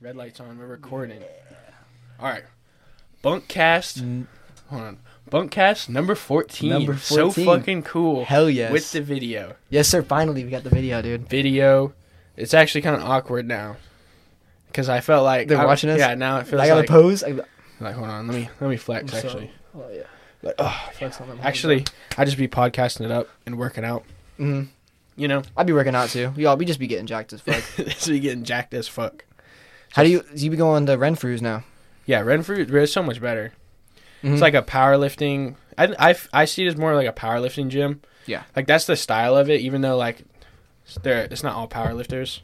Red lights on. We're recording. All right. Bunkcast. Hold on. Bunkcast number 14. Number So 14. fucking cool. Hell yes. With the video. yes, sir. Finally, we got the video, dude. Video. It's actually kind of awkward now. Because I felt like. They're I- watching us? Yeah, now it feels I gotta like. pose. I, like, hold on. Let me let me flex, So- actually. oh yeah. Like, oh, actually, I just be podcasting it up and working out. hmm You know? I'd be working out too. Y'all, we just be getting jacked as fuck. this be getting jacked as fuck. How do you? You be going to Renfrews now? Yeah, Renfrew is so much better. Mhm. It's like a powerlifting. I, I, I see it as more like a powerlifting gym. Yeah. Like that's the style of it, even though like there it's not all powerlifters.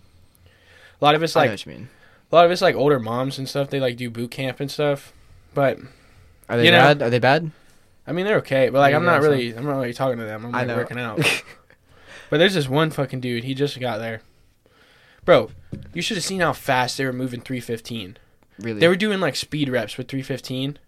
A lot of it's I know like what you mean. a lot of it's like older moms and stuff. They like do boot camp and stuff. But Are they you know- bad? Are they bad? I mean they're okay. But like Yeah, I'm not so- really I'm not really talking to them. I'm I like, know. working out. but there's this one fucking dude. He just got there. Bro, you should have seen how fast they were moving 315. Really? They were doing like speed reps with 315.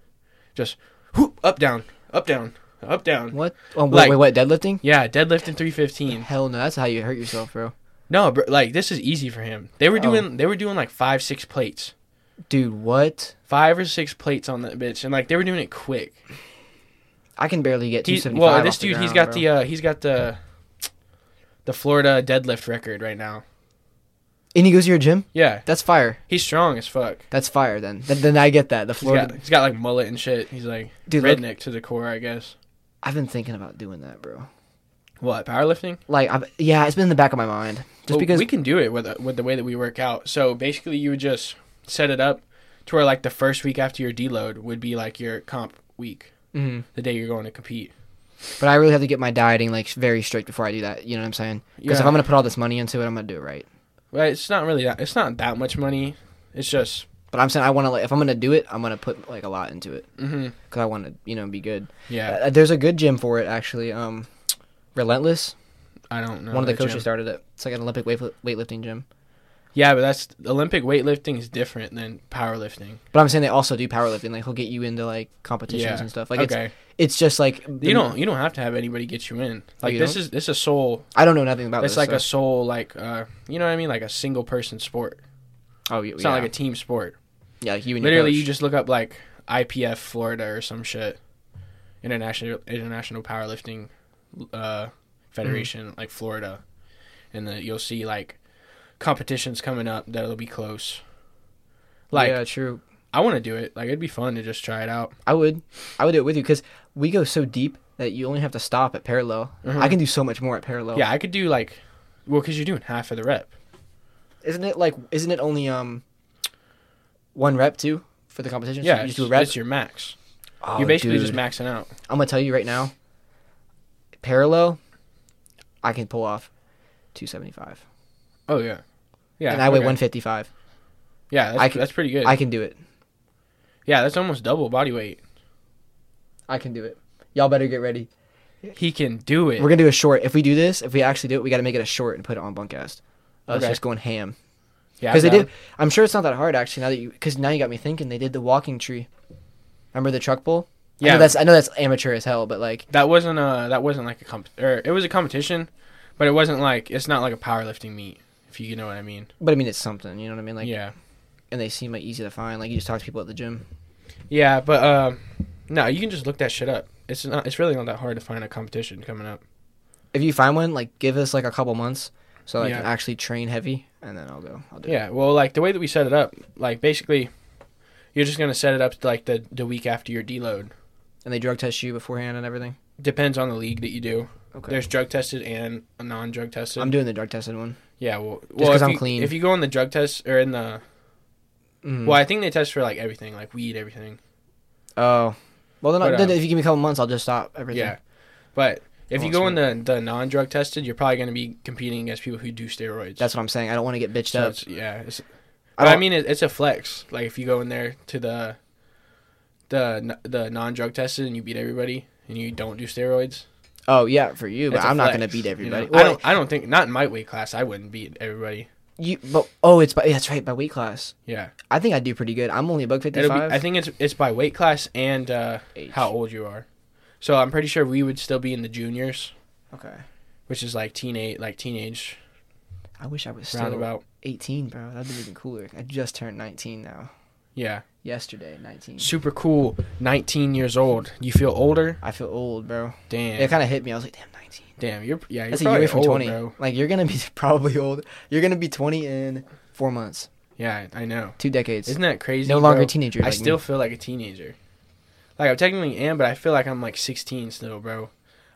Just whoop up down up down up down. what? Oh, wait, Like- wait, what? Deadlifting? Yeah, deadlifting 315. Hell no. That's how you hurt yourself, bro. No, but like this is easy for him. They were Oh. doing they were doing like five six plates, Dude, what? five or six plates on that bitch, and like they were doing it quick. I can barely get He, two seventy five. well, this dude he's got the uh, he's got the the Florida deadlift record right now. uh, and he goes to your gym. Yeah, That's fire. he's strong as fuck. That's fire. Then, then, then I get that. The He's got, Florida he's got like mullet and shit. He's like dude. look, redneck to the core, I guess. I've been thinking about doing that, bro. What powerlifting? Like, I've, yeah, it's been in the back of my mind. Just Well, because we can do it with with the way that we work out. So basically, you would just set it up to where like the first week after your deload would be like your comp week, Mhm. the day you're going to compete. But I really have to get my dieting like very strict before I do that. You know what I'm saying? Because if Yeah. I'm gonna put all this money into it, I'm gonna do it right. Well, it's not really that. It's not that much money. It's just But I'm saying I want to like if I'm gonna do it, I'm gonna put like a lot into it hmm because I want to you know be good. yeah. Uh, there's a good gym for it actually. Um, Relentless. I don't know. One of the Oh, that coaches gym. started it. It's like an Olympic weight, weightlifting gym. Yeah, but that's Olympic weightlifting is different than powerlifting. But I'm saying they also do powerlifting. Like he'll get you into like competitions Yeah. and stuff. Like it's okay, it's just like you don't you don't have to have anybody get you in. Like Oh, you this don't? is this is a sole. I don't know nothing about It's this. like a so- sole like uh you know what I mean like a single person sport. oh yeah, It's yeah. not like a team sport. yeah like you and Literally, your you coach. just look up like IPF Florida or some shit, international international powerlifting uh, federation Mm-hmm. like Florida, and then you'll see like competitions coming up that'll be close. Like yeah true. I want to do it. Like it'd be fun to just try it out. I would. I would do it with you because we go so deep that you only have to stop at parallel. Mhm. I can do so much more at parallel. Yeah, I could do like, well, because you're doing half of the rep. Isn't it like? Isn't it only um one rep too for the competition? So Yeah, You it's, just do a rep. it's your max. Oh, you're basically just dude. maxing out. I'm gonna tell you right now. Parallel, I can pull off. 275 Oh yeah, yeah. and i weigh okay. 155 Yeah, that's, I can- that's pretty good. i can do it yeah, that's almost double body weight. i can do it y'all better get ready He can do it. we're gonna do a short if we do this if we actually do it we gotta make it a short and put it on bunkcast us Okay. just going ham Yeah, because I'm they down. did i'm sure it's not that hard actually now that you because now you got me thinking they did the walking tree remember the truck pull I know Yeah. that's i know that's amateur as hell but like That wasn't a that wasn't like a comp or it was a competition, but it wasn't like it's not like a powerlifting meet if you know what I mean. but i mean it's something you know what i mean like yeah, and they seem like easy to find like you just talk to people at the gym yeah, but um, no, you can just look that shit up. It's not it's really not that hard to find a competition coming up. if you find one like give us like a couple months so i can Yeah. actually train heavy and then i'll go i'll do it Yeah, well, like the way that we set it up, like basically, you're just gonna set it up to, like the the week after your deload. and they drug test you beforehand and everything Depends on the league that you do. okay There's drug tested and non drug tested. i'm doing the drug tested one yeah, well, well, if 'cause I'm you- clean. If you go on the drug test or in the Mhm. well, I think they test for like everything, like weed, everything. oh well then, I'll- But, then um, if you give me a couple months i'll just stop everything Yeah, but if Oh, you go in the the non drug tested, you're probably gonna be competing against people who do steroids. that's what i'm saying i don't want to get bitched so up it's, yeah. It's, I but I, don't- mean, it, it's a flex. Like if you go in there to the the the non drug tested and you beat everybody and you don't do steroids. oh yeah for you but That's a i'm not flex, gonna beat you everybody know? Well, I don't. I don't think not in my weight class. I wouldn't beat everybody. You but oh, it's by, yeah, that's right by weight class. Yeah, I think I do pretty good. I'm only a buck fifty It'll be, five. I think it's it's by weight class and uh, how old you are. So I'm pretty sure we would still be in the juniors, Okay. which is like teenage, like teenage. I wish I was still roundabout. 18, bro. That'd be even cooler. I just turned 19 now. Yeah, Yesterday, 19. super cool. 19 years old. You feel older? I feel old, bro. Damn. It kind of hit me. I was like, damn, 19. Damn, you're yeah, you're That's a year probably away from old, 20. bro. Like, you're going to be probably old. You're going to be 20 in four months, Yeah, I know. two decades. Isn't that crazy? no longer bro? a teenager. I like still me. feel like a teenager. Like I technically am, but I feel like I'm like 16 still, bro.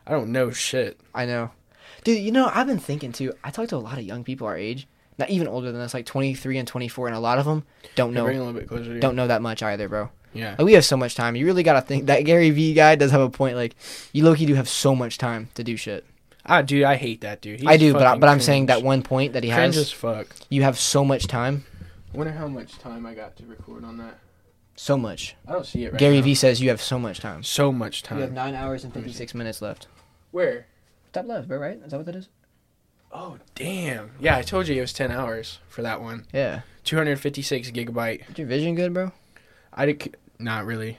I don't know shit. I know. Dude, you know, I've been thinking too. I talk to a lot of young people our age, not even older than us, like 23 and 24, and a lot of them don't Can you bring know it a little bit closer. to you? don't know that much either, bro. Yeah. Like, we have so much time. You really gotta think that Gary Vee guy does have a point. Like, you Loki do have so much time to do shit. Ah, dude, I hate that dude. He's I do, but I, fucking but I'm saying that cringe. one point that he cringe has, as fuck. you have so much time, Wonder how much time I got to record on that. so much. I don't see it right Gary now. Vee says you have so much time. So much You have time. nine hours and Let me see. 56 minutes left. Where? Top left, bro. Right? Is that what that is? Oh damn. Yeah, I told you it was 10 hours for that one. Yeah. 256 gigabyte. Is your vision good, bro? I did, not really.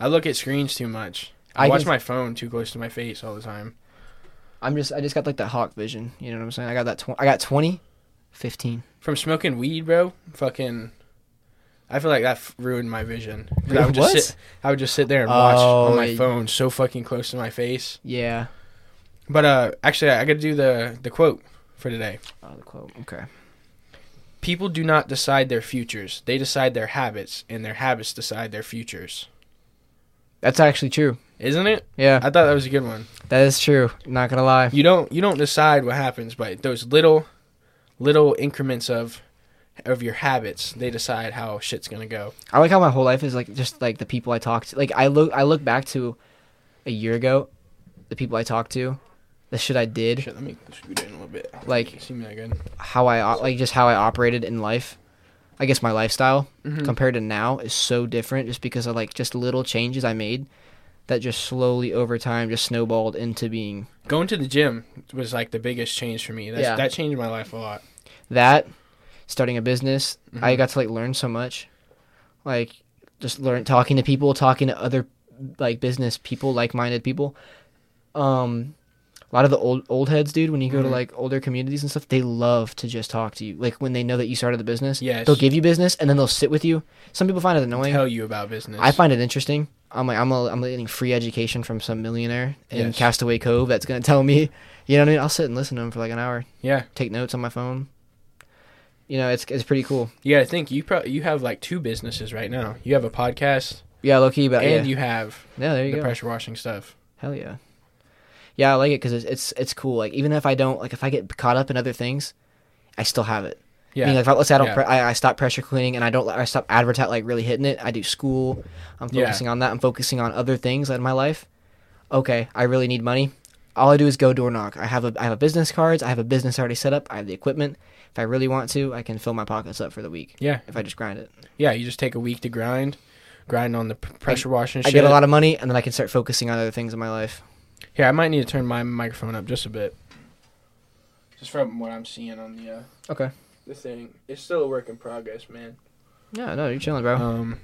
I look at screens too much. I I, watch can- my phone too close to my face all the time. I'm just, I just got like that hawk vision. You know what I'm saying? I got that. Tw- I got 20, 15. From smoking weed, bro, fucking. I feel like that f- ruined my vision. 'Cause I would What? just sit. I would just sit there and watch on Oh, my yeah. phone, so fucking close to my face. Yeah. But uh, actually, I gotta do the the quote for today. Oh, the quote. Okay. People do not decide their futures; they decide their habits, and their habits decide their futures. That's actually true. Isn't it? Yeah, I thought that was a good one. that is true. Not gonna lie. you don't you don't decide what happens but those little little increments of of your habits they decide how shit's gonna go I like how my whole life is like just like the people I talk to. Like I look, I look back to a year ago, the people I talked to, the shit I did, shit let me scoot in a little bit Like- see me that good how I o- like just how I operated in life. I guess my lifestyle mm-hmm. compared to now is so different just because of like just little changes I made that just slowly over time just snowballed into being going to the gym was like the biggest change for me That's, Yeah. that changed my life a lot that starting a business. I Mm-hmm. got to like learn so much. Like just learn talking to people, talking to other like business people, like-minded people. Um a lot of the old old heads, dude, when you go to Mhm. like older communities and stuff, they love to just talk to you. Like when they know that you started the business, Yes. they'll give you business and then they'll sit with you. Some people find it annoying. tell you about business I find it interesting. I'm like I'm a, I'm getting free education from some millionaire in Yes. Castaway Cove that's gonna tell me. You know what I mean? I'll sit and listen to him for like an hour yeah take notes on my phone. You know, it's it's pretty cool. you gotta think you probably you have like two businesses right now you have a podcast Yeah, low key, but yeah, and you have yeah, there you the go. pressure washing stuff Hell yeah, yeah, I like it because it's, it's it's cool. Like even if I don't like if I get caught up in other things, I still have it. yeah Yeah. I mean, like if I, let's say I don't Yeah. pre- I, I stop pressure cleaning and I don't I stop advertising like really hitting it. I do school. I'm Yeah. focusing on that. I'm focusing on other things in my life. Okay, I really need money. All I do is go door knock. I have a I have a business cards. I have a business already set up. I have the equipment. If I really want to, I can fill my pockets up for the week yeah if I just grind it. yeah you just take a week to grind grind on the p- pressure washing I shit get a lot of money, and then I can start focusing on other things in my life. Here, I might need to turn my microphone up just a bit. Just from what I'm seeing on the uh, Okay. the thing, it's still a work in progress, man. Yeah, no, you're chilling, bro. Um,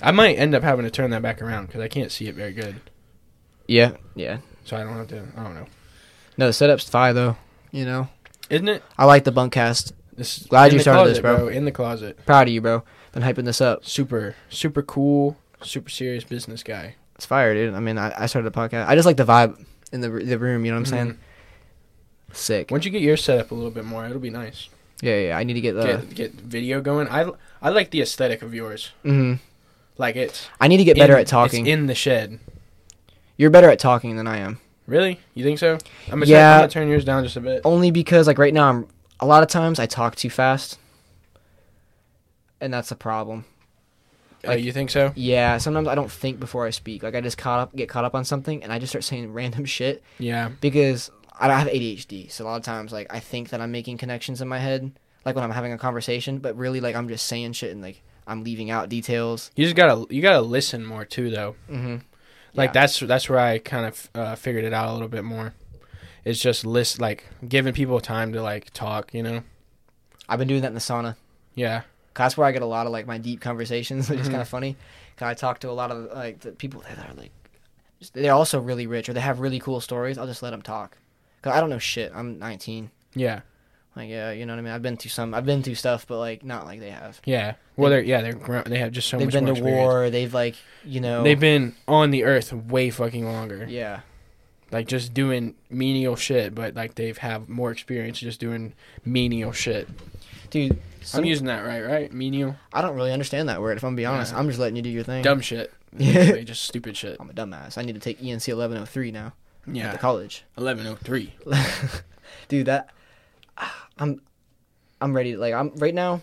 I might end up having to turn that back around because I can't see it very good, yeah, yeah. so I don't have to. I don't know. No, the setup's fire though. You know, Isn't it? I like the bunk cast. This Glad in you the started this, closet, bro. In the closet, Proud of you, bro. Been hyping this up. super super cool, super serious business guy. It's fire, dude. I mean, I, I started a podcast. I just like the vibe in the r- the room. You know what I'm saying? Sick. Once you get your setup a little bit more, it'll be nice. Yeah, yeah. I need to get the. Get get video going. I I like the aesthetic of yours. Mhm. Like it's I need to get better in- at talking. It's in the shed. You're better at talking than I am. Really? You think so? I'm gonna, turn, Yeah. I'm gonna turn yours down just a bit. Only because like right now, I'm a lot of times I talk too fast, and that's a problem. Oh, Like- you think so? Yeah, sometimes I don't think before I speak. Like I just caught up, get caught up on something, and I just start saying random shit Yeah. because I don't have ADHD. So a lot of times, like I think that I'm making connections in my head, like when I'm having a conversation, but really, like I'm just saying shit and like I'm leaving out details. You just gotta you gotta listen more too though. Mm-hmm. Like Yeah. that's that's where I kind of uh, figured it out a little bit more. It's just list like giving people time to like talk. You know. I've been doing that in the sauna. Yeah. 'Cause That's where I get a lot of like my deep conversations, which is Mhm. kind of funny. 'Cause I talk to a lot of like the people that are like, just- they're also really rich or they have really cool stories. I'll just let them talk. 'Cause I don't know shit. I'm 19. Yeah. Like yeah, you know what I mean. I've been through some. I've been through stuff, but like not like they have. Yeah. Well, they're yeah they're gro- they have just so They've much been more to experience. war. They've like you know. They've been on the earth way fucking longer. yeah. Like just doing menial shit, but like they've have more experience just doing menial shit. Dude, some, I'm using that right, right? Menial, I don't really understand that word. If I'm being honest, Yeah. I'm just letting you do your thing. dumb shit. Yeah. Basically, just stupid shit. I'm a dumbass. I need to take E ENC 1103 now at the Yeah. college. 1103. Dude, that I'm I'm ready. To, like I'm right now.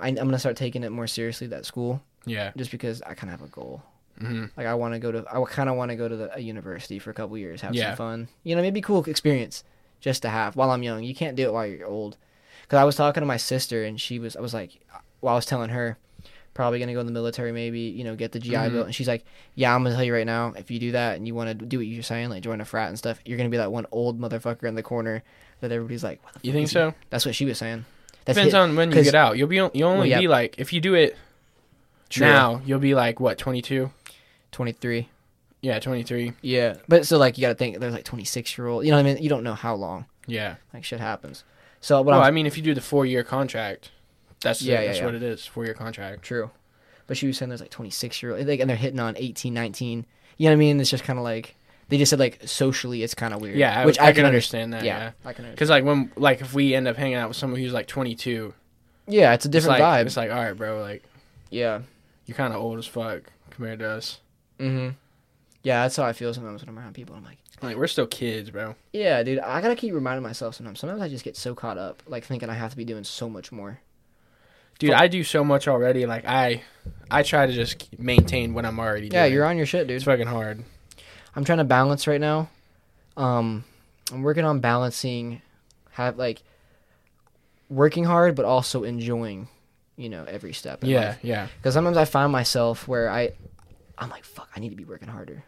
I, I'm gonna start taking it more seriously that school Yeah. just because I kind of have a goal. hmm Like I want to go to, I kind of want to go to the, a university for a couple years, have Yeah. some fun. You know, maybe cool experience just to have while I'm young. You can't do it while you're old. Because I was talking to my sister and she was, I was like, well, I was telling her, probably gonna go in the military, maybe you know, get the GI Mhm. Bill, and she's like, yeah, I'm gonna tell you right now, if you do that and you want to do what you're saying, like join a frat and stuff, you're gonna be that one old motherfucker in the corner that everybody's like, what the You fuck think is he?" so? That's what she was saying. That's Depends hit- on when you 'cause- get out. You'll be on- you'll only Well, yeah. be like if you do it True. now, you'll be like what 22? 23. Yeah, 23. Yeah, but so like you got to think there's like 26 year old. You know what I mean? You don't know how long Yeah. like shit happens. So what well, I'm I mean, if you do the four year contract, that's Yeah, it. yeah, that's yeah. what it is. Four year contract. true, but she was saying there's like 26 year old like, and they're hitting on 18, 19. You know what I mean? It's just kind of like they just said like socially it's kind of weird. Yeah, I, which I, can under- understand that. Yeah, Yeah. I can. Understand. Because like when like if we end up hanging out with someone who's like 22, Yeah, it's a different it's like, vibe. It's like all right, bro, like yeah. you're kind of old as fuck compared to us. Mm-hmm. Yeah, that's how I feel sometimes when I'm around people. I'm like, Like we're still kids, bro. yeah, dude, I gotta keep reminding myself sometimes. Sometimes I just get so caught up, like thinking I have to be doing so much more. Dude, I do so much already. Like I, I try to just maintain what I'm already doing. Yeah, you're on your shit, dude. It's fucking hard. I'm trying to balance right now. Um, I'm working on balancing, have like working hard, but also enjoying, you know, every step. Yeah, yeah. Because sometimes I find myself where I, I'm like, fuck, I need to be working harder.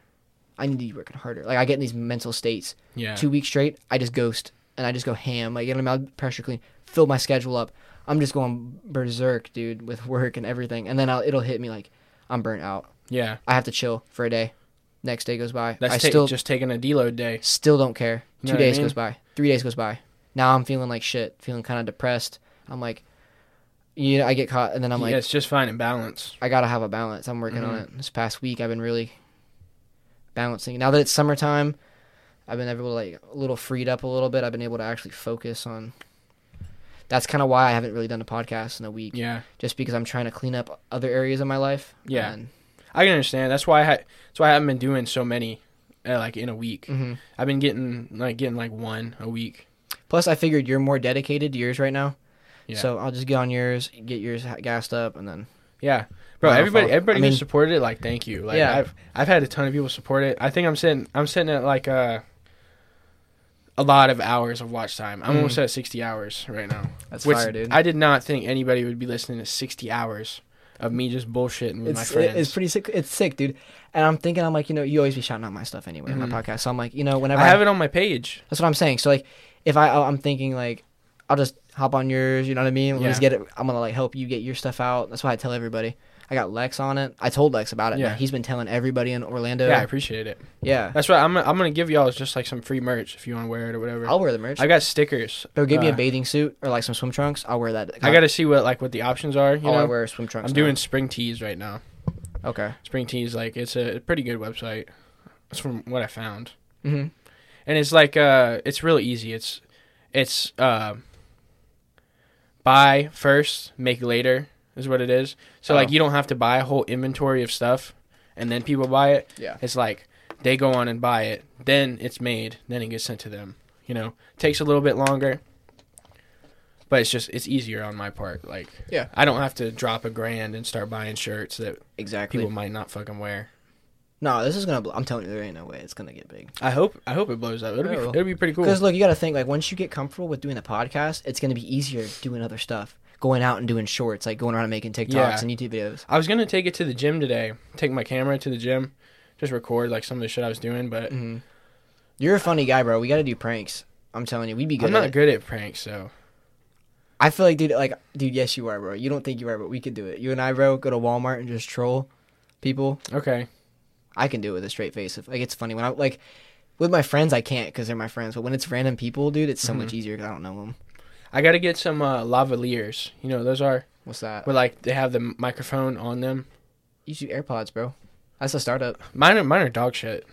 I need to be working harder. Like I get in these mental states. Yeah. Two weeks straight, I just ghost and I just go ham. Like get them out, pressure clean, fill my schedule up. I'm just going berserk, dude, with work and everything. And then I'll, it'll hit me like I'm burnt out. yeah. I have to chill for a day. Next day goes by. That's I ta- still just taking a deload day. Still don't care. You know Two what I days mean? goes by. Three days goes by. Now I'm feeling like shit. Feeling kind of depressed. I'm like, you know, I get caught, and then I'm like, yeah, it's just finding balance. I gotta have a balance. I'm working on Mm-hmm. it. This past week, I've been really balancing. Now that it's summertime, I've been able to like a little freed up a little bit. I've been able to actually focus on. That's kind of why I haven't really done a podcast in a week, Yeah, just because I'm trying to clean up other areas of my life. Yeah. And, I can understand. That's why I ha- that's why I haven't been doing so many, uh, like in a week. mhm. I've been getting like getting like one a week. Plus, I figured you're more dedicated to yours right now. Yeah. So I'll just get on yours, get yours ha- gassed up, and then Yeah, bro. Wow, everybody, fuck. everybody I mean- who supported it, like, thank you. Like, Yeah. I've I've had a ton of people support it. I think I'm sitting I'm sitting at like a a lot of hours of watch time. I'm Mhm. almost at 60 hours right now. that's which I did not think anybody would be listening to 60 hours of me just bullshitting with my it's, friends. it's pretty sick. It's sick, dude. And I'm thinking, I'm like, you know, you always be shouting out my stuff anyway, Mhm. my podcast. So I'm like, you know, whenever I I have it on my page. that's what I'm saying. So like, if I I'm thinking like, I'll just hop on yours. You know what I mean? Let me just Yeah. get it. I'm gonna like help you get your stuff out. That's why I tell everybody. I got Lex on it. I told Lex about it. Yeah. Yeah. He's been telling everybody in Orlando. yeah, I appreciate it. Yeah. That's right. I'm I'm gonna give y'all just like some free merch if you want to wear it or whatever. I'll wear the merch. I got stickers. Bro, give me a uh, bathing suit or like some swim trunks. I'll wear that. I got to see what like what the options are. You All Oh, I know, wear is swim trunks. I'm now. doing spring tees right now. okay. Spring Tees, like it's a pretty good website. It's from what I found, hmm and it's like uh, it's really easy. It's it's uh, buy first, make later is what it is. So like Oh. you don't have to buy a whole inventory of stuff, and then people buy it. Yeah. It's like they go on and buy it, then it's made, then it gets sent to them. You know, takes a little bit longer, but it's just it's easier on my part. Like Yeah. I don't have to drop a grand and start buying shirts that Exactly. people might not fucking wear. No, this is gonna. Bl- I'm telling you, there ain't no way it's gonna get big. I hope I hope it blows up. It'll It be will. it'll be pretty cool. Because look, you got to think like once you get comfortable with doing the podcast, it's going to be easier doing other stuff, going out and doing shorts, like going around and making TikToks Yeah. and YouTube videos. I was gonna take it to the gym today. Take my camera to the gym, just record like some of the shit I was doing. But hmm You're a funny guy, bro. We got to do pranks. I'm telling you, we'd be good. I'm at not it. good at pranks, so I feel like, dude, like, dude, yes, you are, bro. You don't think you are, but we could do it. You and I, bro, go to Walmart and just troll people. okay. I can do it with a straight face. If like it's funny when I'm Mm-hmm. like with my friends, I can't because they're my friends. But when it's random people, dude, it's so much easier because I don't know them. I gotta get some uh, lavaliers. You know, those are What's that? where like they have the microphone on them. You do AirPods, bro. That's a startup. Mine are mine are dog shit.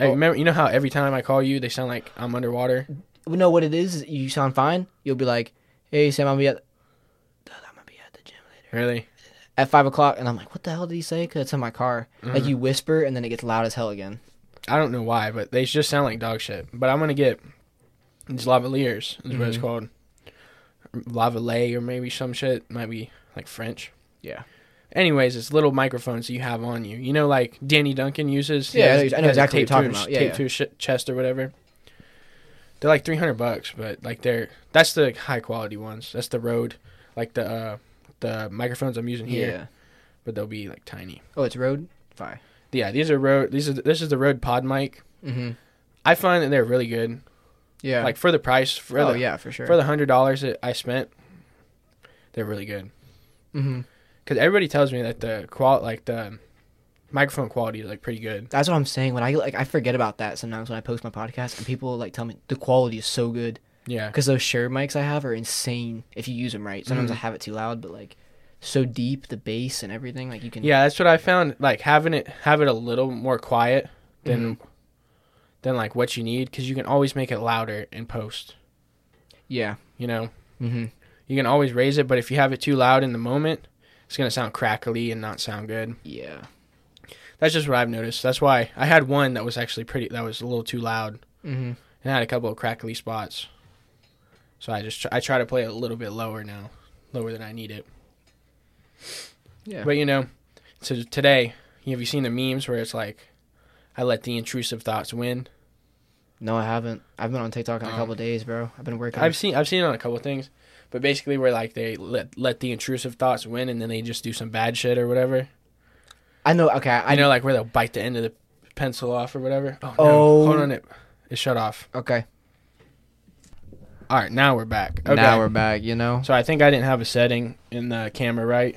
I Oh. remember, you know how every time I call you, they sound like I'm underwater. No, what it is, is you sound fine. You'll be like, "Hey Sam, I'll be at, Dad, I'm gonna be at the gym later Really? at five o'clock," and I'm like, "What the hell did he say?" Because it's in my car. Like you whisper, and then it gets loud as hell again. I don't know why, but they just sound like dog shit. But I'm gonna get these lavaliers. Is what Mm-hmm. it's called. Lavalay or maybe some shit. Might be like French. Yeah. Anyways, it's little microphones you have on you. You know, like Danny Duncan uses. Yeah, I has- know- I know has it exactly taped what you're to talking his- about. Yeah, taped yeah. to his sh- chest or whatever. They're like three hundred bucks, but like they're that's the high quality ones. That's the Rode, like the uh, the microphones I'm using here, Yeah. but they'll be like tiny. Oh, it's Rode. Fine. Yeah, these are Rode. These are this is the Rode Pod mic. Mm-hmm. I find that they're really good. Yeah. Like for the price, for oh the yeah, for sure. for the hundred dollars that I spent, they're really good. mm-hmm. Because everybody tells me that the qual like the microphone quality is like pretty good. That's what I'm saying. When I like, I forget about that sometimes when I post my podcast, and people like tell me the quality is so good Yeah, because those Shure mics I have are insane if you use them right. Sometimes I Mhm. have it too loud, but like so deep, the bass and everything, like you can. yeah, that's what I found. Like having it have it a little more quiet than Mm-hmm. than like what you need, because you can always make it louder in post. Yeah. You know, Mm-hmm. you can always raise it, but if you have it too loud in the moment, it's gonna sound crackly and not sound good. Yeah. That's just what I've noticed. That's why I had one that was actually pretty. That was a little too loud. Mm-hmm. and I had a couple of crackly spots. So I just tr- I try to play it a little bit lower now, lower than I need it. Yeah. But you know, so today, have you seen the memes where it's like, I let the intrusive thoughts win? No, I haven't. I've been on TikTok in a Um, couple days, bro. I've been working. I've seen I've seen it on a couple of things, but basically where like they let let the intrusive thoughts win, and then they just do some bad shit or whatever. I know. Okay. I I know like where they'll bite the end of the pencil off or whatever. Oh, no. Oh. hold on, it it shut off. Okay. All right, now we're back. Okay. Now we're back. You know. So I think I didn't have a setting in the camera right,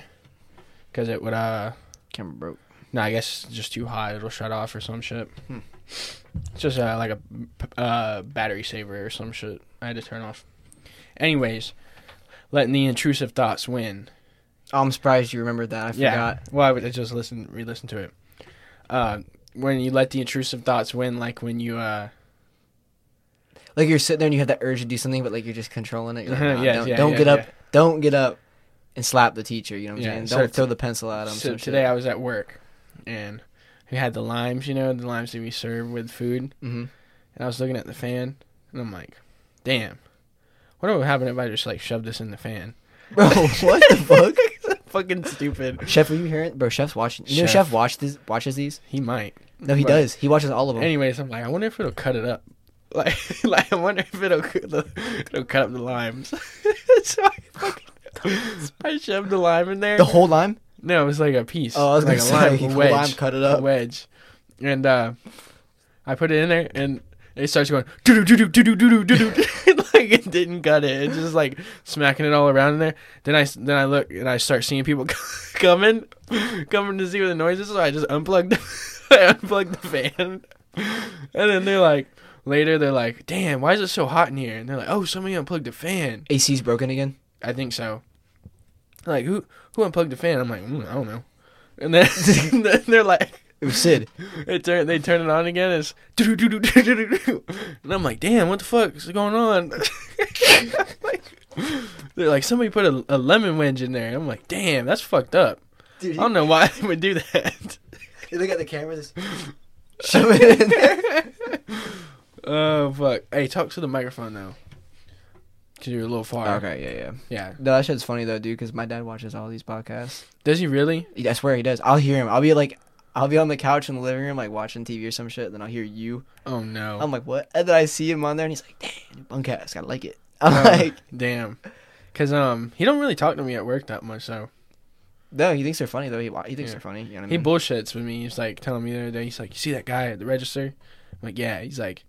because it would uh Camera broke. no I guess it's just too hot it'll shut off or some shit. Hmm. It's just uh, like a p- uh, battery saver or some shit I had to turn off. Anyways, letting the intrusive thoughts win. Oh, I'm surprised you remembered that. I forgot. Well, I would I just listen re-listen to it. Uh, when you let the intrusive thoughts win, like when you uh Like you're sitting there and you have that urge to do something, but like you're just controlling it. You're like, Uh-huh, "Nah, yeah, don't yeah, don't yeah, get up. yeah." Don't get up and slap the teacher. You know what I'm Yeah, saying? so don't t- throw the pencil at him. so some shit. today I was at work, and we had the limes. You know the limes that we serve with food. Mhm. and I was looking at the fan, and I'm like, damn, what would happen if I just like shoved this in the fan? Bro, what the fuck? Fucking stupid. Chef, are you hearing? Bro, Chef's watching. You know, Chef. Chef watched this, watches these. He might. No, he But- does. He watches all of them. Anyways, I'm like, I wonder if it'll cut it up. Like, like I wonder if it'll cu- the- it'll cut up the limes. so I fucking I shoved the lime in there. the whole lime. no, it was like a piece. Oh, I was like gonna a say, lime whole wedge. lime, cut it a up. wedge, and uh, I put it in there and. It starts going doo doo doo doo doo doo doo doo like it didn't cut it. It's just like smacking it all around in there. Then I s- then I look and I start seeing people coming, coming to see what the noise is. So I just unplugged, I unplugged the fan, and then they're like later they're like, "Damn, why is it so hot in here?" And they're like, "Oh, somebody unplugged the fan." AC's broken again. I think so. Like who who unplugged the fan? I'm like, mm, I don't know. And then, then they're like, It was Sid. it turn, they turn it on again. It's doo doo doo doo doo doo doo, and I'm like, damn, what the fuck is going on? Like, they're like, somebody put a, a lemon wedge in there. I'm like, damn, that's fucked up. I Dude, don't know why they would do that. you look at the camera. Just shove it in there. Oh fuck! Hey, talk to the microphone though, cause you're a little far. Okay, yeah, yeah. Yeah. No, that shit's funny though, dude. Because my dad watches all these podcasts. Does he really? I swear he does. I'll hear him. I'll be like, I'll be on the couch in the living room, like watching TV or some shit. Then I'll hear you. Oh no. I'm like, what? And then I see him on there, and he's like, dang, new bunkhouse. Gotta like it. I'm Oh, like, damn. Cause um, he don't really talk to me at work that much. So no, he thinks they're funny though. He, wa- he thinks Yeah. they're funny. You know what I mean? he bullshits with me. He's like telling me the other day. He's like, you see that guy at the register? I'm like, yeah. He's like,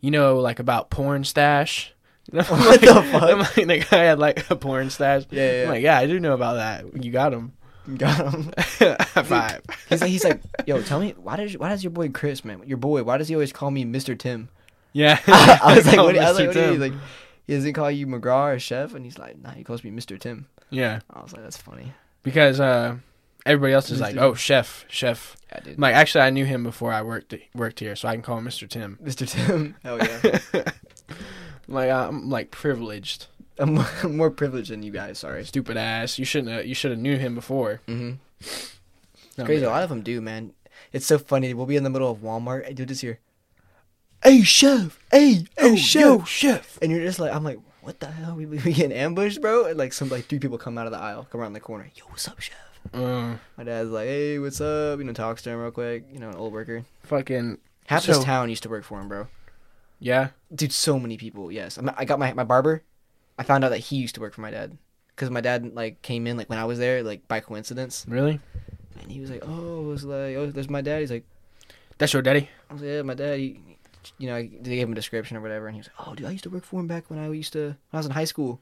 you know, like about porn stash. And I'm What the like- fuck? I'm like, the guy had like a porn stash. Yeah, yeah, I'm yeah. like, yeah, I do know about that. You got him. Got him. High five. He's like, he's like, yo, tell me, why does why does your boy Chris, man, your boy, why does he always call me Mister Tim? Yeah. I was like, Call what, I was Mr. like, what do you Tim. mean? Like, he doesn't call you McGraw or Chef, and he's like, nah, he calls me Mr. Tim. Yeah, I was like, that's funny. because uh, everybody else is like, Mr. oh, chef, chef. Yeah, dude. I'm like, actually, I knew him before I worked worked here, so I can call him Mr. Tim. Mr. Tim. Hell yeah. I'm like, I'm like privileged, I'm more, I'm more privileged than you guys. Sorry. stupid ass. You shouldn't. Have, you should have knew him before. Mm-hmm. No, Crazy. A lot of them do, man. It's so funny. We'll be in the middle of Walmart. Hey, dude, this here. Hey, chef. Hey, hey, Oh, chef. yo, chef. And you're just like, I'm like, what the hell? We, we getting ambushed, bro? And like, some like three people come out of the aisle, come around the corner. Yo, what's up, chef? Uh, My dad's like, hey, what's up? You know, talks to him real quick. You know, an old worker. fucking Half So- this town used to work for him, bro. yeah. Dude, so many people. Yes, I'm, I got my my barber. I found out that he used to work for my dad because my dad like came in like when I was there like by coincidence, Really? and he was like, oh, it was like, oh, there's my dad. He's like, That's your daddy? I was like, yeah, my dad. He, you know, I- they gave him a description or whatever, and he was like, oh, dude, I used to work for him back when I used to when I was in high school.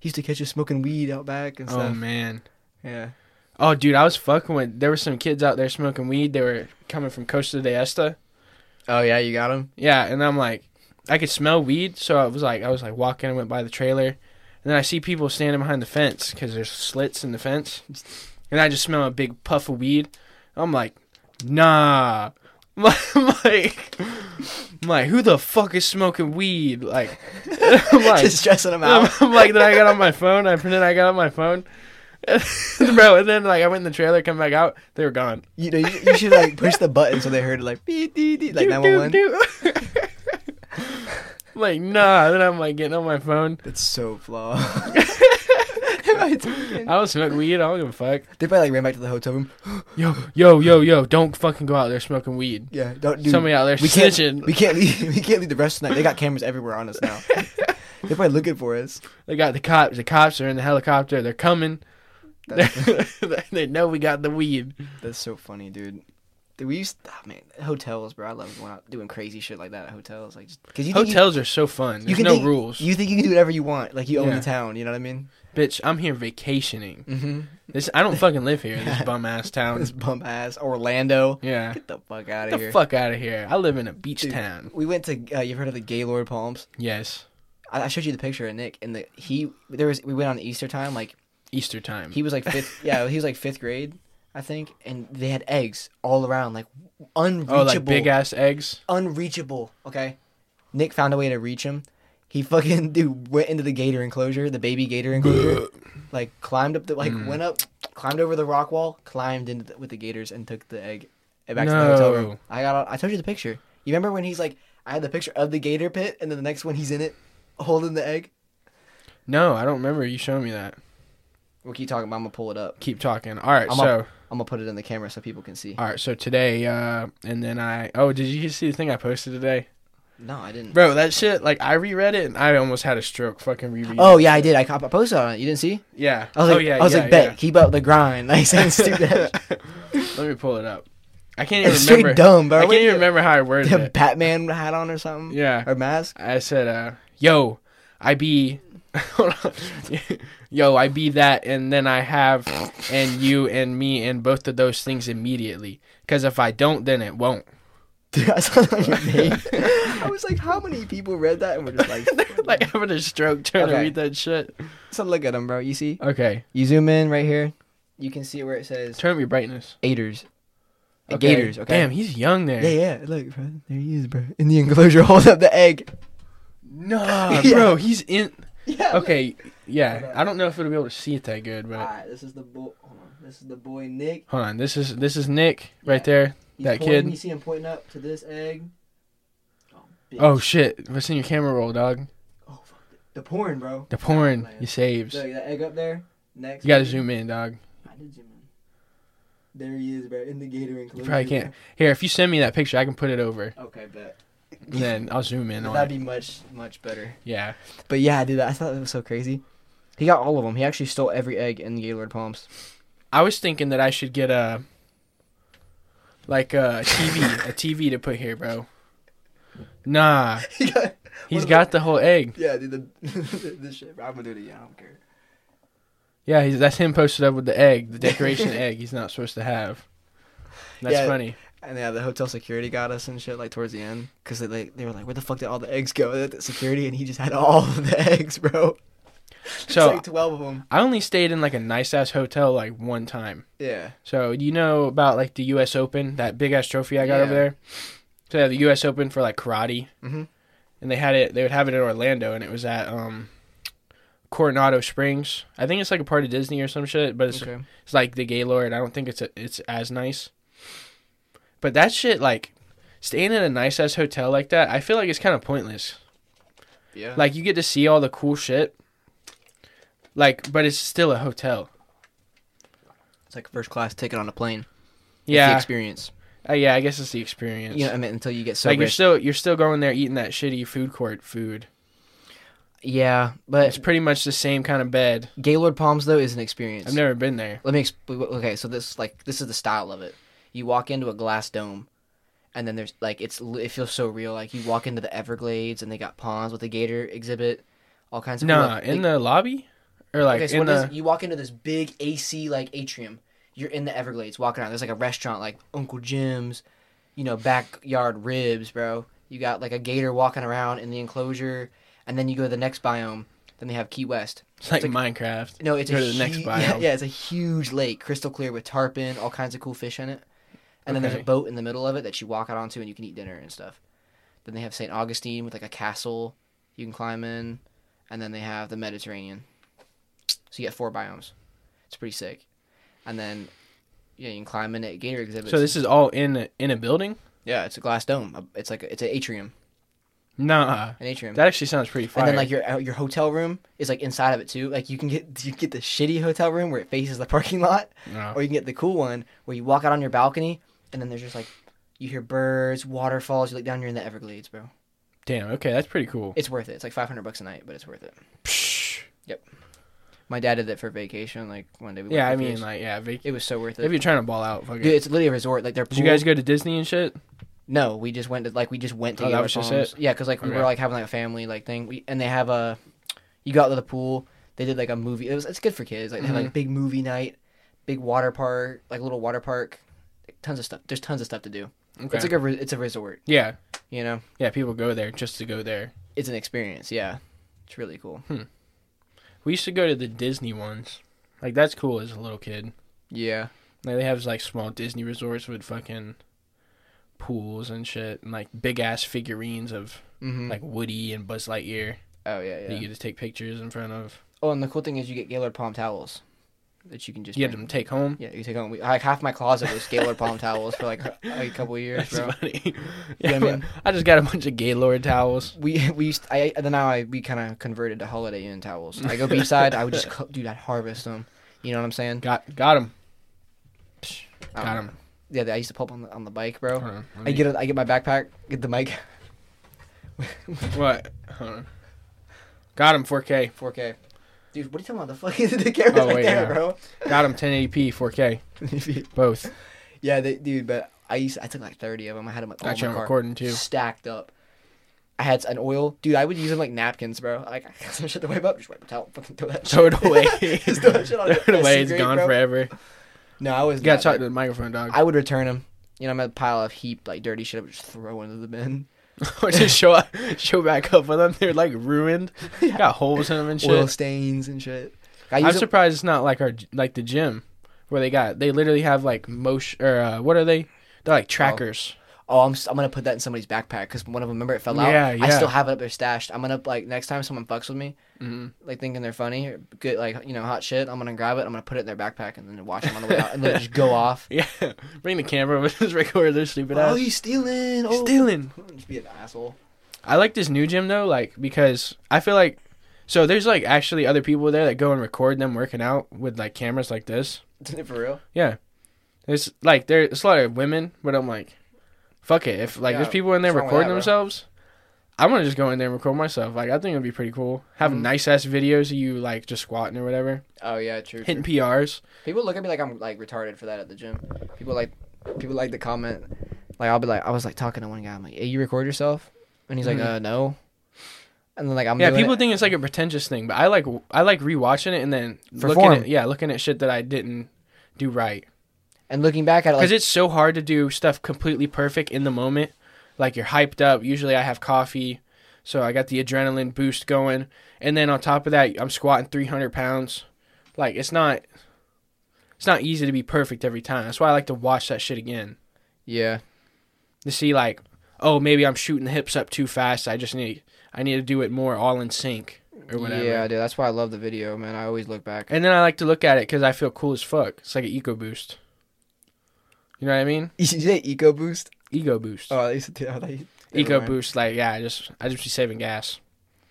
He used to catch us smoking weed out back and Oh stuff. man. yeah. Oh dude, I was fucking with. There were some kids out there smoking weed. They were coming from Costa de Esta. Oh yeah, you got him. Yeah, and I'm like, I could smell weed, so I was like, I was like walking, I went by the trailer, and then I see people standing behind the fence because there's slits in the fence, and I just smell a big puff of weed. I'm like, nah. I'm like, I'm like, who the fuck is smoking weed? Like, I'm like, Just stressing him I'm, out. I'm like, then I got on my phone. I pretended I got on my phone, bro. And then like I went in the trailer, come back out, they were gone. you know, you, you should like push the button so they heard like beep, beep, beep, like Doo, nine one one. doo, doo. like nah. Then I'm like getting on my phone. That's so flawed. I don't smoke weed. I don't give a fuck. They probably like ran back to the hotel room. Yo, yo, yo, yo! Don't fucking go out there smoking weed. Yeah, don't do. Somebody out there we can't. snitching. We can't leave. We can't leave the restaurant. They got cameras everywhere on us now. They're probably looking for us. They got the cops. The cops are in the helicopter. They're coming. That's- They're- they know we got the weed. That's so funny, dude. Dude, we used oh, man hotels, bro. I love going out doing crazy shit like that at hotels, like just because you think Hotels are so fun. you, There's can no think- rules, You think you can do whatever you want, like you own Yeah. the town. You know what I mean? bitch. I'm here vacationing. Mm-hmm. This I don't fucking live here. This Yeah. bum ass town. This bump ass Orlando. Yeah, Get the fuck out get of the here. fuck out of here. I live in a beach Dude. town. we went to. Uh, you've heard of the Gaylord Palms? Yes, I, I showed you the picture of Nick, and the he there was. We went on Easter time, like Easter time. He was like fifth. yeah, he was like fifth grade, I think. And they had eggs all around, like unreachable, oh, like big ass eggs. unreachable. Okay, Nick found a way to reach him. He fucking dude went into the gator enclosure, the baby gator enclosure. like climbed up the like Mm. went up, climbed over the rock wall, climbed into the, with the gators and took the egg eh, back to the hotel No. room. I got. I told you the picture. You remember when he's like, I had the picture of the gator pit, and then the next one he's in it, holding the egg. No, I don't remember you showing me that. We'll keep talking. about I'm gonna pull it up. Keep talking. All right, I'm so I'm gonna put it in the camera so people can see. all right, so today, uh, and then I oh, did you see the thing I posted today, No, I didn't. bro? That shit, like I reread it and I almost had a stroke. Fucking reread. Oh yeah, I did. I, cop- I posted on it. You didn't see? yeah. I was like, oh yeah. I was yeah, like, bet keep up the grind. Like saying stupid. Let me pull it up. I can't even it's remember. straight dumb, bro. I What can't even do remember how I you- worded the it. Batman hat on or something. Yeah. Or mask. I said, uh, yo, I be, yo, I be that, and then I have, and you and me and both of those things immediately. Because if I don't, then it won't. Dude, I saw that on your page. I was like, how many people read that and were just like, like having a stroke trying to Okay. read that shit. so look at them, bro. You see? Okay, You zoom in right here. You can see where it says turn up your brightness. gators. Uh, Okay. Gators. Okay. Damn, he's young there. Yeah, yeah. Look, bro. There he is, bro. In the enclosure, hold up the egg. Nah, Yeah. bro, he's in. Yeah. look. Okay, yeah. I don't know if it'll be able to see it that good, but Alright, this is the boy. Hold on. This is the boy Nick. hold on. This is this is Nick right Yeah. there. He's That pointing, kid? You see him pointing up to this egg. Oh, bitch. Oh shit! What's in your camera roll, dog? Oh, fuck. The porn, bro. The porn. man. He saves. Look, You that egg up there. Next. gotta one. zoom in, dog. I did zoom in. There he is, bro. In the gator enclosure. probably can't. Here, if you send me that picture, I can put it over. Okay, bet. And then I'll zoom in But on that'd it. be much, much better. Yeah. But yeah, dude, I thought that was so crazy. He got all of them. He actually stole every egg in Gaylord Palms. I was thinking that I should get a like a TV, a TV to put here, bro. Nah, he got, he's about- got the whole egg. yeah, dude, the, this shit. Bro, I'm gonna do it again. I don't care. Yeah, he's, that's him posted up with the egg, the decoration egg. He's not supposed to have. That's Yeah. funny. And yeah, the hotel security got us and shit like towards the end because they like, they were like, where the fuck did all the eggs go? At the security and he just had all of the eggs, bro. So- it's like twelve of them. I only stayed in like a nice ass hotel like one time. Yeah, So you know about like the U.S. Open, that big ass trophy I got Yeah. over there. So they had the U.S. Open for like karate, Mhm. and they had it. They would have it in Orlando, and it was at um, Coronado Springs. I think it's like a part of Disney or some shit, but it's okay. it's like the Gaylord. I don't think it's a, it's as nice. But that shit, like staying in a nice ass hotel like that, I feel like it's kind of pointless. yeah, Like you get to see all the cool shit. Like, but it's still a hotel. it's like a first class ticket on a plane. It's the Yeah, experience. uh, yeah. I guess it's the experience. You know, I mean, until you get so like you're rich. still you're still going there eating that shitty food court food. Yeah, It's but pretty much the same kind of bed. Gaylord Palms though is an experience. I've never been there. Let me explain. Okay, so this like this is the style of it. You walk into a glass dome, and then there's like it's li- it feels so real. Like you walk into the Everglades, and they got ponds with the gator exhibit, all kinds of Nah, cool- in the lobby, or like okay, so in this, the you walk into this big AC like atrium. You're in the Everglades, walking around. There's like a restaurant, like Uncle Jim's, you know, backyard ribs, bro. You got like a gator walking around in the enclosure, and then you go to the next biome. Then they have Key West. it's like Minecraft. No, it's Go a to the next hu- biome. Yeah, yeah, it's a huge lake, crystal clear with tarpon, all kinds of cool fish in it. And then there's Okay. a boat in the middle of it that you walk out onto and you can eat dinner and stuff. Then they have St. Augustine with like a castle you can climb in, and then they have the Mediterranean. So you get four biomes. It's pretty sick. And then yeah, you can climb in at gator exhibits. So this is all in in a building. yeah, it's a glass dome. Uh, It's like a, it's an atrium, Nah, an atrium. that actually sounds pretty fire. And then like your your hotel room is like inside of it too. Like you can get you can get the shitty hotel room where it faces the parking lot, No. or you can get the cool one where you walk out on your balcony and then there's just like you hear birds, waterfalls. You look down, you're in the Everglades, bro. damn. Okay, that's pretty cool. It's worth it. It's like 500 bucks a night, but it's worth it. Psh. My dad did that for vacation, like one day. We went Yeah, for I a mean, cruise. like, yeah, vac- it was so worth if it. you're trying to ball out, fuck Dude, it. it's literally a resort. Like their pool. Did you guys go to Disney and shit? No, we just went to like we just went to. Oh, that Gaylord was just Palms. Yeah, because like we Okay. were like having like a family like thing, we, and they have a. You go out to the pool. They did like a movie. It was it's good for kids. Like they Mm-hmm. had like big movie night, big water park, like little water park, tons of stuff. There's tons of stuff to do. Okay. It's like a re- it's a resort. yeah, You know, yeah. People go there just to go there. it's an experience. Yeah, it's really cool. We used to go to the Disney ones. Like that's cool as a little kid. Yeah, Like they have like small Disney resorts with fucking pools and shit, and like big ass figurines of hmm like Woody and Buzz Lightyear oh yeah, that yeah. you get to take pictures in front of. Oh, and the cool thing is you get Gaylord Palm towels that you can just You get bring. them to take home. Yeah, you take home. We- Like half my closet was Gaylord Palm towels for like a, like a couple years, That's bro. funny. Yeah, yeah, I mean- I just got a bunch of Gaylord towels. we we used I and then now I we kind of converted to Holiday Inn towels. I go beachside, I would just co- dude, I'd harvest them. You know what I'm saying? Got got them. I Got don't 'em. know. Yeah, I used to pulp on the on the bike, bro. I get a, I get my backpack, get the mic, what? Hold on. Got him 4K. 4K. Dude, what are you talking about? The fuck is the camera's Oh, right wait, yeah. there, Got him 1080p 4K. Both. bro. yeah, they, dude, but I used I took like 30 of them. I had them like, all in Got you Oh my on car, recording too. stacked up. I had an oil, dude. I would use them like napkins, bro. Like I got some shit to wipe up, just wipe it out, fucking throw that. Throw shit. it away. Just throw that shit on Throw it the away. It's grate, gone bro. forever. No, I was. You gotta not talk that- to the microphone, dog. I would return them. You know, I'm a pile of heap like dirty shit. I would just throw into the bin. or just show up, show back up with them. They're like ruined. Yeah. Got holes in them and shit. Oil stains and shit. I I'm use it, surprised it's not like our like the gym where they got they literally have like motion or uh, what are they? They're like trackers. oh, I'm, s- I'm gonna put that in somebody's backpack because one of them remember it fell out. Yeah, I yeah. still have it up there stashed. I'm gonna like next time someone fucks with me, Mhm. like thinking they're funny or good, like you know hot shit. I'm gonna grab it. I'm gonna put it in their backpack and then watch them on the way out and let it just go off. Yeah, bring the camera over this record. They're stupid oh, ass. he's stealing. Oh, Stealing. just be an asshole. I like this new gym though, like because I feel like so there's like actually other people there that go and record them working out with like cameras like this. For real. Yeah, it's like there it's a lot of women, but I'm like, fuck it. If like Yeah, there's people in there what's wrong with recording that, bro? themselves, I'm gonna just go in there and record myself. Like I think it'd be pretty cool. Have Mhm. nice ass videos of you like just squatting or whatever, Oh yeah, true. true. hitting PRs. People look at me like I'm like retarded for that at the gym. People like people like to comment. Like I'll be like I was like talking to one guy. I'm like, "Hey, you record yourself?" And he's like, Mhm. "Uh, no." And then like I'm yeah, doing people it. think it's like a pretentious thing, but I like I like rewatching it and then For looking form. at yeah looking at shit that I didn't do right. And looking back at it, because like, it's so hard to do stuff completely perfect in the moment. Like you're hyped up. Usually I have coffee, so I got the adrenaline boost going, and then on top of that, I'm squatting 300 pounds. Like it's not, it's not easy to be perfect every time. That's why I like to watch that shit again yeah, to see like, oh maybe I'm shooting the hips up too fast. I just need I need to do it more all in sync or whatever. yeah, dude. That's why I love the video, man. I always look back. And then I like to look at it because I feel cool as fuck. It's like an ego boost. You know what I mean? You say Eco Boost? Ego boost. Oh, I used to. I thought you- never ego mind. boost. Like yeah, I just I just be saving gas.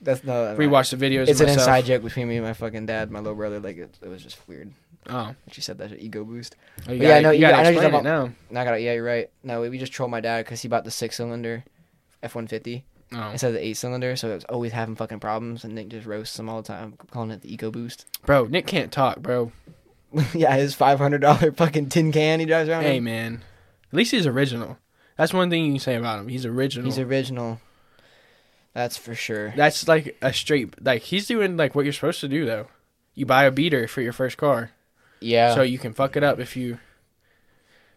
That's not. Rewatch the videos. It's of an myself. inside joke between me and my fucking dad, my little brother. Like it, it was just weird. Oh, She said that Eco Boost. you yeah, gotta, I know- You yeah, gotta I know you're explain it talking now. And I got yeah, you're right. No, we, we just trolled my dad because he bought the six cylinder F one fifty Oh. instead of the eight cylinder, so it was always having fucking problems. And Nick just roasts him all the time, calling it the Eco Boost. Bro, Nick can't talk, bro. yeah, his five hundred dollar fucking tin can he drives around. Hey, Hey, man. At least he's original. That's one thing you can say about him. He's original. he's original. That's for sure. That's like a straight. Like he's doing like what you're supposed to do though. You buy a beater for your first car, Yeah. so you can fuck it up if you,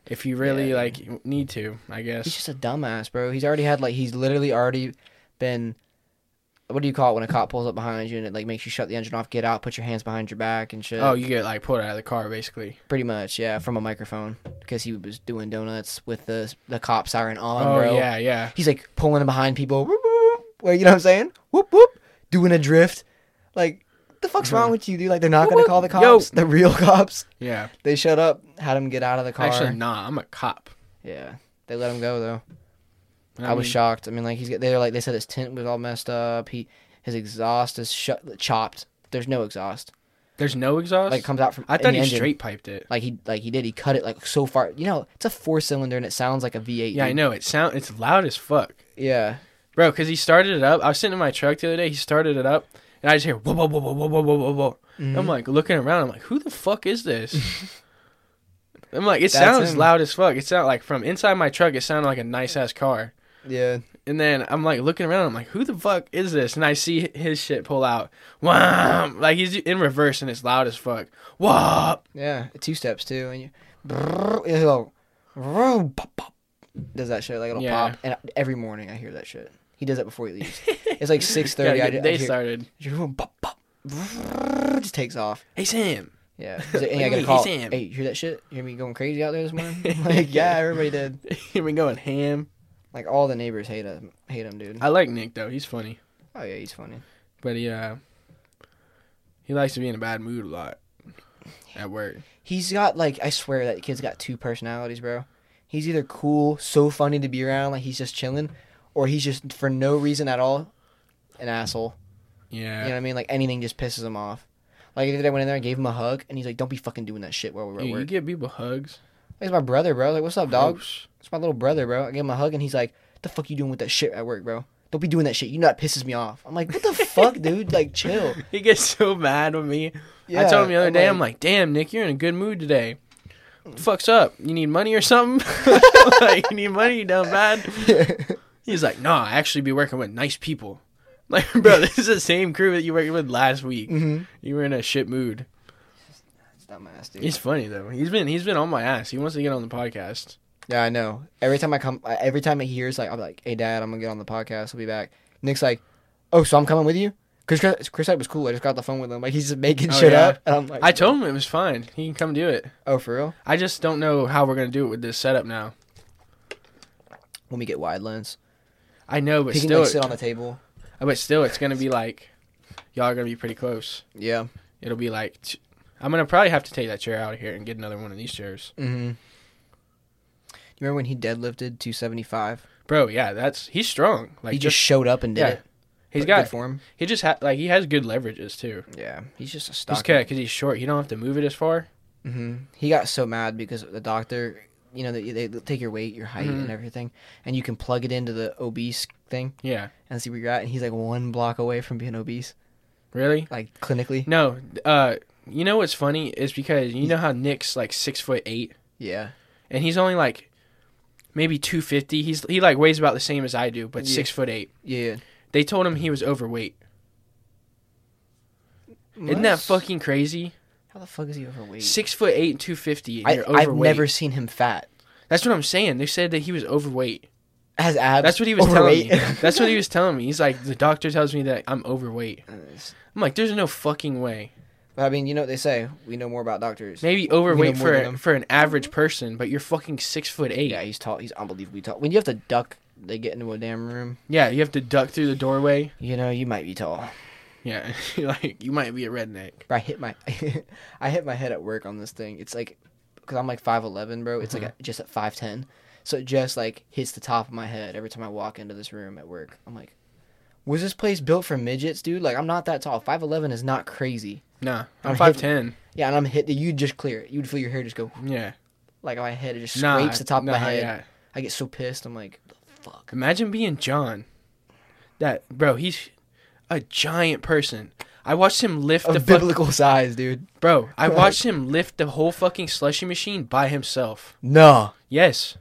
if you really Yeah. like need to. I He's guess. just a dumbass, bro. He's already had like he's literally already been. What do you call it when a cop pulls up behind you and it like makes you shut the engine off, get out, put your hands behind your back and shit? Oh, you get like pulled out of the car basically. pretty much, yeah, from a microphone because he was doing donuts with the the cop siren on, Oh bro. yeah, yeah. He's like pulling behind people, whoop, whoop, whoop, where you know what I'm saying? Whoop whoop, doing a drift. Like the fuck's wrong with you, dude? Like they're not gonna Uh-huh. Whoop, call the whoop. Yo. cops, the real cops. Yeah. They shut up, had him get out of the car. Actually, nah. I'm a cop. yeah, they let him go though. I, was mean, shocked. I mean, like he's got- they were like they said his tent was all messed up. He his exhaust is sh- chopped. There's no exhaust. There's no exhaust. Like it comes out from I in thought he the engine. straight piped it. Like he like he did. He cut it like so far. You know, it's a four cylinder and it sounds like a V8. Yeah, I dude. know. It sound it's loud as fuck, Yeah, bro. Cause he started it up. I was sitting in my truck the other day. He started it up, and I just hear whoa, whoa, whoa, whoa, whoa, whoa, whoa, whoa, whoa. Mm-hmm. I'm like looking around. I'm like, who the fuck is this? I'm like, it That's sounds him. loud as fuck. It sounded like from inside my truck. It sounded like a nice ass car. yeah. And then I'm like looking around. I'm like, who the fuck is this? And I see his shit pull out. Wham! Like he's in reverse, and it's loud as fuck. Whoa! Yeah, two steps too, and you brrr, it'll go, pop, pop, does that shit like it'll Yeah. pop. And every morning I hear that shit. He does it before he leaves. it's like six Yeah, thirty. I, the I day hear, started. boom, pop, pop, brrr, just takes off. Hey Sam. Yeah. He's Look like, hey, I at got me, a call. he's him. Hey, you hear that shit? You hear me going crazy out there this morning? like, yeah, everybody did. Here we going ham. Like, all the neighbors hate him. Hate him, dude. I like Nick though. He's funny. Oh yeah, he's funny. But he uh he likes to be in a bad mood a lot at work. He's got like, I swear that kid's got two personalities, bro. He's either cool, so funny to be around, like he's just chilling, or he's just for no reason at all, an asshole. Yeah. You know what I mean? Like anything just pisses him off. Like the other day I went in there and gave him a hug, and he's like, "Don't be fucking doing that shit while we're at Dude, you work." give people hugs. Like, it's my brother, bro. Like, what's up, dog? Gross. It's my little brother, bro. I gave him a hug and he's like, the fuck you doing with that shit at work, bro? Don't be doing that shit. You know that pisses me off. I'm like, what the fuck, dude? Like, chill. He gets so mad with me. I Yeah, told him the other I'm day, like- I'm like, damn, Nick, you're in a good mood today. What the fuck's up? You need money or something? like, you need money, you dumb bad. He's like, nah, I actually be working with nice people. Like, bro, this is the same crew that you worked with last week. Mhm. You were in a shit mood. It's dumbass, dude. He's funny though. He's been he's been on my ass. He wants to get on the podcast. Yeah, I know. Every time I come, I- every time he hears, like, I'm like, hey, dad, I'm gonna get on the podcast. I'll be back. Nick's like, oh, so I'm coming with you? Because Chris, Chris Hyde was cool. I just got the phone with him. Like, he's just making Oh, shit yeah. up. And I'm like, I told him it was fine. He can come do it. oh, for real? I just don't know how we're gonna do it with this setup now. When we get wide lens, I know, but he can still, like, sit on the table. but still, it's gonna be like y'all are gonna be pretty close. Yeah. It'll be like t- I'm gonna probably have to take that chair out of here and get another one of these chairs, Mm-hmm. You remember when he deadlifted 275? bro. Yeah, that's he's strong. Like he just, just showed up and did yeah. it. he's Good got form. he just ha- like he has good leverages too. Yeah, he's just a stocky He's good because he's short. You don't have to move it as far. hmm He got so mad because the doctor, you know, they, they take your weight, your height, Mm-hmm. and everything, and you can plug it into the obese thing Yeah, and see where you're at. And he's like one block away from being obese, really. like clinically. No, uh, you know what's funny is because you know how Nick's like six foot eight. Yeah, and he's only like maybe 250 he's he like weighs about the same as i do but Yeah. six foot eight yeah. they told him he was overweight isn't that fucking crazy How the fuck is he overweight? Six foot eight and two fifty. I, You're overweight. I've never seen him fat. That's what I'm saying. They said that he was overweight. Has abs. That's what he was Uh, overweight. telling me. That's what he was telling me. He's like, the doctor tells me that I'm overweight. I'm like, there's no fucking way. But I mean, you know what they say. We know more about doctors. Maybe overweight more than for them. for an average person, but you're fucking six foot eight. Yeah, he's tall. He's unbelievably tall. When you have to duck, they get into a damn room. Yeah, you have to duck through the doorway. You know, you might be tall. Yeah, you're like you might be a redneck. Bro, I hit my, I hit my head at work on this thing. It's like, cause I'm like five eleven, bro. It's Mm-hmm. like a, just at five ten, so it just like hits the top of my head every time I walk into this room at work. I'm like, was this place built for midgets, dude? Like, I'm not that tall. Five eleven is not crazy. Nah, I'm I'm five ten. Yeah, and I'm hit. You'd just clear it. You'd feel your hair just go Yeah, like my head. It just nah, scrapes the top nah, of my head. Yeah. I get so pissed. I'm like, the fuck. Imagine being John. That bro, he's a giant person. I watched him lift Of the fuck- biblical size, dude. bro. I Like- watched him lift the whole fucking slushy machine by himself. No. Yes.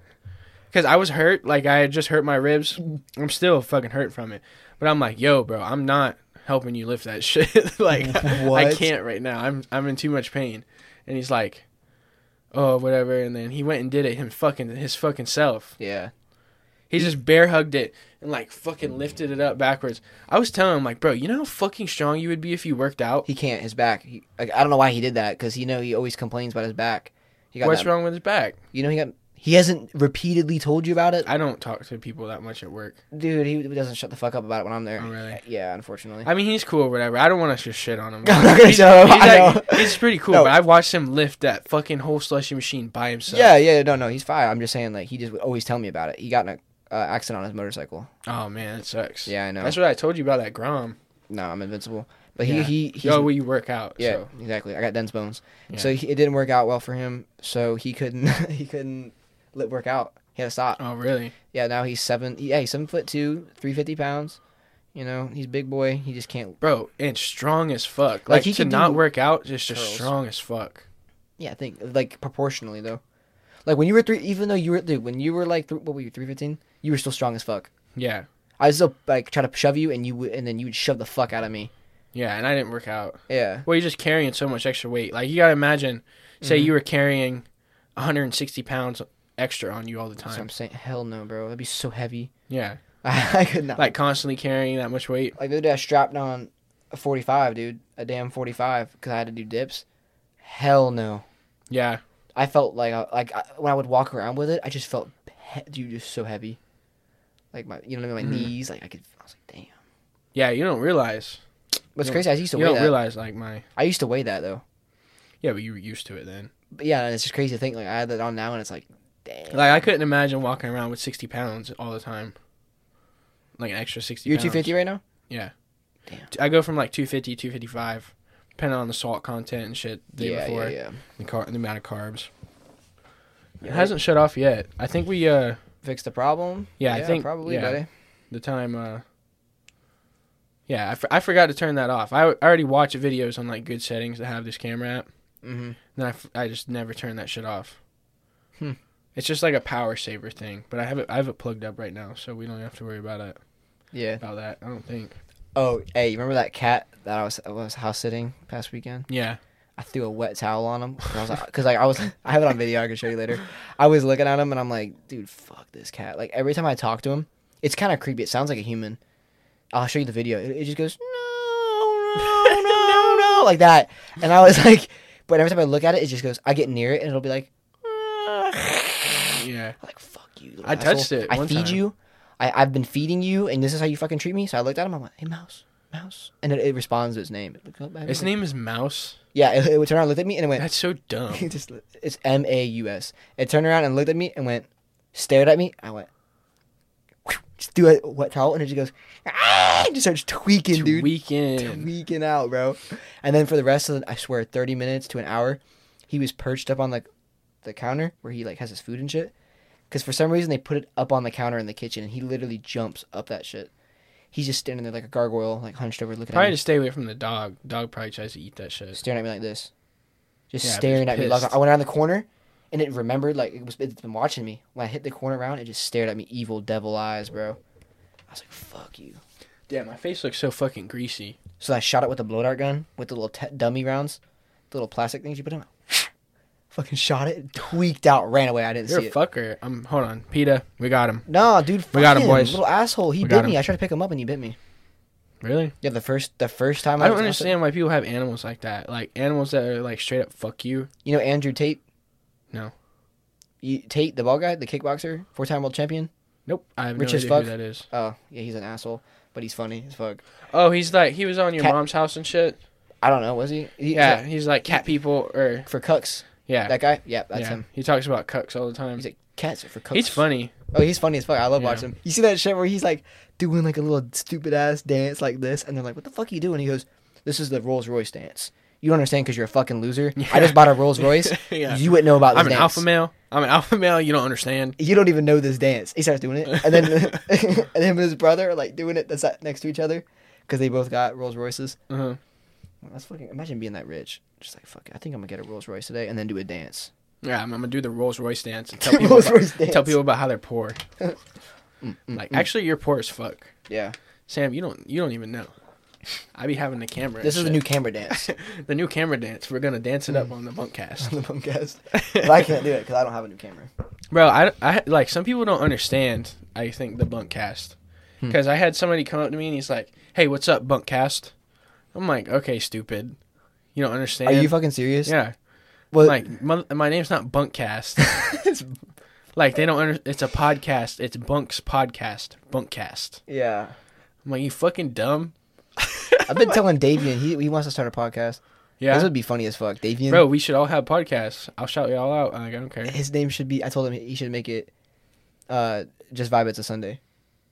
Because I was hurt. Like, I had just hurt my ribs. I'm still fucking hurt from it. But I'm like, yo, bro, I'm not helping you lift that shit. like, I What? can't right now. I'm, I'm in too much pain. And he's like, oh, whatever. And then he went and did it him fucking, his fucking self. Yeah. He just bear hugged it and, like, fucking lifted it up backwards. I was telling him, like, bro, you know how fucking strong you would be if you worked out? He can't. His back. He, like, I don't know why he did that because you know he always complains about his back. He got What's that- wrong with his back? You know he got. He hasn't repeatedly told you about it, I don't talk to people that much at work. dude. He doesn't shut the fuck up about it when I'm there. Uh, Oh, really? Yeah, unfortunately. I mean, he's cool or whatever. I don't want to just shit on him. I'm not gonna he's, shit on him. He's, I act- know. he's pretty cool, No. but I watched him lift that fucking whole slushy machine by himself. yeah, yeah, no, no, he's fine. I'm just saying, like, he just would always tell me about it. He got in an uh, accident on his motorcycle. Oh man, it sucks. Yeah, I know. That's what I told you about that Grom. no, I'm invincible. But he, Yeah. he, he's, Yo, we work out. yeah, So. exactly. I got dense bones, Yeah. so he, it didn't work out well for him. So he couldn't, he couldn't let work out. He had to stop. Oh really? Yeah, now he's seven. Yeah, he's seven foot two, three fifty pounds. You know, he's a big boy. He just can't. Bro, and strong as fuck. Like, Like, he to can not do work out is just curls. strong as fuck. Yeah, I think like proportionally though. Like when you were three, even though you were dude, when you were like th- what were you three fifteen? You were still strong as fuck. Yeah. I was still like try to shove you, and you would, and then you would shove the fuck out of me. Yeah, and I didn't work out. Yeah, Well, you're just carrying so much extra weight. Like you gotta imagine, say Mm-hmm. you were carrying 160 pounds extra on you all the that's what I'm time. saying. Hell no, bro. That'd be so heavy. Yeah, I, could not. Like, like constantly carrying that much weight. like the other day I strapped on a forty five, dude, a damn forty five, because I had to do dips. Hell no. Yeah. I felt like I, like I, when I would walk around with it, I just felt he- dude just so heavy, like my you know what I mean, my Mhm. knees like I could I was like damn. Yeah, you don't realize. What's You crazy? I used to you weigh don't that. realize like my I used to weigh that though. yeah, but you were used to it then. But yeah, and it's just crazy to think like I had that on now, and it's like damn. Like I couldn't imagine walking around with sixty pounds all the time, like an extra sixty. You're pounds. two fifty right now. I go from like 250, 255, depending on the salt content and shit. The day before yeah. the car, the amount of carbs. Yeah, it hasn't shut off yet. I think we uh Fix the problem. Yeah, I think- probably, yeah. buddy. the time uh. Yeah, I, f- I forgot to turn that off. I, I already watch videos on like good settings that have this camera app, Mm-hmm. and I, f- I just never turn that shit off. Hmm. It's just like a power saver thing, but I have it I have it plugged up right now, so we don't have to worry about it. Yeah. about that. I don't think. Oh, hey, you remember that cat that I was I was house sitting past weekend? Yeah. I threw a wet towel on him because I was like, 'cause, like, I was I have it on video. I can show you later. I was looking at him and I'm like, dude, fuck this cat. Like every time I talk to him, it's kind of creepy. It sounds like a human. I'll show you the video. It, it just goes no, no, no, no, like that. And I was like, but every time I look at it, it just goes. I get near it and it'll be like, Yeah. like fuck you. little I touched asshole. it I one feed time. you. I, I've been feeding you, and this is how you fucking treat me. So I looked at him. I'm like, hey, mouse, mouse, and it, it responds to his name. It looked up at me, His like- name is Mouse. Yeah, it, it would turn around, looked at me, and it went. That's so dumb. He just it's M A U S. It turned around and looked at me and went, stared at me. I went, whew, just threw a wet towel and it just goes, ah, and just starts tweaking, dude, Weekend. tweaking out, bro. And then for the rest of the, I swear, thirty minutes to an hour, he was perched up on like the counter where he like has his food and shit. Because for some reason they put it up on the counter in the kitchen and he literally jumps up that shit. He's just standing there like a gargoyle, like hunched over, looking Probably at me, to stay away from the dog. Dog probably tries to eat that shit. staring at me like this, just Yeah, but he's staring at me. Like pissed. I went around the corner, and it remembered like it was it's been watching me. When I hit the corner round, it just stared at me, evil devil eyes, bro. I was like, "Fuck you." Damn, my face looks so fucking greasy. So I shot it with a blow dart gun with the little te- dummy rounds. little plastic things you put in. Fucking shot it, tweaked out, ran away. I didn't You're see a it. fucker. Um, hold on, Peta. We got him. No, dude, We got him, fucking boys. Little asshole. He We got bit me. him. I tried to pick him up and he bit me. Really? Yeah, the first the first time I don't was- understand why people have animals like that. Like animals that are like straight up fuck you. You know Andrew Tate? No. You, Tate, the ball guy, the kickboxer, four time world champion. Nope. I have Rich no as idea fuck. who that is. Oh, yeah, he's an asshole, but he's funny as fuck. Oh, he's like he was on your Cat- mom's house and shit. I don't know, was he? He- Yeah, he's like cat people or For cucks. yeah. That guy? Yeah, that's yeah. him. He talks about cucks all the time. He's He's, like, cats are for cucks. funny. Oh, he's funny as fuck. I love Yeah. watching him. You see that shit where he's like doing like a little stupid ass dance like this, and they're like, what the fuck are you doing? He goes, this is the Rolls Royce dance. You don't understand because you're a fucking loser. I just bought a Rolls Royce. Yeah. You wouldn't know about this I'm an dance. alpha male. I'm an alpha male. You don't understand. you don't even know this dance. He starts doing it, and then and him and his brother are like doing it that's not next to each other because they both got Rolls Royces. Uh-huh. That's fucking. Imagine being that rich. Just like fuck, it, I think I'm gonna get a Rolls Royce today, and then do a dance. Yeah, I'm, I'm gonna do the Rolls Royce dance and tell people Rolls about, Royce dance. Mm-hmm. tell people about how they're poor. like actually, you're poor as fuck, Mm, Yeah, Sam. You don't you don't even know. I be having the camera. this is the and new Mm. camera dance shit. the new camera dance. We're gonna dance it up on the bunkcast, on the podcast. But I can't do it because I don't have a new camera. bro. I, I like some people don't understand. I think the bunkcast Hmm. because I had somebody come up to me and he's like, "Hey, what's up, bunkcast?" I'm like, "Okay, stupid. You don't Are understand." you fucking serious? yeah. Well, like my, my name's not Bunkcast. like they don't under, it's a podcast. It's Bunk's podcast. Bunkcast. yeah. I'm like you fucking dumb. I've been telling Davian he he wants to start a podcast. Yeah, this Yeah. would be funny as fuck. Davian, Bro, we should all have podcasts. I'll shout y'all out. Like, I don't care. his name should be. I told him he should make it, uh, just vibe. It's a Sunday,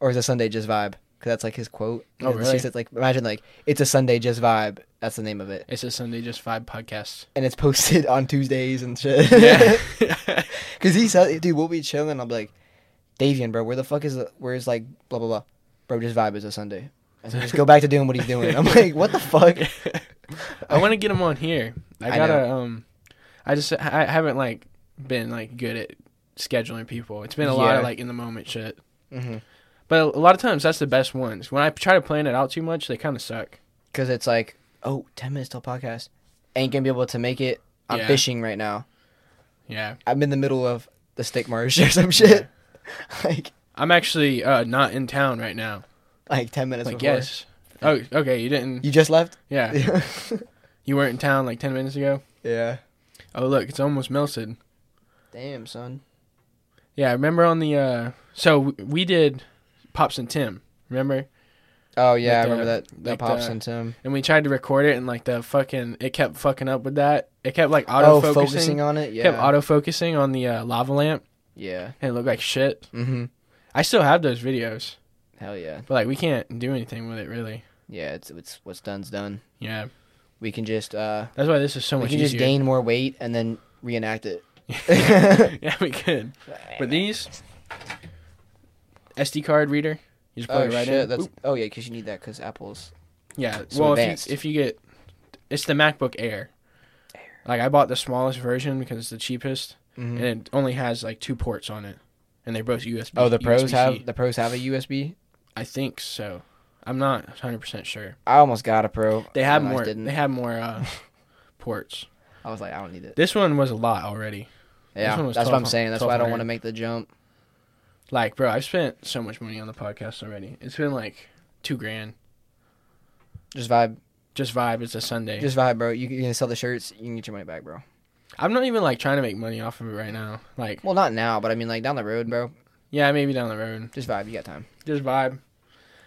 or is a Sunday just vibe? Because that's like his quote. Oh, And it's really? just- it's like imagine like it's a Sunday just vibe. That's the name of it, It's a Sunday just vibe podcast. and it's posted on Tuesdays and shit. Yeah. Because he said, dude, we'll be chilling. and I'll be like, Davian, bro, where the fuck is the, where's like blah blah blah, bro? Just vibe is a Sunday. And so just go back to doing what he's doing. I'm like, what the fuck? I want to get him on here. I I gotta. um, I just I I haven't like been like good at scheduling people. It's been a lot Yeah. of like in the moment shit. Mhm. But a lot of times that's the best ones. When I try to plan it out too much, they kind of suck. Because it's like, oh, 10 minutes till podcast. Ain't gonna be able to make it. I'm Yeah. fishing right now. Yeah. I'm in the middle of the steak marsh or some shit. like I'm actually uh, not in town right now. like 10 minutes Like, before. yes. Oh, okay. You didn't. You just left? Yeah. You weren't in town like 10 minutes ago? yeah. Oh, look. It's almost melted. Damn, son. Yeah. Remember on the. Uh, so w- we did Pops and Tim. Remember? Oh yeah, I Like the- remember that that like pops the- into him. And we tried to record it and like the fucking. It kept fucking up with that. It kept like auto Oh, focusing. focusing on it. Kept Yeah. auto focusing on the uh, lava lamp yeah. and it looked like shit. Mhm. I still have those videos, Hell yeah. but like we can't do anything with it really. Yeah, it's it's what's done's done. Yeah. We can just uh That's why this is so we much can just easier. gain more weight and then reenact it. yeah, we could. But these SD card reader, you just plug oh it right shit, in. that's Oop. oh yeah, cuz you need that cuz Apple's yeah. so well, if advanced. you, if you get, it's the MacBook Air. Like I bought the smallest version because it's the cheapest, Mhm. and it only has like two ports on it, and they're both USB. Oh, the pros USB-C. have the pros have a USB. I think so. I'm not 100 percent sure. I almost got a pro. They have and I more. Didn't. They have more uh, ports. I was like, I don't need it. This one was a lot already. Yeah, one was that's what I'm 1200. saying. That's why I don't want to make the jump. Like, bro, I've spent so much money on the podcast already. It's been like two grand. Just vibe, Just vibe. It's a Sunday. just vibe, bro. You, you're gonna sell the shirts. You can get your money back, bro. I'm not even like trying to make money off of it right now. Like, Well, not now, but I mean, like down the road, bro. yeah, maybe down the road. Just vibe. You got time. Just vibe.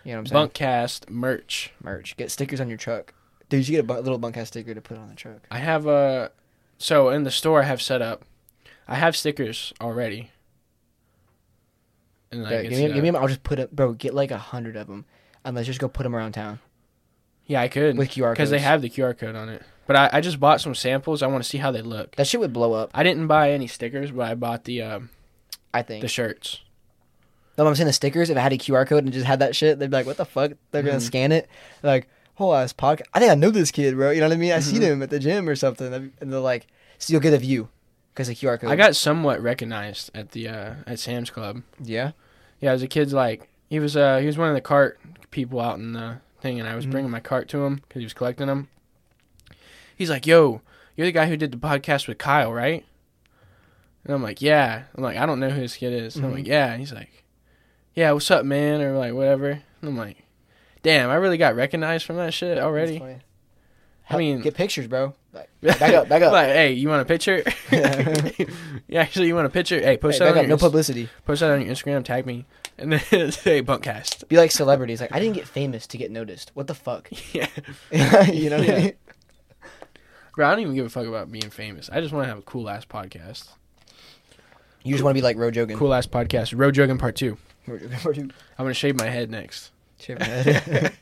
You know what I'm saying? Bunkcast merch. Merch. Get stickers on your truck, dude. You get a bu- little bunkhouse sticker to put on the truck. I have uh so in the store I have set up. I have stickers already. And like, Bro, it's, give me, give uh, me. 'em, I'll just put up, bro. Get like a hundred of them, and let's just go put them around town yeah, I could with QR codes. because they have the QR code on it. But I, I just bought some samples. I want to see how they look. that shit would blow up. I didn't buy any stickers, but I bought the um I think. the shirts. No, I'm saying the stickers. If I had a QR code and just had that shit, they'd be like, "What the fuck?" They're gonna Mhm. scan it. They're like, whole ass podcast. I think I know this kid, bro. You know what I mean? I seen Mm-hmm. him at the gym or something. And they're like, "So you'll get a view because the QR code." I got somewhat recognized at the uh at Sam's Club. yeah. Yeah, as a kid's like he was uh he was one of the cart people out in the thing, and I was Mhm. bringing my cart to him because he was collecting them. He's like, "Yo, you're the guy who did the podcast with Kyle, right? And I'm like, yeah. I'm like, I don't know who this kid is. And I'm Mhm. like, yeah. And he's like, yeah, what's up, man? Or like, whatever. And I'm like, damn, I really got recognized from that shit already. I I mean- mean, get pictures, bro. Like, back up, back up. like, hey, you want a picture? Yeah. yeah, actually, you want a picture? Hey, post hey, that back on up. your No Inst- publicity. post that on your Instagram. Tag me, and then say Bunkcast. Be like celebrities. Like I didn't get famous to get noticed. What the fuck? Yeah, you know. What I Yeah. mean? bro, I don't even give a fuck about being famous. I just want to have a cool ass podcast. You just want to be like Rojogan. Cool ass podcast. Road Jogan Part Two. Rojogan. I'm gonna shave my head next. Shave my head.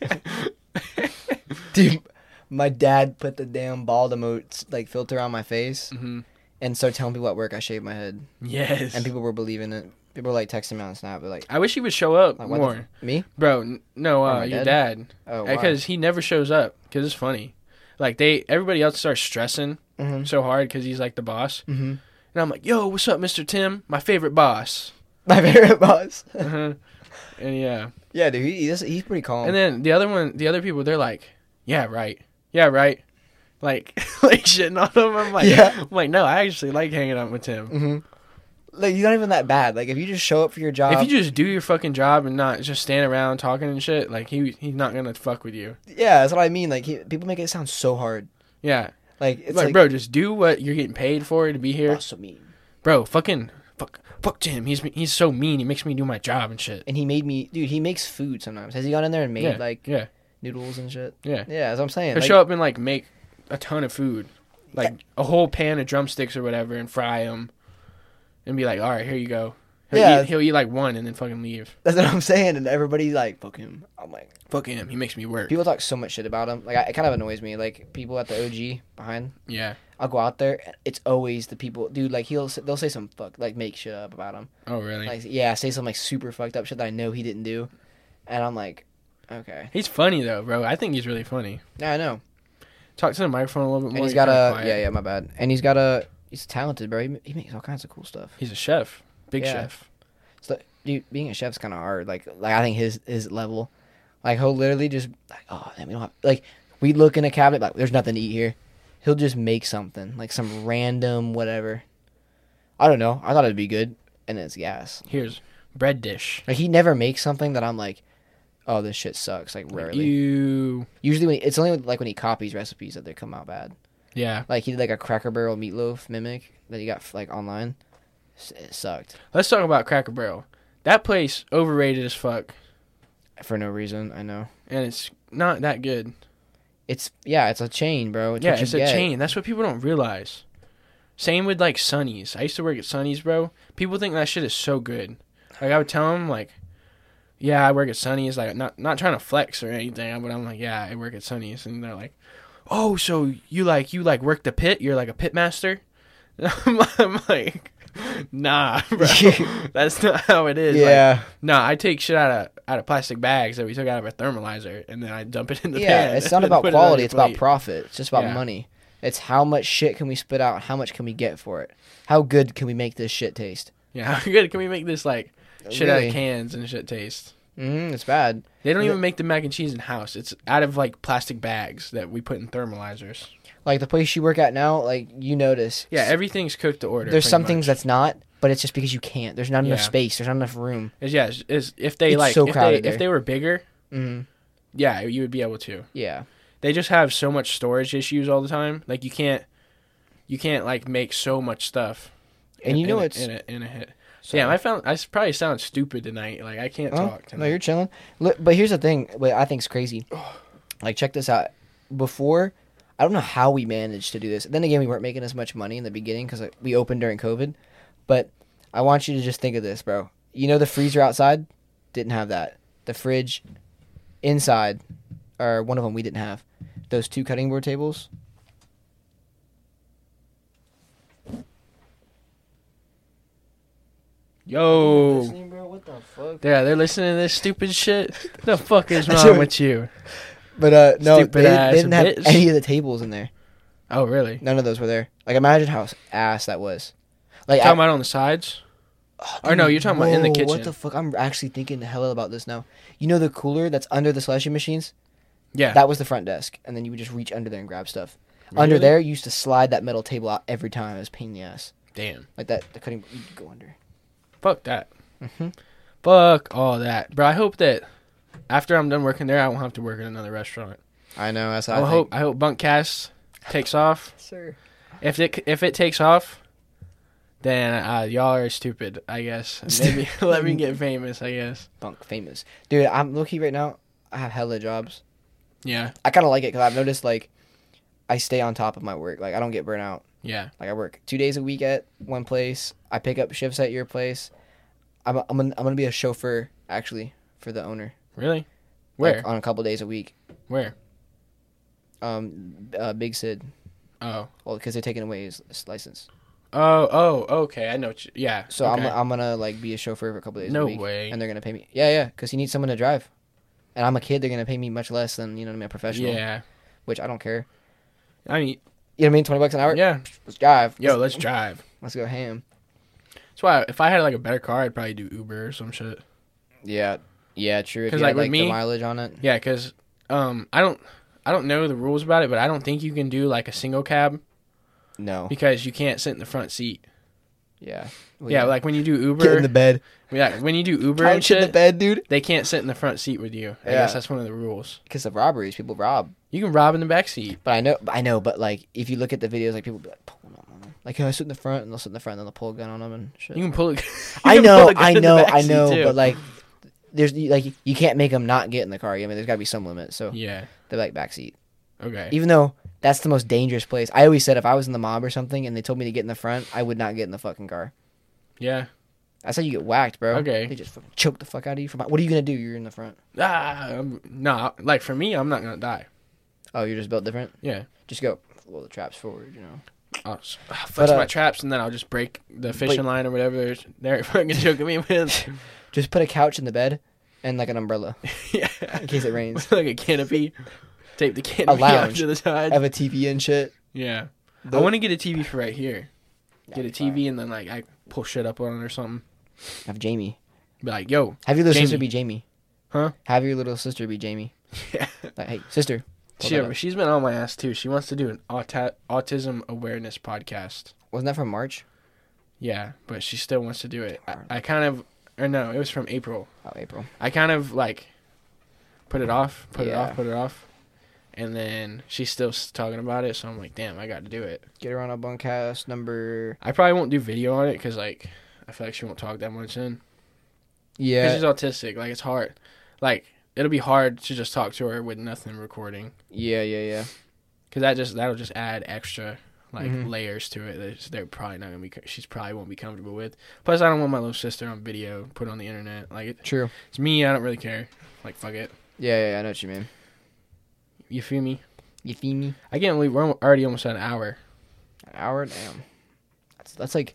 Mm-hmm. Dude, my dad put the damn bald emote like filter on my face hmm and started telling people at work I shaved my head, Yes. and people were believing it. People were like texting me on Snap, but like I wish he would show up Like, what the more, me. bro. n- No, Or uh, my your dad, Oh, why? because he never shows up. Because it's funny. Like they, everybody else starts stressing hmm so hard because he's like the boss, hmm and I'm like, "Yo, what's up, Mister Tim? My favorite boss." my favorite boss. uh-huh. And yeah, yeah, dude, he, he's, he's pretty calm. and then the other one, the other people, they're like, "Yeah, right. Yeah, right." Like, like shitting on him. I'm like, Yeah. I'm like, no, I actually like hanging out with Tim. hmm Like you're not even that bad. Like if you just show up for your job, if you just do your fucking job and not just stand around talking and shit, like he he's not gonna fuck with you. yeah, that's what I mean. Like he, people make it sound so hard. Yeah, Like it's like, like, bro, just do what you're getting paid for to be here, "Boss so mean. bro. Fucking fuck, fuck Tim. He's he's so mean. He makes me do my job and shit. And he made me, dude. He makes food sometimes. Has he gone in there and made yeah, like yeah, noodles and shit? yeah. Yeah, that's what I'm saying. He'll Like, show up and like make a ton of food, like a whole pan of drumsticks or whatever, and fry them, and be like, all right, here you go. He'll Yeah. eat, he'll eat like one and then fucking leave. That's what I'm saying, and everybody like fuck him. I'm like, Fuck him. He makes me work. people talk so much shit about him. Like I, it kind of annoys me. Like people at the OG behind, Yeah. I'll go out there. and It's always the people, dude. Like he'll s- they'll say some fuck like make shit up about him. Oh really? Like yeah, say some like super fucked up shit that I know he didn't do, and I'm like, okay, he's funny though, bro. I think he's really funny. yeah, I know. Talk to the microphone a little bit And more. he's You're got kinda a quiet. yeah yeah my bad. And he's got a he's talented bro. He, ma- he makes all kinds of cool stuff. He's a chef. Big Yeah. chef. So, dude, being a chef's kind of hard. Like, like I think his his level, like he'll literally just like, oh man, we don't have like we look in a cabinet like there's nothing to eat here. He'll just make something like some random whatever. I don't know. I thought it'd be good, and it's gas. Here's bread dish. Like he never makes something that I'm like, oh this shit sucks. Like rarely. You. Usually when it's only like when he copies recipes that they come out bad. Yeah. Like he did like a Cracker Barrel meatloaf mimic that he got like online. S- It sucked Let's talk about Cracker Barrel. That place overrated as fuck, for no reason. I know. and it's not that good. It's yeah, it's a chain, bro. It's yeah, what you it's a get. chain. That's what people don't realize. Same with like Sonny's. I used to work at Sonny's, bro. People think that shit is so good. Like I would tell them, like, yeah, I work at Sonny's. Like, not not trying to flex or anything, but I'm like, yeah, I work at Sonny's, and they're like, oh, so you like you like work the pit? You're like a pit master? I'm, I'm like, nah, bro. That's not how it is. Like, Yeah, No, I take shit out of out of plastic bags that we took out of a thermalizer, and then I dump it in the yeah. pan It's not and about put it on quality. your It's about plate. profit. It's just about Yeah. money. It's how much shit can we spit out? How much can we get for it? How good can we make this shit taste? yeah. How good can we make this like shit out Uh, Really. of cans and shit taste? Mm, it's bad. They don't Yeah. even make the mac and cheese in house. It's out of like plastic bags that we put in thermalizers. Like the place you work at now, like you notice. Yeah, everything's cooked to order. there's pretty some much. things that's not, but it's just because you can't. There's not enough Yeah. space. There's not enough room. It's- yeah, it's, it's- if they It's like so if they crowded if there. they were bigger, Mm, yeah, you would be able to. yeah, They just have so much storage issues all the time. Like you can't you can't like make so much stuff. And in- you know in a- it's- in a, in a hit. so- Damn, I found I s- probably sound stupid tonight. Like I can't Huh? talk tonight. No, you're chilling. Look, but here's the thing. What I think's crazy. Like, check this out. Before, I don't know how we managed to do this. Then again, we weren't making as much money in the beginning because we opened during COVID. But I want you to just think of this, bro. You know the freezer outside didn't have that. The fridge inside, or one of them we didn't have. Those two cutting board tables. Yo. bro. What the fuck? Yeah, they're listening to this stupid shit. the fuck is That's wrong what- with you? But uh, no, Stupid they, didn't- ass they didn't have bitch. any of the tables in there. Oh, really? None of those were there. Like, imagine how ass that was. Like, talking about on the sides? Oh, Or no, dude, you're talking about in the whoa, kitchen. What the fuck? I'm actually thinking the hell about this now. You know the cooler that's under the slushy machines? Yeah. That was the front desk, and then you would just reach under there and grab stuff. Under Really? there, you used to slide that metal table out every time. It was a pain in the ass. Damn. Like that, the cutting you go under. Fuck that. Mm-hmm. Mhm. Fuck all that, bro. I hope that after I'm done working there, I won't have to work in another restaurant. I know. That's I, hope I hope Bunkcast takes off. Sir. If it if it takes off, then uh, y'all are stupid. I guess maybe let me get famous. I guess. Bunk famous, dude. I'm lucky right now. I have hella jobs. Yeah. I kind of like it because I've noticed like I stay on top of my work. Like I don't get burnt out. Yeah. Like I work two days a week at one place. I pick up shifts at your place. I'm I'm gonna, I'm gonna be a chauffeur actually for the owner. Really? like, uh, Where? on a couple days a week. Where? Um, uh, Big Sid. Oh. Well, because they're taking away his, his license. Oh. Oh. Okay. I know. What you, yeah. So I'm okay. I'm gonna like be a chauffeur for a couple days. No a week, way. And they're gonna pay me. Yeah, yeah. Because he needs someone to drive. And I'm a kid. They're gonna pay me much less than you know what I mean, a professional. Yeah. Which I don't care. I mean. You know what I mean? Twenty bucks an hour. Yeah. Let's drive. Yo, let's Let's, drive. let's go ham. That's why if I had like a better car, I'd probably do Uber or some shit. Yeah. Yeah. True. If 'Cause, you like, had, with like the me- mileage on it. Yeah, because um, I don't I don't know the rules about it, but I don't think you can do like a single cab No. because you can't sit in the front seat. Yeah. Well, yeah, like when you do get in Uber, the bed. yeah, when you do Uber and Punch in the shit, bed, dude. they can't sit in the front seat with you. I Yeah. guess that's one of the rules. Because of robberies, people rob. You can rob in the back seat. But I know, I know. But like, if you look at the videos, like people be like pulling up on them. Like, oh, I sit in the front, and they'll sit in the front, and they'll pull a gun on them and shit. You can pull. A, you I can know, pull a gun I in the know, back I seat, know, too. but like, there's like you can't make them not get in the car. I mean, there's got to be some limit. So yeah, they're like backseat, okay. even though that's the most dangerous place. I always said if I was in the mob or something and they told me to get in the front, I would not get in the fucking car. Yeah. That's how you get whacked, bro. Okay. they just fucking choke the fuck out of you. From what are you gonna do? You're in the front. Ah, I'm, nah. Like for me, I'm not gonna die. Oh, you're just built different. Yeah. Just go. Well, the traps forward, you know. I'll s- I'll flex uh, my traps and then I'll just break the fishing line or whatever they're fucking choking me with. Just put a couch in the bed and like an umbrella yeah. in case it rains. With, like a canopy. Tape the canopy out lounge. to the side. Have a TV and shit. yeah. I The- want to get a TV for right here. Get a That'd be fire. TV and then like I pull shit up on it or something. Have Jamie. Be like, yo, Have your little Jamie. sister be Jamie. Huh? Have your little sister be Jamie. yeah. Like, hey, sister. pull She, that up. she's been on my ass too. She wants to do an auta- autism awareness podcast. Wasn't that from March? Yeah, but she still wants to do it. I, I kind of, or no, it was from April. Oh, April. I kind of like put it off, put it Yeah. off, put it off. And then she's still s- talking about it, so I'm like, damn, I got to do it. Get her on a bunkcast number. I probably won't do video on it because like I feel like she won't talk that much then. Because Yeah, she's autistic, like it's hard. Like it'll be hard to just talk to her with nothing recording yeah, yeah, yeah. because that just that'll just add extra like Mhm. layers to it that they're probably not gonna be. co- She's probably won't be comfortable with. Plus, I don't want my little sister on video put on the internet. Like it, True. it's me. I don't really care. Like fuck it. Yeah, yeah, yeah, I know what you mean. You feel me? You feel me? I can't believe we're al- already almost at an hour. An hour, damn. That's, that's like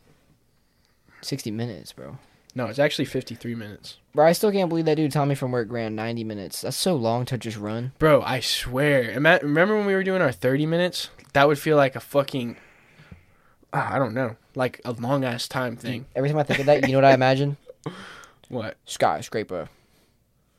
sixty minutes, bro. No, it's actually 53 minutes. Bro, I still can't believe that dude Tommy from work ran ninety minutes. That's so long to just run. Bro, I swear. Ima- Remember when we were doing our 30 minutes? That would feel like a fucking, ah, I don't know, like a long ass time thing. Every time I think of that, you know what I imagine? What? Skyscraper,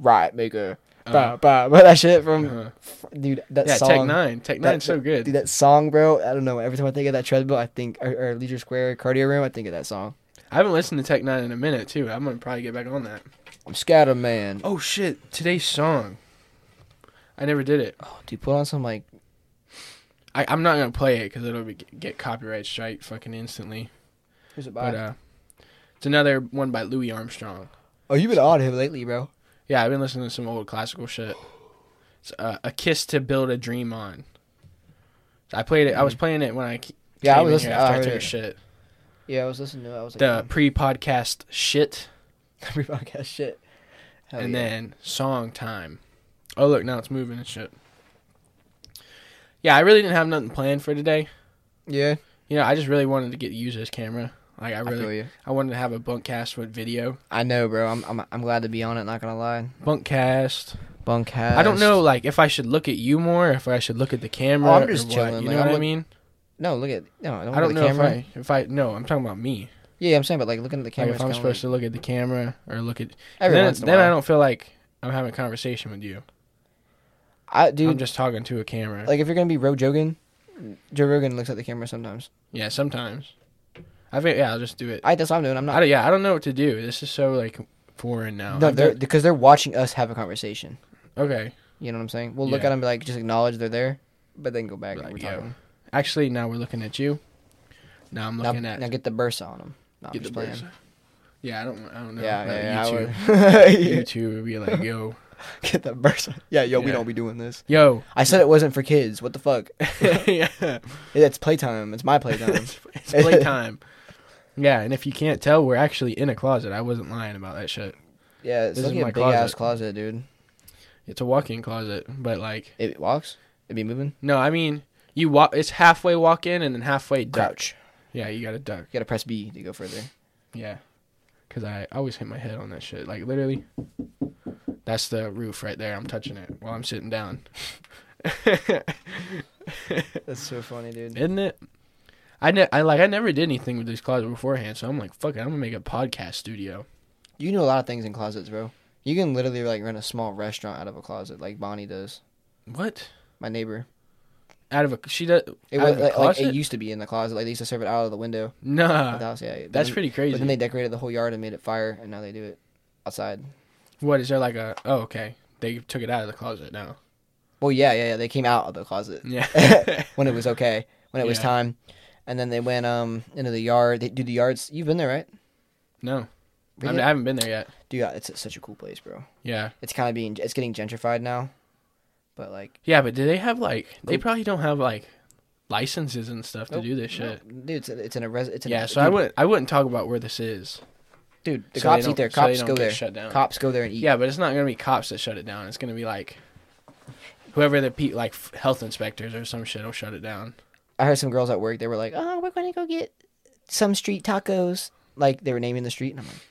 right maker. Uh, Bah, bah, bah, that shit from uh-huh. f- dude. That yeah, song. Tech Nine. Tech that- Nine's so good. Dude, that song, bro. I don't know. Every time I think of that treadmill, I think or, or leisure square cardio room. I think of that song. I haven't listened to Tech Nine in a minute too. I'm gonna probably get back on that. I'm scatter man. Oh shit! Today's song. I never did it. Oh, dude, put on some like I, I'm not gonna play it because it'll be, get copyright strike fucking instantly. Who's it But uh, it's another one by Louis Armstrong. oh, you've been on him lately, bro. Yeah, I've been listening to some old classical shit. It's uh, a kiss to build a dream on. I played it. I was playing it when I c- Mm. Yeah, mm. I came in was here listening- after I I, heard took a it. shit. Yeah, I was listening to it. I was like, The pre-podcast shit every podcast shit. Hell and Oh, yeah. then song time. Oh look, now it's moving and shit. Yeah, I really didn't have nothing planned for today. yeah, You know, I just really wanted to get to use this camera. Like I I feel really, you. I, wanted to have a bunk cast with video. I know, bro. I'm I'm I'm glad to be on it. Not gonna lie. Bunk cast. Bunk has. I don't know, like if I should look at you more, if I should look at the camera. Oh, I'm or just what, chilling, You know like, I what I look- mean? No, look at no. Don't I don't look at know the camera. if I if I no, I'm talking about me. Yeah, I'm saying, but like looking at the Like camera. if I'm supposed to look at the camera or look at every then, once in a then I while. don't feel like I'm having a conversation with you. I dude, I'm just talking to a camera. like if you're gonna be road jogging, Joe Rogan looks at the camera sometimes. Yeah, sometimes. I think yeah, I'll just do it. I that's what I'm doing. I'm I, not don't- yeah, I don't know what to do. This is so like foreign now. no, I've they're done- because they're watching us have a conversation. okay. You know what I'm saying? We'll look Yeah. at them and be like just acknowledge they're there, but then go back and Like, we're yeah, talking. Actually, now we're looking at you. Now I'm Now, looking at now get the bursa on them. No, I'm get the just playing. birds. Yeah, I don't. I don't know. Yeah, about yeah, yeah, I YouTube. would- Yeah, YouTube would be like, yo, Get the bursa. Yeah, yo, we Yeah. don't be doing this. yo. I said it wasn't for kids. What the fuck? yeah. It's playtime. It's my playtime. it's, it's playtime. yeah, and if you can't tell, we're actually in a closet. I wasn't lying about that shit. yeah, it's This is looking my a big ass closet, dude. It's a walk-in closet, but like, It walks. It be moving. no, I mean, you walk. It's halfway walk in and then halfway duck. Crouch. Yeah, you gotta duck. You gotta press B to go further. Yeah, cause I always hit my head on that shit. Like literally, that's the roof right there. I'm touching it while I'm sitting down. That's so funny, dude. Isn't it? I, ne- I like I never did anything with this closet beforehand, so I'm like, fuck it, I'm gonna make a podcast studio. You can do a lot of things in closets, bro. You can literally like run a small restaurant out of a closet, like Bonnie does. What? My neighbor. Out of a she does It Out was of a like, like, it closet? used to be in the closet. Like they used to serve it out of the window. of the nah. house. Yeah, yeah. But That's then- pretty crazy. But then they decorated the whole yard and made it fire, and now they do it outside. What is there like a? Oh, okay. They took it out of the closet now. Well, yeah, yeah, yeah. They came out of the closet Yeah. when it was okay, when it was Mm. Yeah. time, and then they went um into the yard. They do the yards. You've been there, right? no, I Really? I haven't been there yet. Dude, yeah, it's such a cool place, bro. Yeah, It's kind of being it's getting gentrified now, but like yeah, but do they have like? They Oh. probably don't have like licenses and stuff to Nope, do this no, shit. dude, it's, it's in a res. It's in Yeah, a, so I dude, wouldn't. I wouldn't talk about where this is. Dude, the so they cops don't- eat there. so they Cops don't go get there. shut down. Cops go there and eat. Yeah, but it's not gonna be cops that shut it down. It's gonna be like whoever the pe- like f- health inspectors or some shit will shut it down. I heard some girls at work. They were like, "Oh, we're going to go get some street tacos." Like they were naming the street, and I'm like,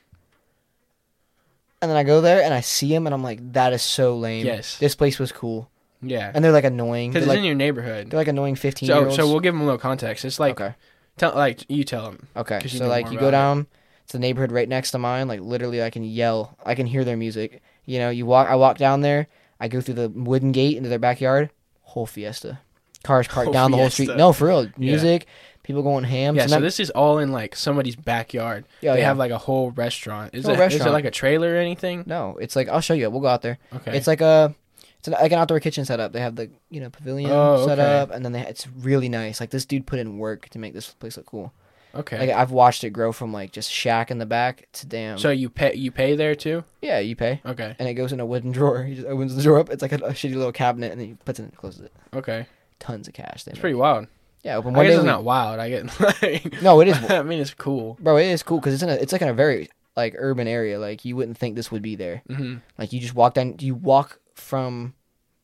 and then I go there and I see them, and I'm like, "That is so lame." Yes. this place was cool, Yeah, and they're like annoying. They're because it's in like, your neighborhood. they're like annoying fifteen year So olds. so we'll give them a little context. It's like okay, tell like you tell them. okay. 'cause you So know like more you about go it. down to the neighborhood right next to mine. Like literally, I can yell. I can hear their music. You know, you walk. I walk down there. I go through the wooden gate into their backyard. Whole fiesta. Cars parked Whole down the whole street. fiesta. No, for real. Music. People going ham. Yeah, so Sometimes- this is all in like somebody's backyard. Yeah, they yeah. have like a whole restaurant. Is, Whole it, is restaurant. it like a trailer or anything? No, it's like I'll show you. We'll go out there. Okay. It's like a, it's an, like an outdoor kitchen setup. They have the you know pavilion Oh, set okay. up, and then they, it's really nice. Like this dude put in work to make this place look cool. okay. Like um, I've watched it grow from like just shack in the back to damn. so you pay you pay there too? yeah, you pay, Okay. and it goes in a wooden drawer. He just opens the drawer up. It's like a, a shitty little cabinet, and then he puts it in and closes it. Okay. Tons of cash. They It's make. pretty wild. yeah. Open I one guess day. it's we- not wild. I get like No, it is, I mean it's cool. bro. It is cool because it's in a. It's like in a very like urban area. Like you wouldn't think this would be there. hmm Like you just walk down. You walk from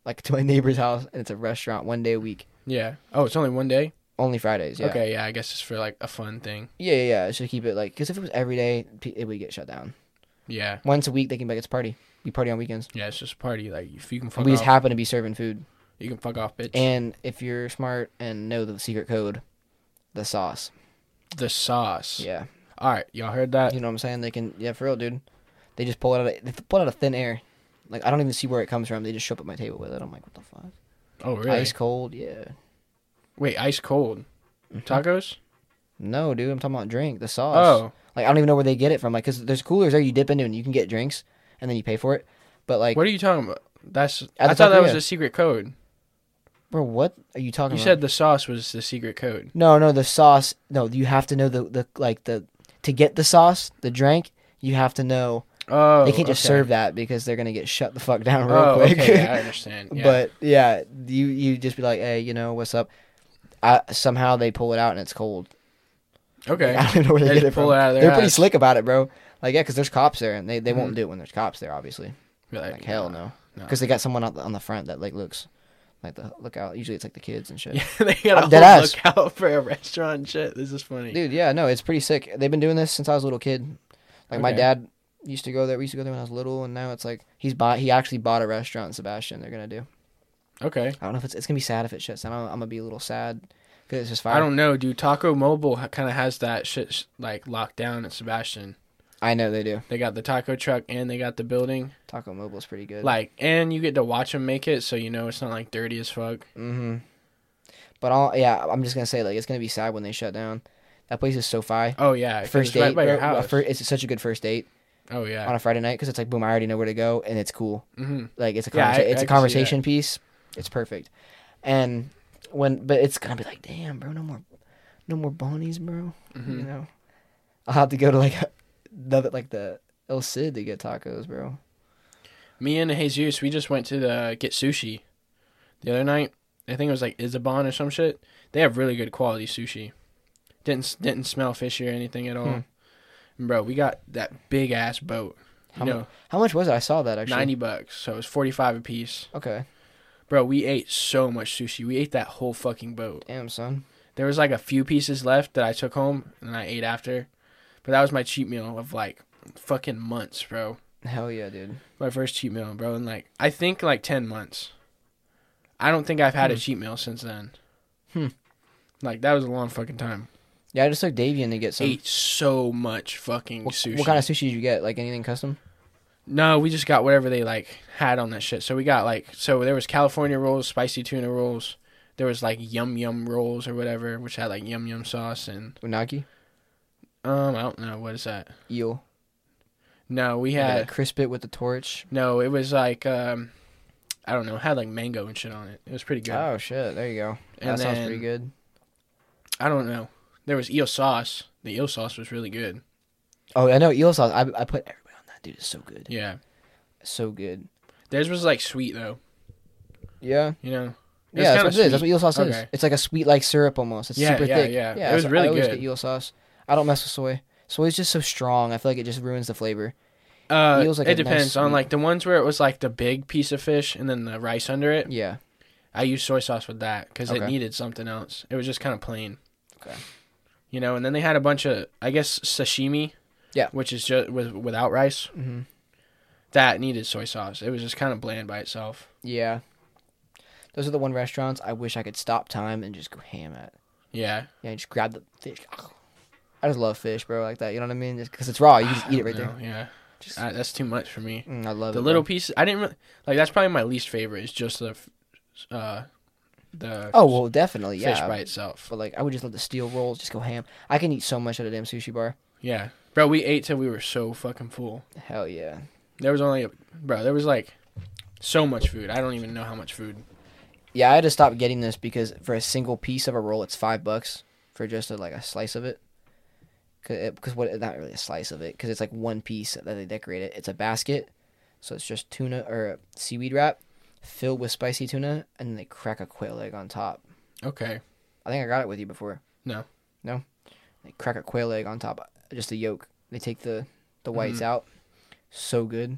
like to my neighbor's house, and it's a restaurant one day a week. Yeah. Oh, it's only one day. Only Fridays. Yeah. Okay. Yeah. I guess it's for like a fun thing. Yeah, yeah, yeah. Should keep it like because if it was every day, pe- it would get shut down. Yeah. Once a week, they can be like it's a party. We party on weekends. Yeah. It's just a party. Like if you can And fuck we off, just happen to be serving food. you can fuck off, bitch. And if you're smart and know the secret code, the sauce. the sauce. Yeah, All right. Y'all heard that? you know what I'm saying. They can. Yeah, for real, dude. They just pull it out. Of, they pull it out of thin air. Like I don't even see where it comes from. They just show up at my table with it. I'm like, what the fuck? Oh, really? Ice cold. Yeah. Wait, ice cold Mm-hmm. tacos? No, dude. I'm talking about drink. The sauce. Oh, Like I don't even know where they get it from. Like, cause there's coolers there you dip into and you can get drinks and then you pay for it. But like, what are you talking about? That's At I the thought that was taqueria. a secret code. bro, what are you talking You about? said the sauce was the secret code. No, no, the sauce. No, you have to know the, the like the to get the sauce, the drink. You have to know Oh, they can't just okay. serve that because they're gonna get shut the fuck down real oh, quick. okay, yeah, I understand. Yeah. But yeah, you you just be like, hey, you know what's up? I, somehow they pull it out and it's cold. okay, I don't know where they, They get just it from. pull it out of their they're pretty ass. slick about it, bro. Like yeah, because there's cops there and they, they won't do it when there's cops there, obviously. Be Like hell no, no. because they got someone out the, on the front that like looks like the look out. Usually it's like the kids and shit. Yeah, they got I'm a dead whole ass. lookout for a restaurant. and Shit, this is funny. Dude, yeah, no, it's pretty sick. They've been doing this since I was a little kid. Like my Okay. dad used to go there. We used to go there when I was little, and now it's like he's bought. He actually bought a restaurant in Sebastian. They're gonna do. Okay, I don't know if it's it's gonna be sad if it shuts down. I'm, I'm gonna be a little sad because it's just fire. I don't know, dude. Taco Mobile kind of has that shit sh- like locked down at Sebastian. I know they do. They got the taco truck and they got the building. Taco Mobile's pretty good. Like, and you get to watch them make it, so you know it's not like dirty as fuck. mm-hmm. But all yeah, I'm just gonna say like it's gonna be sad when they shut down. That place is SoFi. Oh yeah, 'cause First it's date, right by your bro, a house. fir- it's such a good first date oh on yeah. a Friday night because it's like boom, I already know where to go and it's cool. hmm Like it's a Yeah, I- conversa- I it's can see a that. conversation piece. It's perfect. And when but it's gonna be like, damn, bro, no more no more bonies, bro. You hmm know? I'll have to go to like another like the El Cid to get tacos, bro. Me and Jesus, we just went to the get sushi the other night. I think it was like Izabon or some shit. They have really good quality sushi. Didn't s- didn't smell fishy or anything at all. Hmm. And bro, we got that big ass boat. You How mu- know, How much was it? I saw that actually. ninety bucks. So it was forty five a piece. Okay. Bro, we ate so much sushi. We ate that whole fucking boat. Damn son. There was like a few pieces left that I took home and I ate after. But that was my cheat meal of like fucking months, bro. Hell yeah, dude. My first cheat meal, bro, in like I think like 10 months. I don't think I've had a Hmm. cheat meal since then. Hmm. Like that was a long fucking time. Yeah, I just took Davian to get some ate so much fucking what, sushi. what kind of sushi did you get? Like anything custom? No, we just got whatever they like had on that shit. So we got like so there was California rolls, spicy tuna rolls. There was like yum yum rolls or whatever, which had like yum yum sauce and Unagi? um I don't know what is that. Eel. No, we Like, had uh, crisp it with the torch. no, it was like um I don't know, it had like mango and shit on it. It was pretty good. Oh shit, there you go. and that sounds then- pretty good. I don't know. There was eel sauce. The eel sauce was really good. Oh, I know eel sauce. I, I put everybody on that dude. It's so good, Yeah. so good. Theirs was like sweet though, Yeah, you know. It was yeah. That's kinda what it is. That's what sweet. eel sauce is. Okay. It's like a sweet like syrup almost. It's Yeah, super yeah, thick. yeah. It yeah. was so really I always good. get eel sauce. I don't mess with soy. Soy is just so strong. I feel like it just ruins the flavor. Uh, Eel's like it a nice depends on sweet- like the ones where it was like the big piece of fish and then the rice under it. Yeah. I used soy sauce with that because it Okay. needed something else. It was just kind of plain. Okay. You know, and then they had a bunch of, I guess, sashimi. Yeah. Which is just with without rice. hmm That needed soy sauce. It was just kind of bland by itself. Yeah. Those are the one restaurants I wish I could stop time and just go ham at. Yeah. Yeah, just grab the fish. I just love fish, bro. Like that. You know what I mean? Because it's raw. You can just eat it right No, there. Yeah. Just, I, that's too much for me. Mm, I love The it. little bro. pieces, I didn't really, like. That's probably my least favorite. Is just the, f- uh, the Oh well, definitely. fish Yeah. by itself. But like, I would just let the steel rolls just go ham. I can eat so much at a damn sushi bar. Yeah, bro. We ate till we were so fucking full. Hell yeah. There was only, bro. There was like, so much food. I don't even know how much food. Yeah, I had to stop getting this because for a single piece of a roll, it's five bucks for just a, like a slice of it. Because what? Not really a slice of it, because it's like one piece that they decorate it. It's a basket, so it's just tuna or seaweed wrap filled with spicy tuna, and then they crack a quail egg on top. Okay. I think I got it with you before. No. No. They crack a quail egg on top, uh, just the yolk. They take the the whites Mhm. out. So good.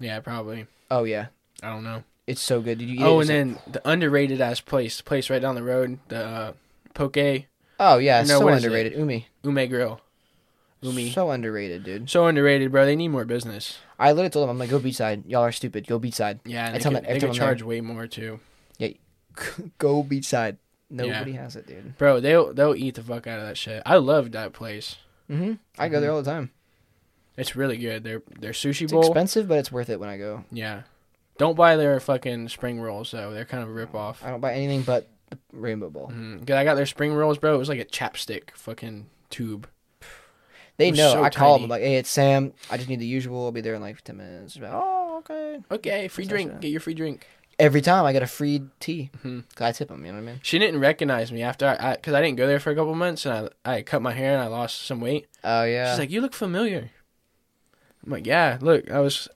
Yeah, probably. Oh yeah, I don't know. it's so good. Did you? Eat it? oh, It's and like- then the underrated ass place, the place right down the road, the uh, Poke Oh yeah, it's No, so what is it? underrated. Umi. Ume Grill. Umi. So, So underrated, dude. underrated, bro. They need more business. I literally told him, I'm like, go beachside. Y'all are stupid. Go beachside. Yeah, and I they tell could, them every they time could I'm there. charge way more too, go beachside. Nobody has it, dude. bro. They'll they'll eat the fuck out of that shit. I love that place. Mm-hmm. I go there all the time. It's really good. Their their sushi It's bowl. expensive, but it's worth it when I go. yeah. Don't buy their fucking spring rolls though. They're kind of a rip off. I don't buy anything but the rainbow bowl. Mm, 'Cause I got their spring rolls, bro. It was like a chapstick fucking tube. They It's know. so I call tiny. them like, hey, it's Sam. I just need the usual. I'll be there in like ten minutes. She's Like, oh, okay. Okay, free So drink. sad. Get your free drink. Every time I get a free tea, Mhm. 'Cause I tip them. You know what I mean? She didn't recognize me after I because I, didn't go there for a couple months and I I cut my hair and I lost some weight. Oh yeah. She's like, you look familiar. I'm like, yeah. Look, I was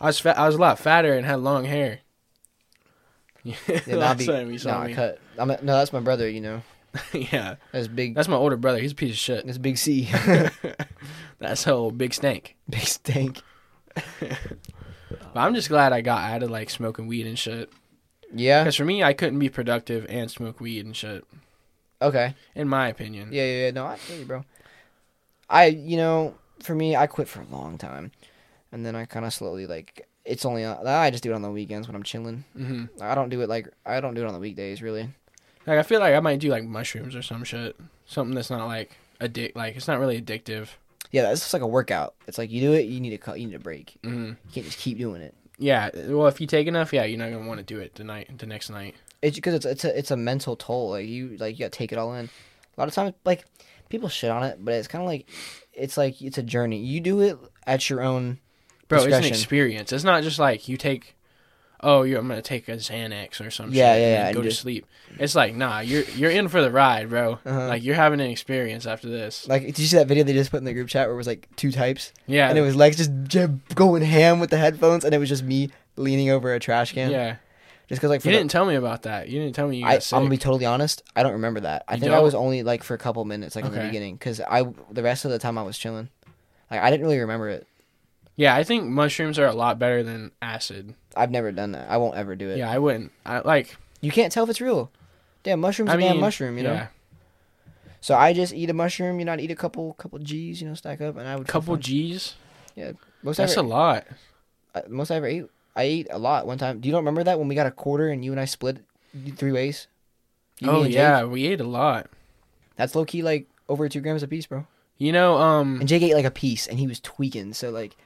I was fat. I was a lot fatter and had long hair. Yeah, yeah, last that'd be, time you saw nah, me. cut. I'm a- no, that's my brother. You know, yeah, that's big. that's my older brother. He's a piece of shit. That's big C. That's whole big snake. big stank. But I'm just glad I got out of like smoking weed and shit. Yeah. Because for me, I couldn't be productive and smoke weed and shit. Okay. In my opinion. Yeah, yeah, yeah. No, I feel you, bro. I, you know, for me, I quit for a long time, and then I kind of slowly like. It's only on, I just do it on the weekends when I'm chilling. hmm I don't do it like I don't do it on the weekdays really. Like I feel like I might do like mushrooms or some shit. Something that's not like addict. Like it's not really addictive. Yeah, that's just like a workout. It's like you do it, you need to cut, you need a break. hmm You can't just keep doing it. Yeah. Well, if you take enough, yeah, you're not gonna want to do it the night, the next night. it's because it's it's a it's a mental toll. Like you like you gotta take it all in. A lot of times, like people shit on it, but it's kind of like it's like it's a journey. You do it at your own. Bro, it's an discretion. experience. It's not just like you take, oh, you I'm gonna take a Xanax or some Yeah, shit yeah, and yeah, then and go to just- sleep. It's like nah, you're you're in for the ride, bro. Uh-huh. Like you're having an experience after this. Like, did you see that video they just put in the group chat where it was like two types, Yeah, and it was Lex just j- going ham with the headphones, and it was just me leaning over a trash yeah. can. Just because like for You the- didn't tell me about that. You didn't tell me you got I, I'm sick. gonna be totally honest. I don't remember that. I You think I don't? was only like for a couple minutes, like in Okay. the beginning, because I the rest of the time I was chilling. Like I didn't really remember it. yeah, I think mushrooms are a lot better than acid. I've never done that. I won't ever do it. Yeah, I wouldn't. I like. You can't tell if it's real. Damn, mushrooms I a damn mean, mushroom, you know. yeah, So I just eat a mushroom, you know, I'd eat a couple couple G's, you know, stack up, and I would a feel couple fine. G's. most I That's a ever, lot. uh, most I ever ate. I ate a lot one time. Do you don't remember that when we got a quarter and you and I split it three ways? You, me, oh and Jake? yeah, we ate a lot. that's low key like over two grams a piece, bro. You know, um, And Jake ate like a piece, and he was tweaking. So like.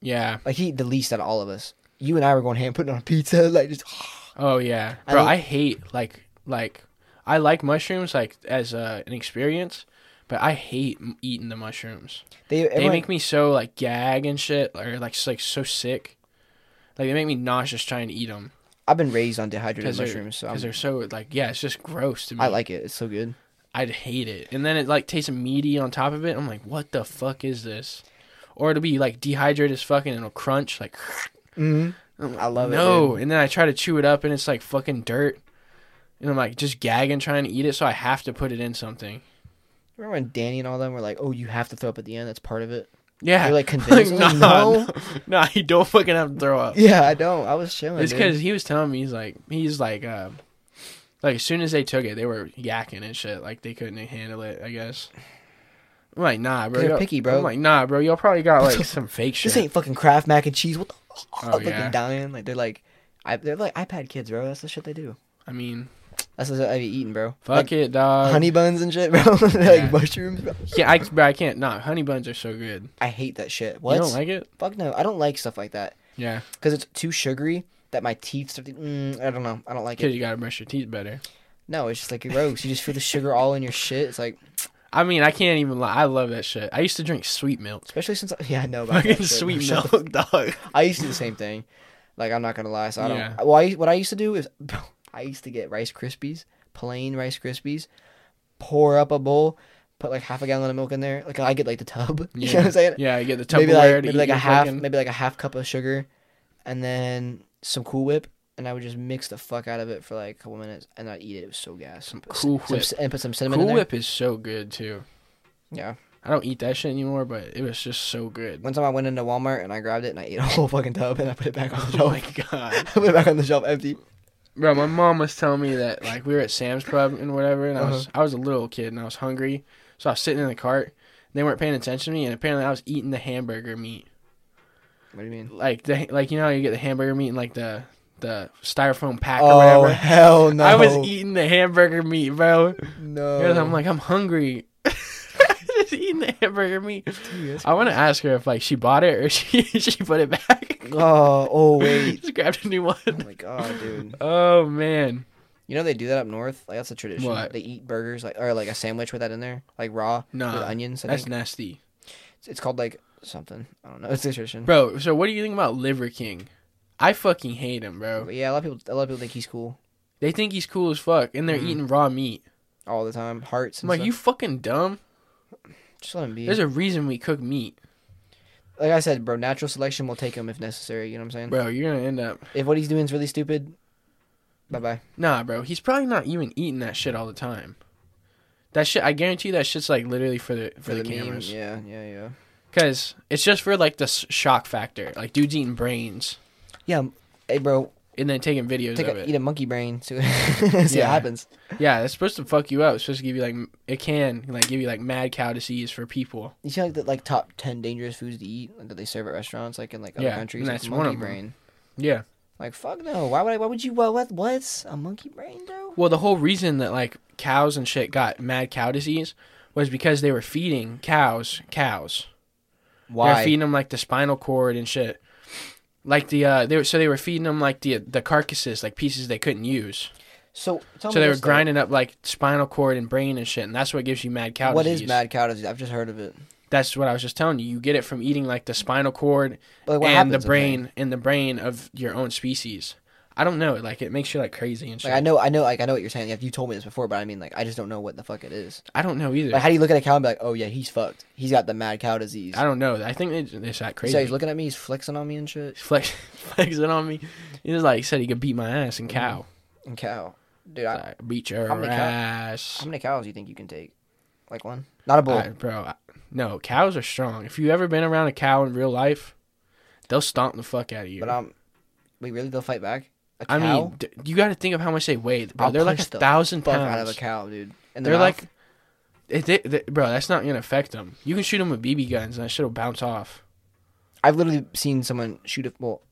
yeah. Like he ate the least out of all of us. You and I were going ham putting on pizza, like just Oh yeah, I bro. think- I, hate like like I like mushrooms like as uh, an experience, but I hate m- eating the mushrooms. they they everyone, make me so like gag and shit, or like s- like so sick. Like they make me nauseous trying to eat them I've been raised on dehydrated because they're mushrooms, so because I'm- they're so like yeah, it's just gross to me. Um, I like it. It's so good. I'd hate it, and then it like tastes meaty on top of it. I'm like, what the fuck is this? Or it'll be like dehydrated as fucking, and it'll crunch like Mm-hmm. I love it. no. dude. and then I try to chew it up, and it's like fucking dirt. And I'm like just gagging trying to eat it, so I have to put it in something. Remember when Danny and all them were like, "Oh, you have to throw up at the end. That's part of it." Yeah, You're, like, convinced? nah, Like, no. no, nah, you don't fucking have to throw up. Yeah, I don't. I was chilling. It's dude. because he was telling me he's like he's like uh, like as soon as they took it, they were yakking and shit, like they couldn't handle it. I guess. I'm like nah, bro. They're y'all- picky, bro. I'm like nah, bro. Y'all probably got like some fake shit. this ain't fucking Kraft mac and cheese. What the? Oh, I'm fucking yeah. dying. Like they're like, I, they're like iPad kids, bro. That's the shit they do. I mean, That's the shit I be eating, bro. fuck like, it, dog. honey buns and shit, bro. like Yeah. mushrooms. Bro. Yeah, I, bro, I can't. Nah, honey buns are so good. I hate that shit. What? You don't like it? Fuck no. I don't like stuff like that Yeah, because it's too sugary. That my teeth start. To, mm, I don't know. I don't like it. because you gotta brush your teeth better. No, it's just like gross. You just feel the sugar all in your shit. It's like, I mean, I can't even lie. I love that shit. I used to drink sweet milk. especially since I, yeah, I know about that Fucking shit. sweet Shut milk, dog. the- I used to do the same thing. Like I'm not gonna lie. So I don't. Yeah. Well, I, what I used to do is I used to get Rice Krispies, plain Rice Krispies, pour up a bowl, put like half a gallon of milk in there. Like I get like the tub. You know what I'm saying? Yeah, you get the Tupperware to maybe like maybe eat like a your half fucking- maybe like a half cup of sugar, and then some Cool Whip. And I would just mix the fuck out of it for like a couple minutes, and I'd eat it. It was so gas. Some Cool Whip. and put some cinnamon in Cool there. Whip is so good too. Yeah. I don't eat that shit anymore, but it was just so good. One time I went into Walmart and I grabbed it and I ate a whole fucking tub and I put it back on the shelf. I god, put it back on the shelf empty. bro! My mom was telling me that like we were at Sam's Club and whatever, and I was Uh-huh. I was a little kid and I was hungry, so I was sitting in the cart. And they weren't paying attention to me, and apparently I was eating the hamburger meat, What do you mean? like the like you know how you get the hamburger meat in like the the styrofoam pack or Oh whatever. hell no! I was eating the hamburger meat, bro. no. Because I'm like, I'm hungry. Just eating the hamburger meat. I want to ask her if like she bought it or she she put it back. oh oh wait. Just grabbed a new Oh one. my god, dude! Oh man. You know they do that up north. Like that's a tradition. What? They eat burgers like or like a sandwich with that in there, like raw Nah, with onions. I Uh, That's think. nasty. It's- It's called like something. I don't know. It's a tradition. Bro, so what do you think about Liver King? I fucking hate him, bro. But yeah, a lot of people. A lot of people think he's cool They think he's cool as fuck and they're Mm-hmm. eating raw meat. all the time. Hearts. I'm And like, stuff. you fucking dumb. Just let him be. There's a reason we cook meat. Like I said, bro. Natural selection will take him if necessary. You know what I'm saying? Bro, you're gonna end up If what he's doing is really stupid, bye bye. Nah, bro, he's probably not even eating that shit all the time. That shit, I guarantee that shit's like literally for the for, the, meme, cameras. Yeah, yeah, yeah. Cause it's just for like the s- shock factor. Like dudes eating brains Yeah. m- Hey, bro, and then taking videos take of a, it. eat a monkey brain. See what, see Yeah. what happens. yeah, it's supposed to fuck you up. It's supposed to give you like m- it can like give you like mad cow disease for people. You see like the like top ten dangerous foods to eat like, that they serve at restaurants, like in like other Yeah, countries. and like, that's one of monkey 'em. brain. Yeah. Like fuck no. Why would I? Why would you? What? What? What's a monkey brain, bro? Well, the whole reason that like cows and shit got mad cow disease was because they were feeding cows cows. They're Why? feeding them like the spinal cord and shit. like the uh, they were so they were feeding them like the the carcasses, like pieces they couldn't use. So tell so me they were this, though. grinding up like spinal cord and brain and shit, and that's what gives you mad cow What is disease. mad cow disease? I've just heard of it. That's what I was just telling you. You get it from eating like the spinal cord But what and the happens if I- brain and the brain of your own species. I don't know. Like it makes you like crazy and shit. Like I know, I know, like I know what you're saying. Like, you told me this before, but I mean, like I just don't know what the fuck it is. I don't know either. Like, how do you look at a cow and be like, "Oh yeah, he's fucked. He's got the mad cow disease." I don't know. I think it's, it's that You crazy. say he's looking at me, he's flexing on me and shit. Flex, flexing on me. He was like said he could beat my ass and cow. And cow, dude, Mm-hmm. I, Like, beat your How many cow- ass, how many cows do you think you can take? Like one? Not a bull. I- bro. I- no, cows are strong. If you ever been around a cow in real life, they'll stomp the fuck out of you. but um, wait, really? They'll fight back? A cow? I mean, d- you got to think of how much they weigh. Bro, I'll they're like a punch the thousand fuck pounds. out of a cow, dude. And They're like, it, they, they- bro, that's not gonna affect them. You can shoot them with BB guns, and that shit will bounce off. I've literally seen someone shoot a well,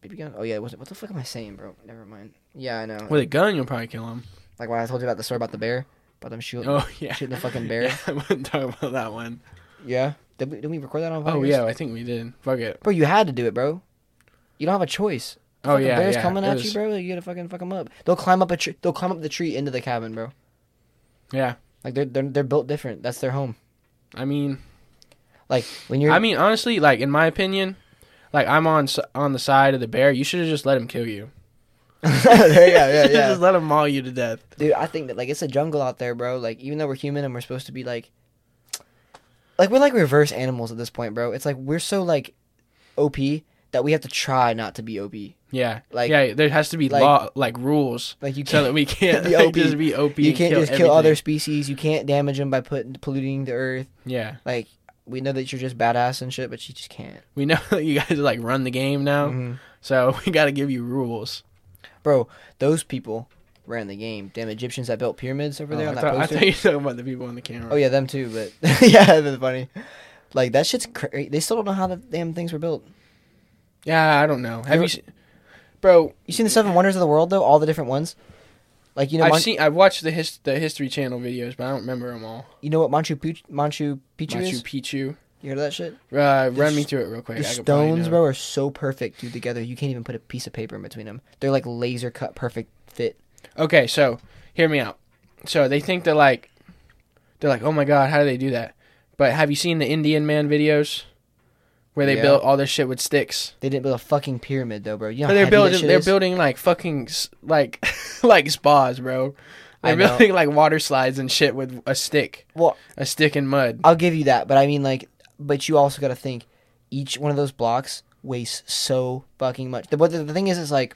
baby gun. Oh yeah, what, what the fuck am I saying, bro? Never mind. Yeah, I know. With a gun, you'll probably kill them. Like when I told you about the story about the bear, about them shooting, Oh yeah, shooting the fucking bear. Yeah, I wasn't talking about that one. Yeah. Did we, did we record that on podcast? Oh yeah, I think we did. Fuck it. Bro, you had to do it, bro. You don't have a choice. Oh fucking yeah, bears yeah. coming it at you, was- bro. You gotta fucking fuck them up. They'll climb up a tree. They'll climb up the tree into the cabin, bro. Yeah, Like they're they're, they're built different. That's their home. I mean, Like when you're. I mean, honestly, like in my opinion, like I'm on s- on the side of the bear. You should have just let him kill you. yeah, yeah, You shoulda yeah. just let him maul you to death. Dude, I think that like it's a jungle out there, bro. Like even though we're human and we're supposed to be like, like we're like reverse animals at this point, bro. It's like we're so like, op that we have to try not to be op. Yeah, like Like- yeah, there has to be like- law like rules Like you so can't. that we can't Be like, OP. just be op. you and can't kill just kill everything. other species. You can't damage them by putting polluting the earth. Yeah, Like we know that you're just badass and shit, but you just can't, we know you guys like run the game now, Mhm. so we got to give you rules. bro. Those people ran the game. Damn Egyptians that built pyramids over there Oh, on I, that thought, I poster. thought you were talking about the people on the camera. Oh yeah, them too. But yeah, that's funny. Like that shit's crazy. They still don't know how the damn things were built. yeah, I don't know. Have You're- you, se- bro? You seen the Seven Wonders of the World though? All the different ones. Like you know, I've Mon- seen, I've watched the his, the History Channel videos, but I don't remember them all. you know what Manchu Pich- Manchu Picchu Machu is. Picchu. You heard of that shit? Uh, run s- me through it real quick. the I could probably stones, know. bro, are so perfect, dude. Together, you can't even put a piece of paper in between them. They're like laser cut, perfect fit. Okay, so hear me out. So they think they're like, they're like, oh my god, how do they do that? But have you seen the Indian Man videos, where they Yeah. built all their shit with sticks? They didn't build a fucking pyramid though, bro. You But know how they're heavy that building, shit they're is? building like fucking s- like like spas, bro. I They're know. building like water slides and shit with a stick, Well, a stick and mud. I'll give you that, but I mean, like, but you also got to think each one of those blocks weighs so fucking much. The, but the, the thing is, is like,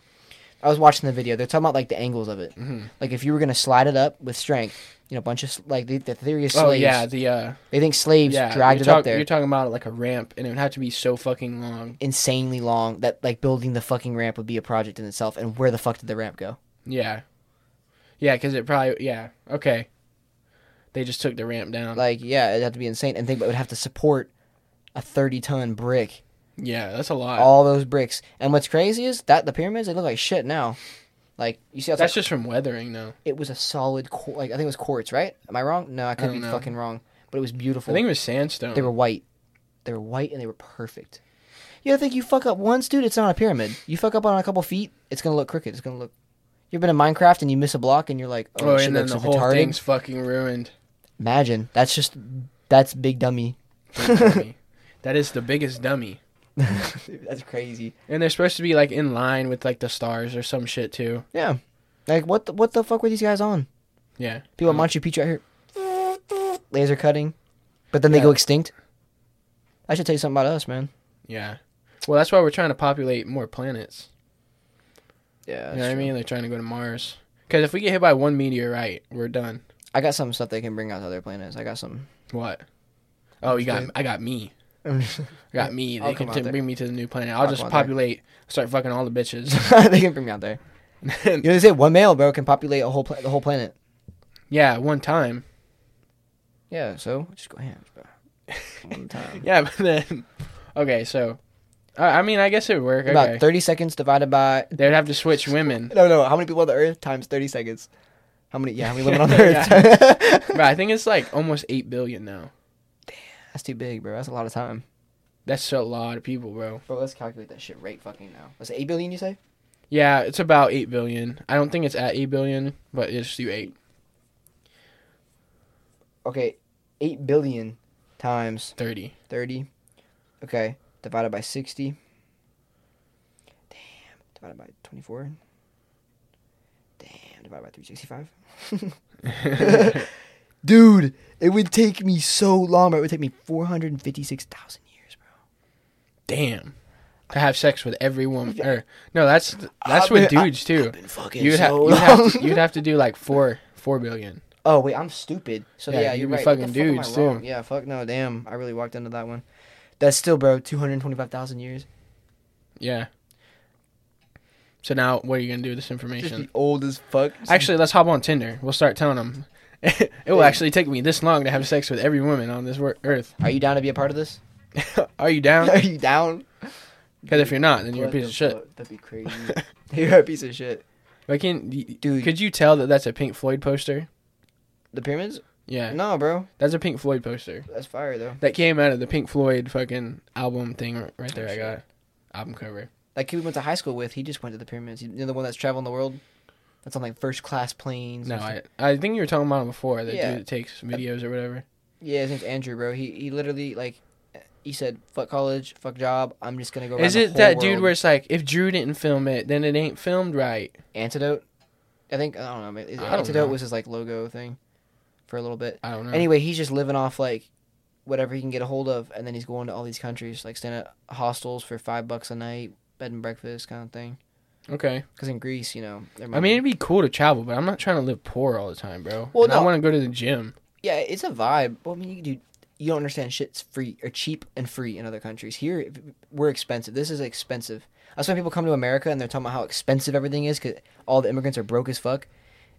I was watching the video. They're talking about like the angles of it. Mhm. Like, if you were gonna slide it up with strength, you know, a bunch of s- like the, the theory of slaves. Oh yeah, the uh, they think slaves yeah. dragged you're, it talk- up there you're talking about like a ramp, and it would have to be so fucking long. insanely long. That like building the fucking ramp would be a project in itself. And where the fuck did the ramp go? Yeah, yeah, because it probably yeah okay. They just took the ramp down. Like, yeah, it'd have to be insane. And think it would have to support a thirty-ton brick. yeah, that's a lot. all those bricks. And what's crazy is that the pyramids they look like shit now. Like you see, outside, That's just from weathering, though. it was a solid qu- like I think it was quartz, right? Am I wrong? No, I could don't be know. fucking wrong, but it was beautiful. I think it was sandstone. they were white. They were white and they were perfect. You gotta think you fuck up once, dude. It's not a pyramid. You fuck up on a couple feet, it's gonna look crooked. It's gonna look. You've been in Minecraft and you miss a block and you're like, oh, oh, shit, and then looks the so whole retarded. thing's fucking ruined. Imagine that's just that's big dummy. Big dummy. that is the biggest dummy. that's crazy. And they're supposed to be like in line with like the stars or some shit too. Yeah, like what the, what the fuck were these guys on? Yeah. People at Machu Picchu out here laser cutting, but then they Yeah. go extinct. I should tell you something about us, man. Yeah. Well, that's why we're trying to populate more planets. Yeah, you know what I mean? They're trying to go to Mars. Because if we get hit by one meteorite, we're done. I got some stuff they can bring out to other planets. I got some. What? Oh, you got I got me. I got me. I'll They can come out t- there. bring me to the new planet. I'll I'll just come out there. populate, start fucking all the bitches. they can bring me out there. You know they say one male bro can populate a whole pla- the whole planet. yeah, one time. Yeah, so just go ham, bro. One time. Yeah, but then okay, so I I mean, I guess it would work. About okay. thirty seconds divided by They'd have to switch women. no no how many people on the Earth times thirty seconds? How many? Yeah, how many women on the Yeah. Earth? Bro, I think it's like almost eight billion now. That's too big, bro. That's a lot of time. That's a lot of people, bro. Bro, let's calculate that shit right fucking now. Was it eight billion? You say? Yeah, it's about eight billion. I don't think it's at eight billion, but it's do eight. Okay, eight billion times Thirty. thirty. Okay, divided by sixty. Damn, divided by twenty-four. Damn, divided by three sixty-five. Dude, it would take me so long, bro. It would take me 456,000 years, bro. Damn. To have sex with every woman. Or, no, that's that's I've with been- I- dudes too. I've been fucking You'd, ha- so you'd, have long. to, you'd have to do like four four billion. oh, wait, I'm stupid. So, Yeah, yeah, you you're be right. What the fucking fuck am I dudes, wrong? too. Yeah, fuck no, damn. I really walked into that one. That's still, bro, 225,000 years. Yeah. So now, what are you gonna do with this Just information? be old as fuck. Actually, let's hop on Tinder. We'll start telling them. it will actually take me this long to have sex with every woman on this wor- earth. Are you down to be a part of this? Are you down? Are you down? Because if you're not, then you're a What piece the of shit. fuck? That'd be crazy. you're a piece of shit. Like, can dude? Dude. Could you tell that that's a Pink Floyd poster? The pyramids? Yeah, No, bro. that's a Pink Floyd poster That's fire, though. that came out of the Pink Floyd fucking album thing r- right there. I shit. got album cover. That kid we went to high school with, he just went to the pyramids. You know the one that's traveling the world? That's on, like, first-class planes. No, and I I think you were talking about it before. The Yeah. dude that takes videos or whatever. Yeah, his name's Andrew, bro. He he literally like he said, "Fuck college, fuck job. I'm just gonna go." Is around the it that whole dude world." where it's like if Drew didn't film it, then it ain't filmed right? antidote? I think I don't know. Is, I don't antidote know. Mm. was his like logo thing for a little bit. I don't know. Anyway, he's just living off like whatever he can get a hold of, and then he's going to all these countries, like staying at hostels for five bucks a night, bed and breakfast kind of thing. okay. Because in Greece, you know, they're I mean, it'd be cool to travel, but I'm not trying to live poor all the time, bro. Well, Well, I no. want to go to the gym. yeah, it's a vibe. Well, I mean, you dude, you don't understand. Shit's free or cheap and free in other countries. Here, we're expensive. This is expensive. That's why people come to America and they're talking about how expensive everything is because all the immigrants are broke as fuck.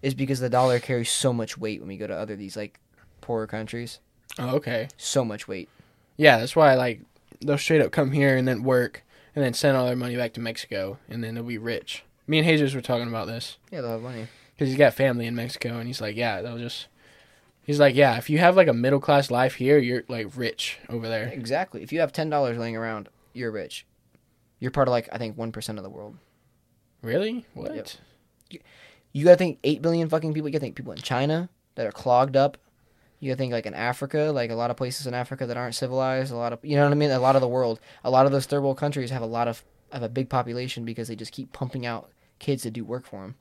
Is because the dollar carries so much weight when we go to other these like poorer countries. Oh, okay. So much weight. Yeah, that's why like they'll straight up come here and then work and then send all their money back to Mexico and then they'll be rich. Me and Jesus were talking about this Yeah, they'll have money. because he's got family in Mexico and he's like, yeah, they'll just. He's like, yeah, if you have like a middle class life here, you're like rich over there. Exactly. If you have ten dollars laying around, you're rich. You're part of like I think one percent of the world. Really? What? Mm, Yep. You gotta think eight billion fucking people. You gotta think people in China that are clogged up. You gotta think like in Africa, like a lot of places in Africa that aren't civilized. A lot of you know what I mean. A lot of the world, a lot of those third world countries have a lot of have a big population because they just keep pumping out kids to do work for them.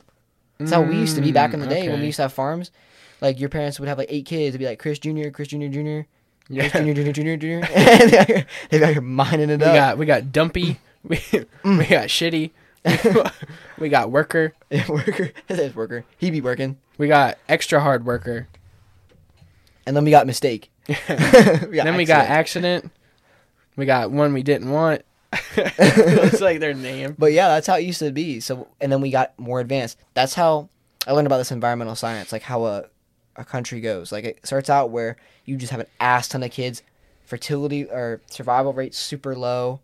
That's how we used to be back Mm, in the day when we used to have farms. Like your parents would have like eight kids. It'd be like Chris Junior, Chris Junior, Junior, Chris Yeah. Junior, Junior, Junior, Junior. They got your- they got your mining it We up. got we got dumpy, we, Mm. we got shitty, we got worker, worker, that's worker. He be working, we got extra hard worker. and then we got mistake. we got then we got accident. accident. We got one we didn't want. it's like their name. But yeah, that's how it used to be. So, and then we got more advanced. That's how I learned about this environmental science, like how a a country goes. Like it starts out where you just have an ass ton of kids, fertility or survival rates super low.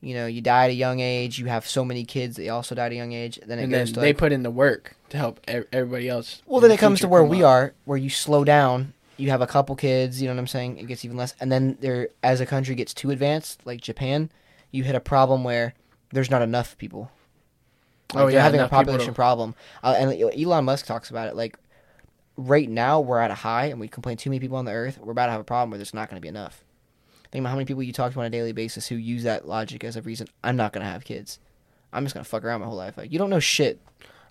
You know, you die at a young age. You have so many kids that you also die at a young age. Then it And then goes to they like, put in the work to help ev- everybody else. well, in then the it comes to future where come we up. are, where you slow down. You have a couple kids. You know what I'm saying? It gets even less. And then there, as a country gets too advanced, like Japan, you hit a problem where there's not enough people. Like, Oh, they're yeah, having a enough people population to- problem. Uh, and Elon Musk talks about it. Like right now, we're at a high, and we complain too many people on the earth. We're about to have a problem where there's not going to be enough. Think about how many people you talk to on a daily basis who use that logic as a reason. I'm not going to have kids. I'm just going to fuck around my whole life. Like you don't know shit.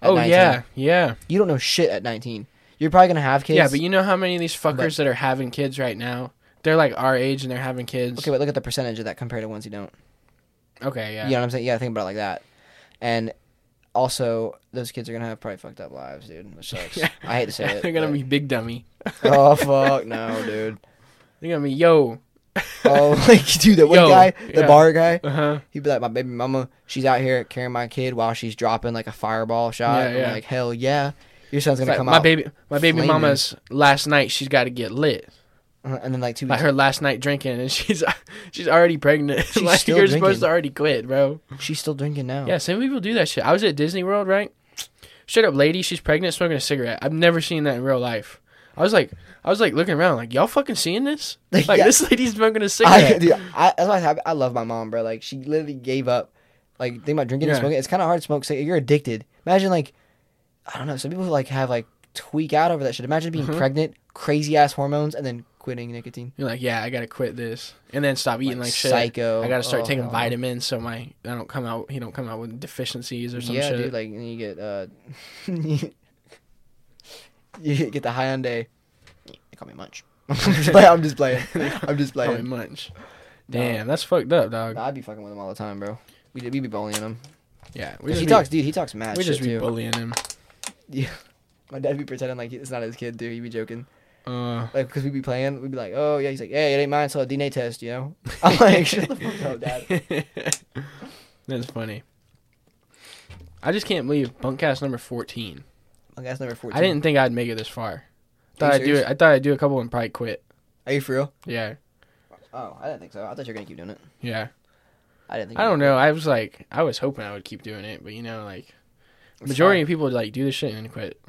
at Oh 19. yeah, yeah, You don't know shit at 19. You're probably gonna have kids. yeah. But you know how many of these fuckers that are having kids right now? They're like our age and they're having kids. okay, but look at the percentage of that compared to ones who don't. Okay, yeah. You know what I'm saying? Yeah, think about it like that. And also, those kids are gonna have probably fucked up lives, dude. Which sucks. I hate to say it. they're gonna but- be big dummy. Oh fuck no, dude. They're gonna be yo. Oh, like dude, that one Yo, guy, the yeah. bar guy. Uh huh. He'd be like, my baby mama, she's out here carrying my kid while she's dropping like a fireball shot. Yeah, I'm yeah. like, hell yeah, your son's It's gonna like, come my out. baby, my baby flaming. mama's last night. She's got to get lit. Uh, and then like two Like weeks, her last night drinking, and she's she's already pregnant. She's like still you're drinking. Oh. supposed to already quit, bro. she's still drinking now. Yeah, some people do that shit. I was at Disney World, right? Straight up lady, she's pregnant, smoking a cigarette. I've never seen that in real life. I was like, I was like looking around, like y'all fucking seeing this? Like Yeah. this lady's smoking a I, cigarette. dude, I, that's why I, have- I love my mom, bro. Like she literally gave up. Like think about drinking and Yeah. smoking. It's kind of hard to smoke. cig- you're addicted. Imagine like, I don't know. Some people like have like tweak out over that shit. Imagine being Mhm. pregnant, crazy ass hormones, and then quitting nicotine. You're like, yeah, I gotta quit this, and then stop eating like, shit. psycho. I gotta start Oh, taking hell no. vitamins so my I don't come out, he don't come out with deficiencies or some yeah, shit. dude. Like and you get uh, you get the Hyundai. They call me Munch. I'm just playing. I'm just playing. I'm just Probably playing. munch. Damn, that's fucked up, dog. Nah, I'd be fucking with him all the time, bro. We we be bullying him. Yeah, we 'Cause just He be, talks, dude. He talks mad we shit just be too. bullying him. My dad be pretending like it's not his kid, dude. He be joking, Uh, like because we'd be playing, we'd be like, "Oh yeah," he's like, "Hey, it ain't mine, so a DNA test," you know. I'm like, "Shut the fuck up, dad." that's funny. I just can't believe bunkcast number 14. Like that's number fourteen. I didn't think I'd make it this far. Are Thought you I'd do it. serious? I thought I'd do a couple and probably quit. Are you for real? Yeah, Oh, I didn't think so. I thought you were gonna keep doing it. yeah. I didn't think. I you don't were. know. I was like, I was hoping I would keep doing it, but you know, like It's majority fine. of people like do this shit and then quit.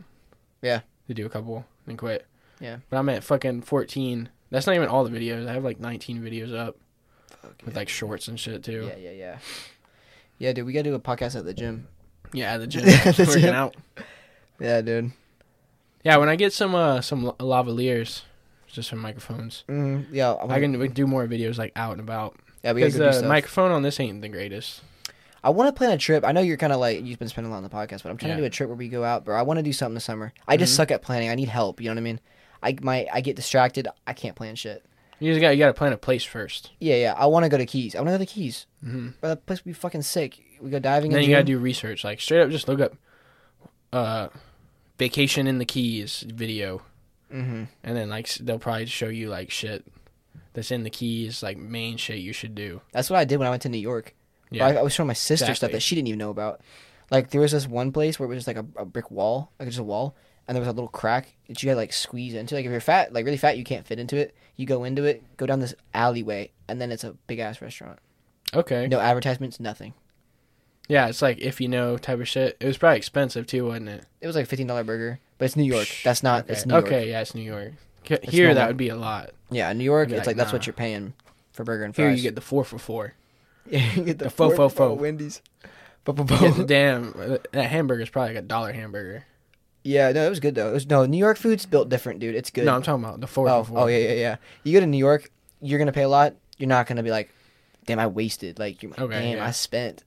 Yeah. They do a couple and quit. Yeah. But I'm at fucking 14. That's not even all the videos. I have like 19 videos up Fuck, yeah. with like shorts and shit too. yeah, yeah, yeah. Yeah, dude, we gotta do a podcast at the gym. Yeah, at the gym, At the working gym. out. Yeah, dude. Yeah, when I get some uh some la- lavaliers, just some microphones, Mm, yeah, I can we can do more videos like out and about Yeah, we gotta because uh, go do the stuff. microphone on this ain't the greatest. I want to plan a trip. I know you're kind of like you've been spending a lot on the podcast, but I'm trying Yeah. to do a trip where we go out, bro. I want to do something this summer. I just Mhm. suck at planning. I need help. You know what I mean? I my I get distracted. I can't plan shit. You just got you got to plan a place 1st Yeah, yeah. I want to go to Keys. I want to go to the Keys. Mm-hmm. Bro, that place would be fucking sick. We go diving. then in you gotta June. do research, like straight up, just look up uh vacation in the Keys video. Mhm. and then like s- they'll probably show you like shit that's in the keys, like main shit you should do. That's what I did when I went to New York. Yeah, Yeah. I, I was showing my sister stuff Exactly. that she didn't even know about. Like there was this one place where it was just like a, a brick wall, like just a wall, and there was a little crack that you had like squeeze into. Like if you're fat, like really fat, you can't fit into it. You go into it, go down this alleyway, and then it's a big ass restaurant. okay, No advertisements, nothing. yeah, it's like if you know type of shit. It was probably expensive too, wasn't it? It was like a fifteen dollar burger, but it's New York. Psh, That's not. Okay, It's New York. okay, yeah, it's New York. C- Here normal. that would be a lot. Yeah, New York. I'd be like, It's like, that's nah. what you're paying for burger and Here fries. you get the four for four. yeah, you get the, the fo- four fo- for fo. Wendy's. Yeah, Bo-bo-bo. Damn, that hamburger's probably like a dollar hamburger. Yeah, no, it was good though. It was, no, New York food's built different, dude. It's good. No, I'm talking about the four oh, for four. oh yeah, yeah, yeah. You go to New York, you're gonna pay a lot. You're not gonna be like, damn, I wasted. Like, you're like, Okay, damn, yeah. I spent.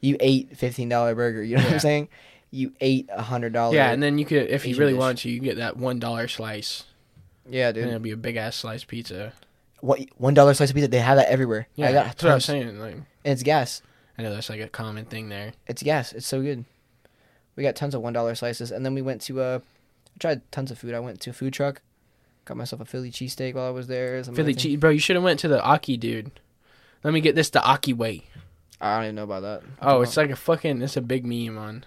You ate fifteen dollar burger. You know what Yeah. I'm saying? You ate a hundred dollar. Yeah, and then you could, if you Asian really dish. wanted to, you could get that one dollar slice, yeah, and dude. it'll be a big ass slice pizza. What one dollar slice of pizza? They have that everywhere. Yeah, I got that's what I'm tons. saying. Like, And it's gas. I know that's like a common thing there. It's gas. It's so good. We got tons of one dollar slices, and then we went to uh, I tried tons of food. I went to a food truck, got myself a Philly cheesesteak while I was there. some Philly other thing. cheese, bro. You should have went to the Aki dude. Let me get this the Aki way. I don't even know about that. Oh, it's like a fucking. It's a big meme on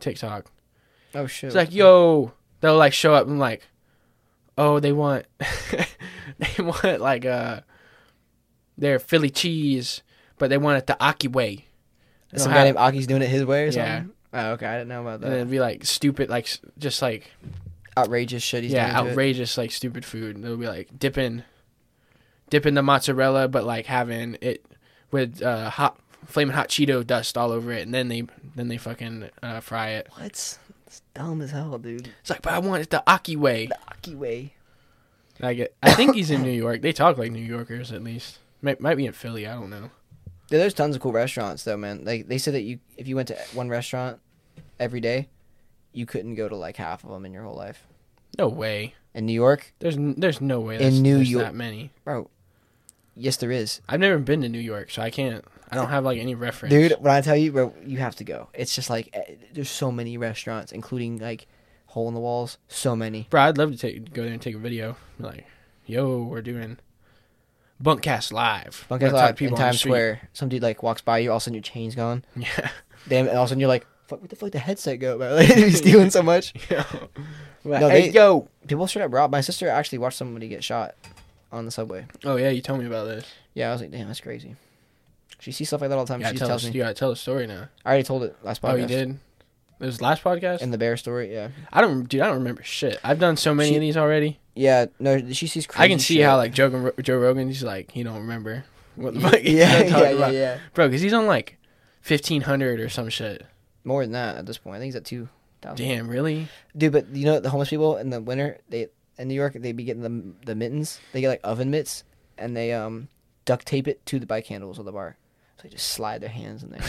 TikTok. oh shit. It's like yo, they'll like show up and like, oh, they want, they want like uh, their Philly cheese, but they want it the Aki way. They some don't guy have- named Aki's doing it his way or Yeah. something. Oh, okay. I didn't know about and that. it'd be like stupid, like s- just like Outrageous shit. He's yeah, doing to it. outrageous, like stupid food. They'll be like dipping, dipping the mozzarella, but like having it with uh, hot, flaming hot Cheeto dust all over it, and then they then they fucking uh, fry it. What? It's dumb as hell, dude. It's like, but I want it the Aki way. The Aki way. I get. I think he's in New York. They talk like New Yorkers at least. Might, might be in Philly. I don't know. Yeah, there's tons of cool restaurants though, man. Like they said that you, if you went to one restaurant every day, you couldn't go to like half of them in your whole life. No way. In New York, There's n- there's no way. That's, New there's York- that many. yes, there is. I've never been to New York, so I can't. I don't have like any reference. Dude, when I tell you, bro, you have to go. It's just like eh, there's so many restaurants, including like hole in the walls. So many. Bro, I'd love to take go there and take a video. Like, yo, we're doing Bunkcast Live. Bunker Gonna talk to Lot in people on the Times street. Square. Some dude like walks by you, all of a sudden your chain's gone. Yeah. Damn, and all of a sudden you're like, fuck, where the fuck the headset go, bro? Like, he's stealing so much. Like, No, hey, they- yo. People straight up rob. My sister actually watched somebody get shot on the subway. Oh yeah, you told me about this. Yeah, I was like, damn, that's crazy. She sees stuff like that all the time. Yeah, she just tell tells us. me. You gotta tell the story now. I already told it last podcast. Oh, you did. It was last podcast. in the bear story. Yeah, I don't, dude. I don't remember shit. I've done so many She- of these already. yeah. No, she sees. Crazy I can see shit. how like Joe, Gro- Joe Rogan, he's like he don't remember what the fuck. he's yeah, talking yeah, yeah, about. yeah. bro, because he's on like fifteen hundred or some shit. More than that at this point. I think he's at two thousand. Damn, really? Dude, but you know the homeless people in the winter, they in New York, they be getting the the mittens. They get like oven mitts, and they um duct tape it to the bike handles of the bar, so they just slide their hands in there.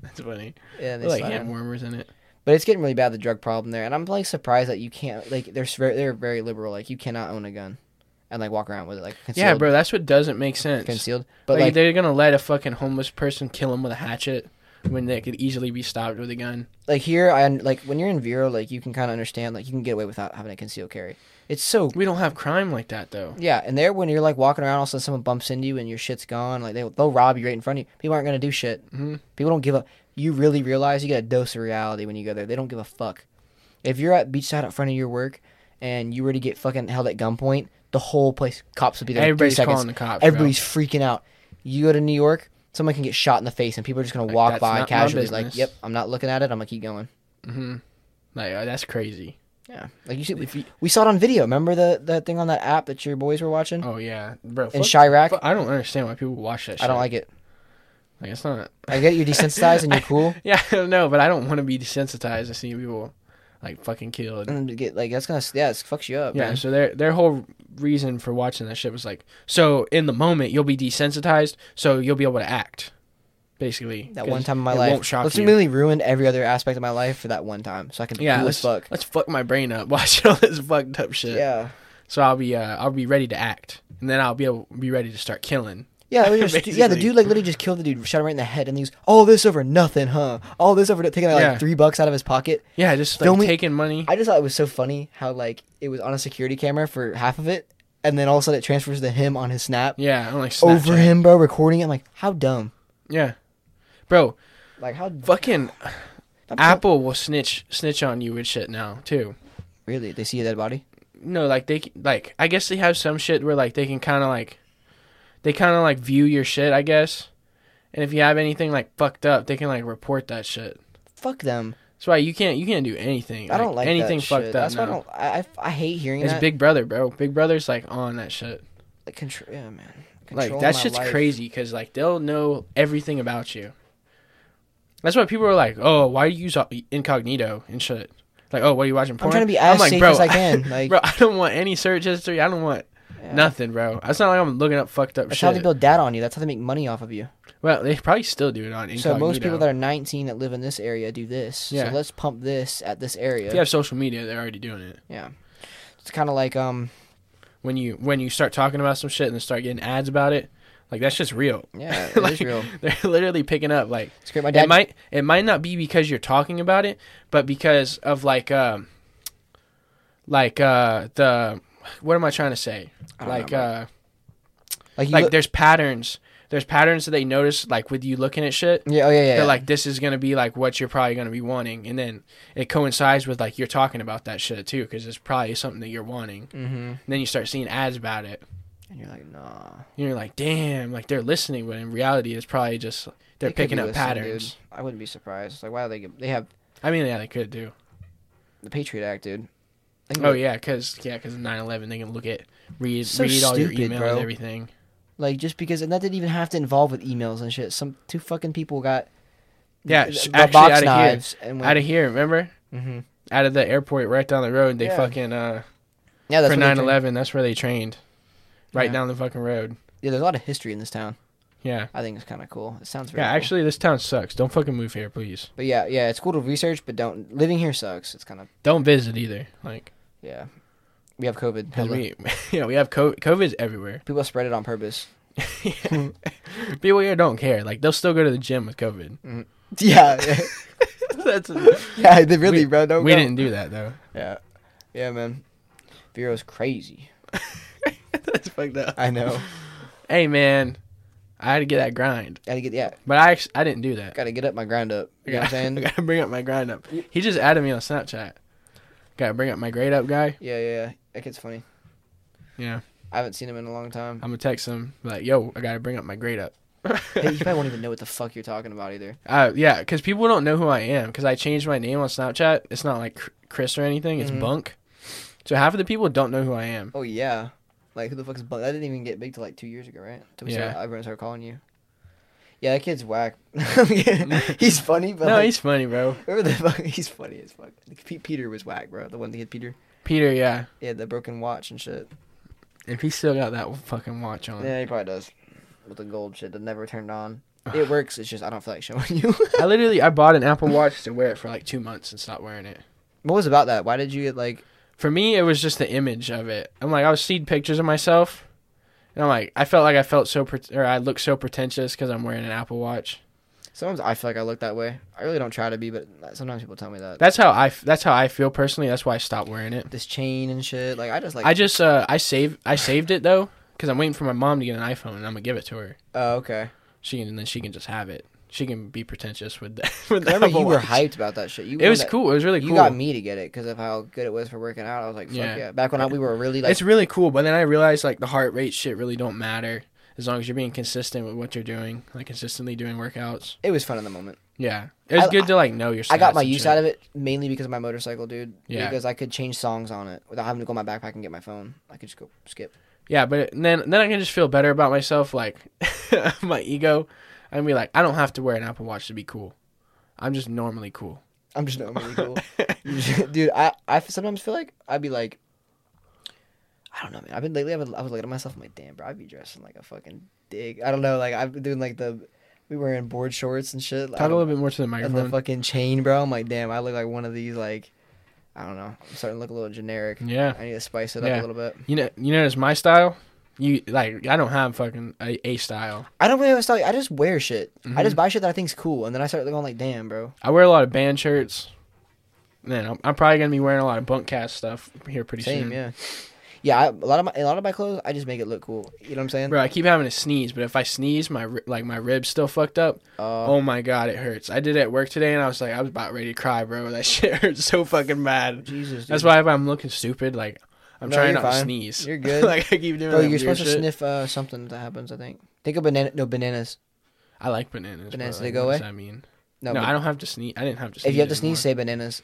That's funny. Yeah, and they They're, like slide hand in. warmers in it. But it's getting really bad the drug problem there, and I'm like surprised that you can't like they're s- very, they're very liberal. Like you cannot own a gun, and like walk around with it like concealed, Yeah, bro, that's what doesn't make sense. concealed. But But like, like, they're gonna let a fucking homeless person kill him with a hatchet when they could easily be stopped with a gun. like here, I like when you're in Vero, like you can kind of understand, like you can get away without having a concealed carry. It's so We don't have crime like that though. Yeah, and there when you're like walking around, all of a sudden someone bumps into you and your shit's gone. Like they they'll rob you right in front of you. People aren't gonna do shit. Mhm. People don't give up. You really realize you get a dose of reality when you go there. They don't give a fuck. If you're at beachside in front of your work and you were to get fucking held at gunpoint, the whole place cops would be there. in three Everybody's seconds. calling the cops. bro. Everybody's freaking out. You go to New York, someone can get shot in the face, and people are just gonna Like, walk that's by not my casually, like, business. "Yep, I'm not looking at it. I'm gonna keep going." Mhm. Like uh, that's crazy. Yeah, like you see, we, If you, we saw it on video. Remember the that thing on that app that your boys were watching oh yeah, bro. in fuck- Chirac? fuck- I don't understand why people watch that. Shit. I don't like it. Like it's not. I get you're desensitized and you're cool. Yeah, I don't know, but I don't want to be desensitized to seeing people like fucking killed. And you get like that's gonna yeah, it fucks you up. Yeah, man. so their their whole reason for watching that shit was like, so in the moment you'll be desensitized, so you'll be able to act. Basically, That 'cause one time in my it life, won't shock let's you. really ruin every other aspect of my life for that one time, so I can be yeah, cool as let's fuck. let's fuck my brain up watching all this fucked up shit. Yeah, So I'll be uh, I'll be ready to act, and then I'll be able be ready to start killing. yeah, we just, yeah. The Basically. dude like literally just killed the dude, shot him right in the head, and he's all this over nothing, huh? All this over taking out Yeah. like three bucks out of his pocket. Yeah, just like Film it- taking money. I just thought it was so funny how like it was on a security camera for half of it, and then all of a sudden it transfers to him on his snap yeah, I'm like over Snapchat. him, bro, recording. It. I'm like, how dumb. Yeah, bro, Like how fucking I'm so- Apple will snitch snitch on you with shit now too. really? They see a dead body? no like they c- like i guess they have some shit where like they can kind of like they kind of like view your shit i guess and if you have anything like fucked up they can like report that shit Fuck them. that's why you can't you can't do anything I don't like anything that fucked shit. up That's no. why I don't. I- I, I hate hearing it's that. big brother bro big brother's like on that shit like control, yeah, man. like Control that my shit's life. crazy because like they'll know everything about you that's why people are like oh why do you use uh, incognito and shit like oh what are you watching porn I'm trying to be as like, safe bro, as I can. Like, bro i don't want any search history i don't want yeah. Nothing, bro. It's not like I'm looking up fucked up That's how shit. they build data on you. That's how they make money off of you. well, they probably still do it on incognito. So most people that are 19 that live in this area do this. Yeah. So let's pump this at this area. if you have social media, they're already doing it. It's kind of like um When you when you start talking about some shit and then start getting ads about it, like that's just real. yeah, it Like, is real. They're literally picking up. Like It's great. My dad. it might it might not be because you're talking about it, but because of like um like uh the what am I trying to say? I don't Like know, uh like, you like look- there's patterns. There's patterns that they notice like with you looking at shit. yeah, oh yeah, yeah. yeah. they're like this is gonna be like what you're probably gonna be wanting and then it coincides with like you're talking about that shit too because it's probably something that you're wanting and mm-hmm. then you start seeing ads about it and you're like, nah. and you're like damn like they're listening but in reality it's probably just they're They could picking be up listening, patterns dude. I wouldn't be surprised. It's like, why do they? Give, they have i mean yeah they could do the Patriot Act, dude. Think oh about- yeah because yeah because 9-11 they can look at read Mm. So read all your stupid, emails bro. everything Like just because, and that didn't even have to involve with emails and shit. Some two fucking people got yeah the- sh- the actually out of here and out of here remember Mm-hmm. out of the airport right down the road they Yeah. fucking uh Yeah, that's for what they 9-11 that's where they trained right Yeah. down the fucking road drink. Yeah, there's a lot of history in this town. yeah I think it's kind of cool. It sounds very yeah cool. actually this town sucks don't fucking move here please But yeah, yeah, it's cool to research, but don't living here sucks. It's kind of don't visit either. Like, yeah. We have COVID. 'cause hella. we, you know, we have COVID, COVID's everywhere. People spread it on purpose. People here don't care. Like, they'll still go to the gym with COVID. Yeah, That's yeah, they really, We- bro. Don't we go. didn't do that though. Yeah, yeah, man. Vero's crazy. That's fucked up. I know. Hey man, I had to get that grind, gotta get yeah, but I actually, I didn't do that. gotta get up my grind up. You know what I'm I saying? gotta bring up my grind up. He just added me on Snapchat. Gotta bring up my grade up guy. Yeah, yeah, yeah. That kid's funny. Yeah. I haven't seen him in a long time. I'm gonna text him like, yo, I gotta bring up my grade up. Hey, you probably won't even know what the fuck you're talking about either. Uh, yeah, because people don't know who I am because I changed my name on Snapchat. It's not like Cr- Chris or anything. It's Mhm. Bunk. So half of the people don't know who I am. Oh yeah, like who the fuck is Bunk? That didn't even get big till like two years ago, right? Till we Yeah. started, everyone started calling you. Yeah, that kid's whack. he's funny, but No, like, he's funny, bro. remember the fuck? He's funny as fuck. Pe- Peter was whack, bro. The one that hit Peter. Peter, yeah. He had the broken watch and shit. If he still got that fucking watch on, Yeah, he probably does. With the gold shit that never turned on. It works. It's just I don't feel like showing you. I literally I bought an Apple Watch to wear it for like two months and stopped wearing it. what was about that? Why did you get like? For me, it was just the image of it. I'm like I was seeing pictures of myself, and I'm like I felt like I felt so pret or I look so pretentious because I'm wearing an Apple Watch. Sometimes I feel like I look that way. I really don't try to be, but sometimes people tell me that. That's how I f- that's how I feel personally. That's why I stopped wearing it. This chain and shit. Like I just like. I just uh I save I saved it though because I'm waiting for my mom to get an iPhone and I'm gonna give it to her. oh okay. She can and then she can just have it. She can be pretentious with that. With the Remember Apple you were Watch. hyped about that shit. You It was wanted- cool. It was really You cool. got me to get it because of how good it was for working out. I was like, fuck yeah. Yeah. Back when I, we were really like, it's really cool, but then I realized like the heart rate shit really don't matter as long as you're being consistent with what you're doing, like consistently doing workouts. it was fun in the moment. Yeah, it was I- good to like know your. I got my use out of it mainly because of my motorcycle, dude. Yeah. Because I could change songs on it without having to go in my backpack and get my phone. I could just go skip. Yeah, but and then then I can just feel better about myself, like my ego, and be like, I don't have to wear an Apple Watch to be cool. I'm just normally cool. I'm just normally cool. Dude, I, I sometimes feel like I'd be like, I don't know, man. I've been lately, I've been, I was looking at myself, I'm like, damn, bro, I'd be dressing like a fucking dick. I don't know, like, I've been doing like the, we were in board shorts and shit. Like, Talk a little bit more to the and the microphone. fucking chain, bro. I'm like, damn, I look like one of these, like, I don't know. I'm starting to look a little generic. yeah, I need to spice it Yeah. up a little bit. you know, you notice my style. You like, I don't have fucking a, a style. I don't really have a style. I just wear shit. I Mhm. just buy shit that I think's cool, and then I start going like, damn, bro. I wear a lot of band shirts. And Then I'm, I'm probably gonna be wearing a lot of bunk cast stuff here pretty Same, soon. yeah. Yeah, I, a lot of my a lot of my clothes, I just make it look cool. You know what I'm saying? Bro, I keep having to sneeze, but if I sneeze, my ri- like my ribs still fucked up. Uh, Oh my god, it hurts. I did it at work today, and I was like, I was about ready to cry, bro. That shit hurts so fucking bad. Jesus, dude. That's why if I'm looking stupid, like I'm No, trying you're not to fine. sneeze. You're good. like I keep doing. Bro, that you're weird supposed shit. to sniff uh, something that happens. I think. Think of banana. No bananas. I like bananas. Bananas, but, they like, go what away? Does that mean? No. No, ban- I don't have to sneeze. I didn't have to. sneeze if you have to sneeze, anymore. say bananas.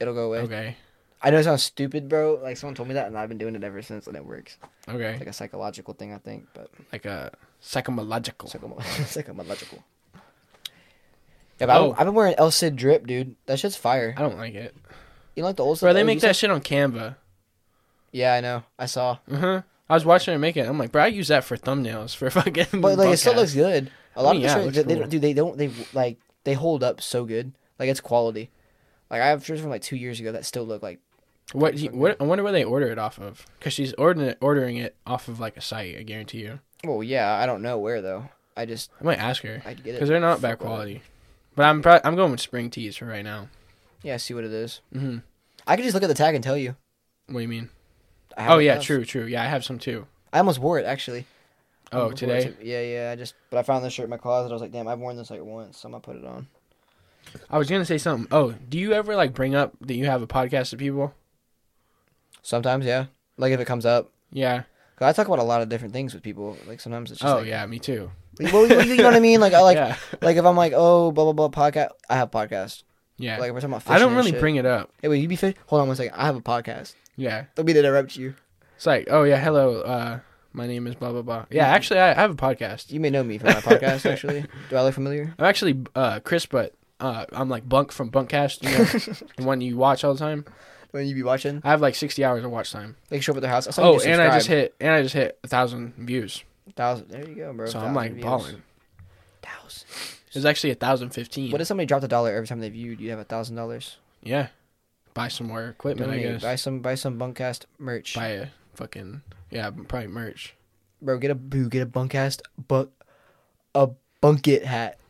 It'll go away. okay, I know it sounds stupid, bro. Like someone told me that, and I've been doing it ever since, and it works. It's okay, like a psychological thing, I think, but like a psychological. psychom- psychological. Yeah, but I've- Oh. I've been wearing El Cid drip, dude. That shit's fire. I don't like it. You know, like the old stuff. Bro, they that make used to- that shit on Canva. Yeah, I know. I saw, Uh huh. I was watching her make it. I'm like, bro, I use that for thumbnails for fucking. but like it still podcasts. looks good. A Mm, I mean, lot of yeah, the it shirts, looks they, they cool. don't, dude, they don't. They like they hold up so good. Like it's quality. Like I have shirts from like two years ago that still look like. What, do you, what I wonder where they order it off of because she's ordering it, ordering it off of like a site. I guarantee you. Well, yeah, I don't know where though. I just I might ask her I'd get it because they're not Fuck bad with it. quality. But I'm pro- I'm going with spring teas for right now. Yeah, see what it is. hmm I could just look at the tag and tell you. What do you mean? I have Oh it yeah, now. true, true. Yeah, I have some too. I almost wore it actually. I Oh, almost wore it today to- Yeah, yeah. I just but I found this shirt in my closet. I was like, damn, I've worn this like once, so I'm gonna put it on. I was gonna say something. Oh, do you ever like bring up that you have a podcast to people? Sometimes, yeah. Like if it comes up, Yeah. 'Cause I talk about a lot of different things with people. Like sometimes it's just oh like, yeah, me too. well, you, you know what I mean? Like I like yeah. like if I'm like, oh, blah blah blah podcast. I have podcast. Yeah. Like if we're talking about fishing I don't and really shit. bring it up. Hey, wait, you be fish? Hold on one second. I have a podcast. Yeah. Don't be to interrupt you. It's like, oh yeah, hello. Uh, my name is blah blah blah. Yeah, Mm-hmm. actually, I, I have a podcast. You may know me from my podcast. Actually, do I look familiar? I'm actually uh, Chris, but uh, I'm like Bunk from Bunkcast, you know, the one you watch all the time. When you be watching, I have like 60 hours of watch time. like show up at their house. I saw you Oh, just and I just subscribed. hit and I just hit a thousand views. thousand. There you go, bro. so I'm like Thousand views. balling. Thousand. It was actually a thousand fifteen. What if somebody dropped a dollar every time they viewed? You'd have a thousand dollars. Yeah, buy some more equipment. I Donate. guess Buy some. Buy some bunkcast merch, buy a fucking yeah, probably merch. bro. Get a boo. Get a bunkcast bunk. A bunket hat.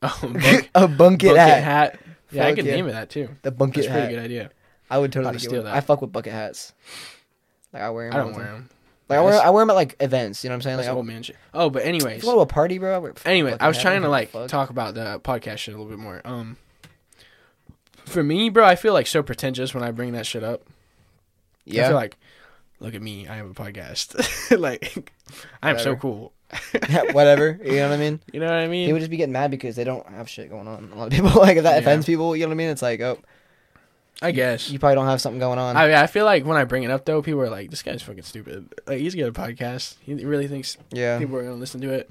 Oh, bunk, a bunket bucket hat. hat. Yeah, I Fuck could yeah. name it that too. The bunket That's a hat. pretty good idea. I would totally Gotta get steal one. that. I fuck with bucket hats. Like I wear them. I all don't the wear time. them. Like I wear, I wear them at like events. You know what I'm saying? That's Like I, old man shit. Oh, but anyways, if you go to a party, bro. I wear a fucking anyway, bucket I was hat. trying to like Fuck. talk about the podcast shit a little bit more. Um, for me, bro, I feel like so pretentious when I bring that shit up. I Yeah. feel like, look at me, I have a podcast. like, I'm so Whatever. cool. whatever. You know what I mean? You know what I mean? People just be getting mad because they don't have shit going on. A lot of people like if that Yeah. offends people, you know what I mean? It's like, oh, I guess. you probably don't have something going on. I mean, I feel like when I bring it up though, people are like, "This guy's fucking stupid. Like, he's got a podcast. He really thinks yeah, people are gonna listen to it."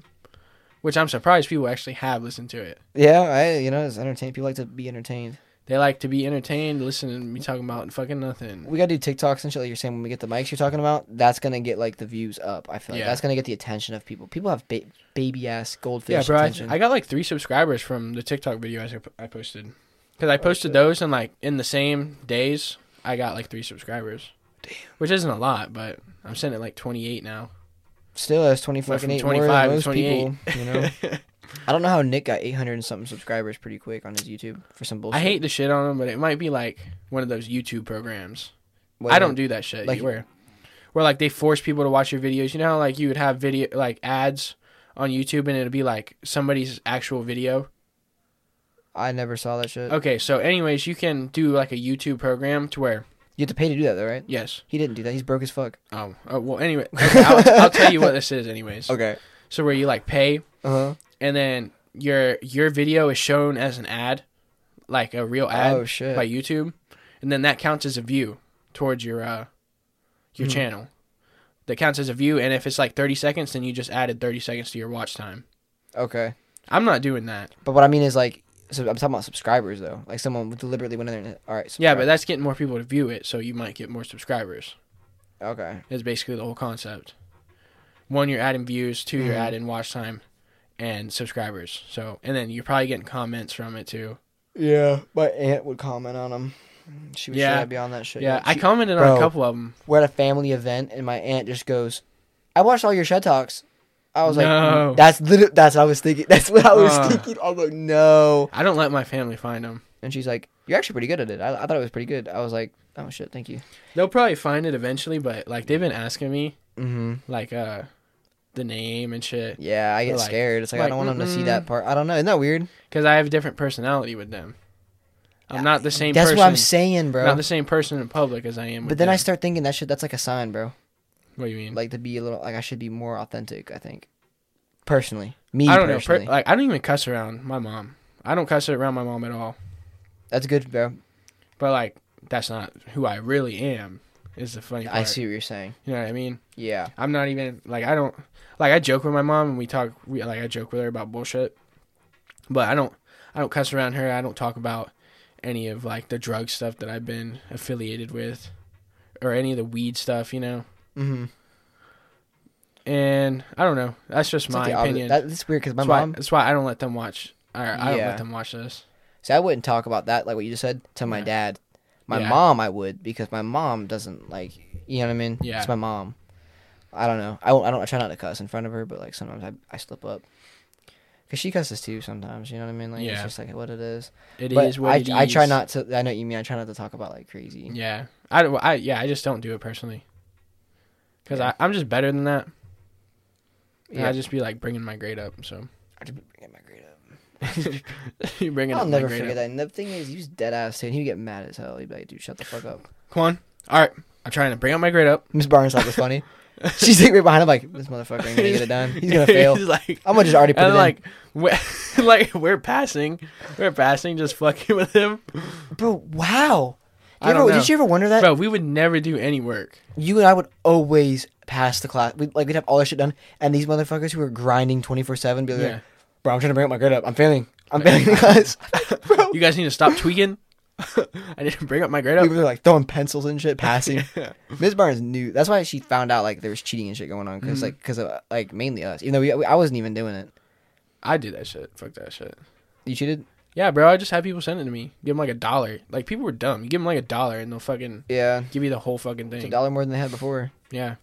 Which I'm surprised people actually have listened to it. yeah. I you know it's entertaining. People like to be entertained. They like to be entertained, listening to me talking about fucking nothing. We gotta do TikToks and shit. Like you're saying, when we get the mics you're talking about, that's gonna get like the views up. I feel like Yeah. that's gonna get the attention of people. People have ba- baby ass goldfish yeah, bro. I, attention. I got like three subscribers from the TikTok video I, I posted, because I posted those and like in the same days, I got like three subscribers. Damn. Which isn't a lot, but I'm sitting at like 28 now. Still, that's twenty Went fucking from eight more 25 than to most 28. people. You know, I don't know how Nick got eight hundred and something subscribers pretty quick on his YouTube for some bullshit. I hate the shit on them, but it might be like one of those YouTube programs. Whatever. I don't do that shit. like- where, where like they force people to watch your videos. You know, how, like you would have video like ads on YouTube, and it'd be like somebody's actual video. I never saw that shit. Okay, so anyways, you can do like a YouTube program to where You have to pay to do that, though, right? yes. He didn't do that. He's broke as fuck. Oh, oh well. Anyway, okay, I'll, I'll tell you what this is. Anyways, Okay. so where you like pay, Uh huh. and then your your video is shown as an ad, like a real ad Oh shit. by YouTube, and then that counts as a view towards your uh your Mhm. channel. That counts as a view, and if it's like thirty seconds, then you just added thirty seconds to your watch time. Okay. I'm not doing that. But what I mean is like, so I'm talking about subscribers though. Like someone deliberately went in there. And, all right. Yeah, but that's getting more people to view it, so you might get more subscribers. but okay. Is basically the whole concept. One, you're adding views. 2 you you're Mhm. adding watch time, and subscribers. So, and then you're probably getting comments from it too. Yeah, my aunt would comment on them. She would Yeah. yeah. be on that shit. Yeah, I She- commented on bro. a couple of them. We're at a family event, and my aunt just goes, "I watched all your shed talks." I was like, No. "Mm, "That's literally that's what I was thinking. That's what I was Uh. thinking." I was like, "No," I don't let my family find them. and she's like, "You're actually pretty good at it. I, I thought it was pretty good." I was like, "Oh shit, thank you." They'll probably find it eventually, but like they've been asking me Mm-hmm. like uh the name and shit Yeah, I get Like- scared. It's like, I like, don't want them to see mm-mm. that part. I don't know. Isn't that weird? because I have a different personality with them. I'm not the same. That's person, what I'm saying, bro. Not the same person in public as I am. With But then I them. start thinking that shit. That's like a sign, bro. What do you mean? Like to be a little like I should be more authentic. I think, personally, me I don't personally, know. Per- like I don't even cuss around my mom. I don't cuss around my mom at all. that's good, bro. But like that's not who I really am. Is the funny part. I see what you're saying. You know what I mean? Yeah, I'm not even like I don't like I joke with my mom and we talk. We, like I joke with her about bullshit. But I don't. I don't cuss around her. I don't talk about any of like the drug stuff that I've been affiliated with, or any of the weed stuff. You know. mm-hmm. and I don't know. That's just my opinion. That, that's weird because my that's, mom. why, that's why I don't let them watch. Or I don't Yeah. let them watch this. See, I wouldn't talk about that like what you just said to my Yeah. dad. My Yeah. mom, I would because my mom doesn't like. You know what I mean? Yeah. It's my mom. I don't know. I, won't- I don't. I try not to cuss in front of her, but like sometimes I, I slip up. Cause she cusses too sometimes. You know what I mean? Like it's Yeah. just like what it is. It is but what I, it I try is. not to. I know what you mean. I try not to talk about like crazy. Yeah, I, don't- I yeah, I just don't do it personally. Cause Yeah. I, I'm just better than that. And Yeah. I just be like bringing my grade up. So I just be bringing my grade up. you bringing I'll up never my grade forget up. that. And the thing is, he was dead ass too, and he'd get mad as hell. He'd be like, "Dude, shut the fuck up." Come on. All right, I'm trying to bring up my grade up. Miss Barnes thought it was funny. She's like right behind him, like, "This motherfucker ain't gonna get it done. He's gonna fail." He's like, I'm gonna just already put and it like, we like we're passing, we're passing, just fucking with him, in, bro. Wow. You I ever, don't know. Did you ever wonder that? bro. We would never do any work. You and I would always pass the class. We'd, like we'd have all this shit done, and these motherfuckers who were grinding twenty four seven be like, Yeah. "Bro, I'm trying to bring up my grade up. I'm failing. I'm failing the class." bro, You guys need to stop tweaking. I need to bring up my grade we up. were like throwing pencils and shit, passing. Yeah. Ms. Barnes knew. That's why she found out like there was cheating and shit going on because Mhm. like because of like mainly us. Even though we, we- I wasn't even doing it. I did that shit. Fuck that shit. You cheated. Yeah, bro. I just had people send it to me. Give them like a dollar. Like people were dumb. You give them like a dollar and they'll fucking Yeah, give you the whole fucking it's a thing. dollar more than they had before. Yeah.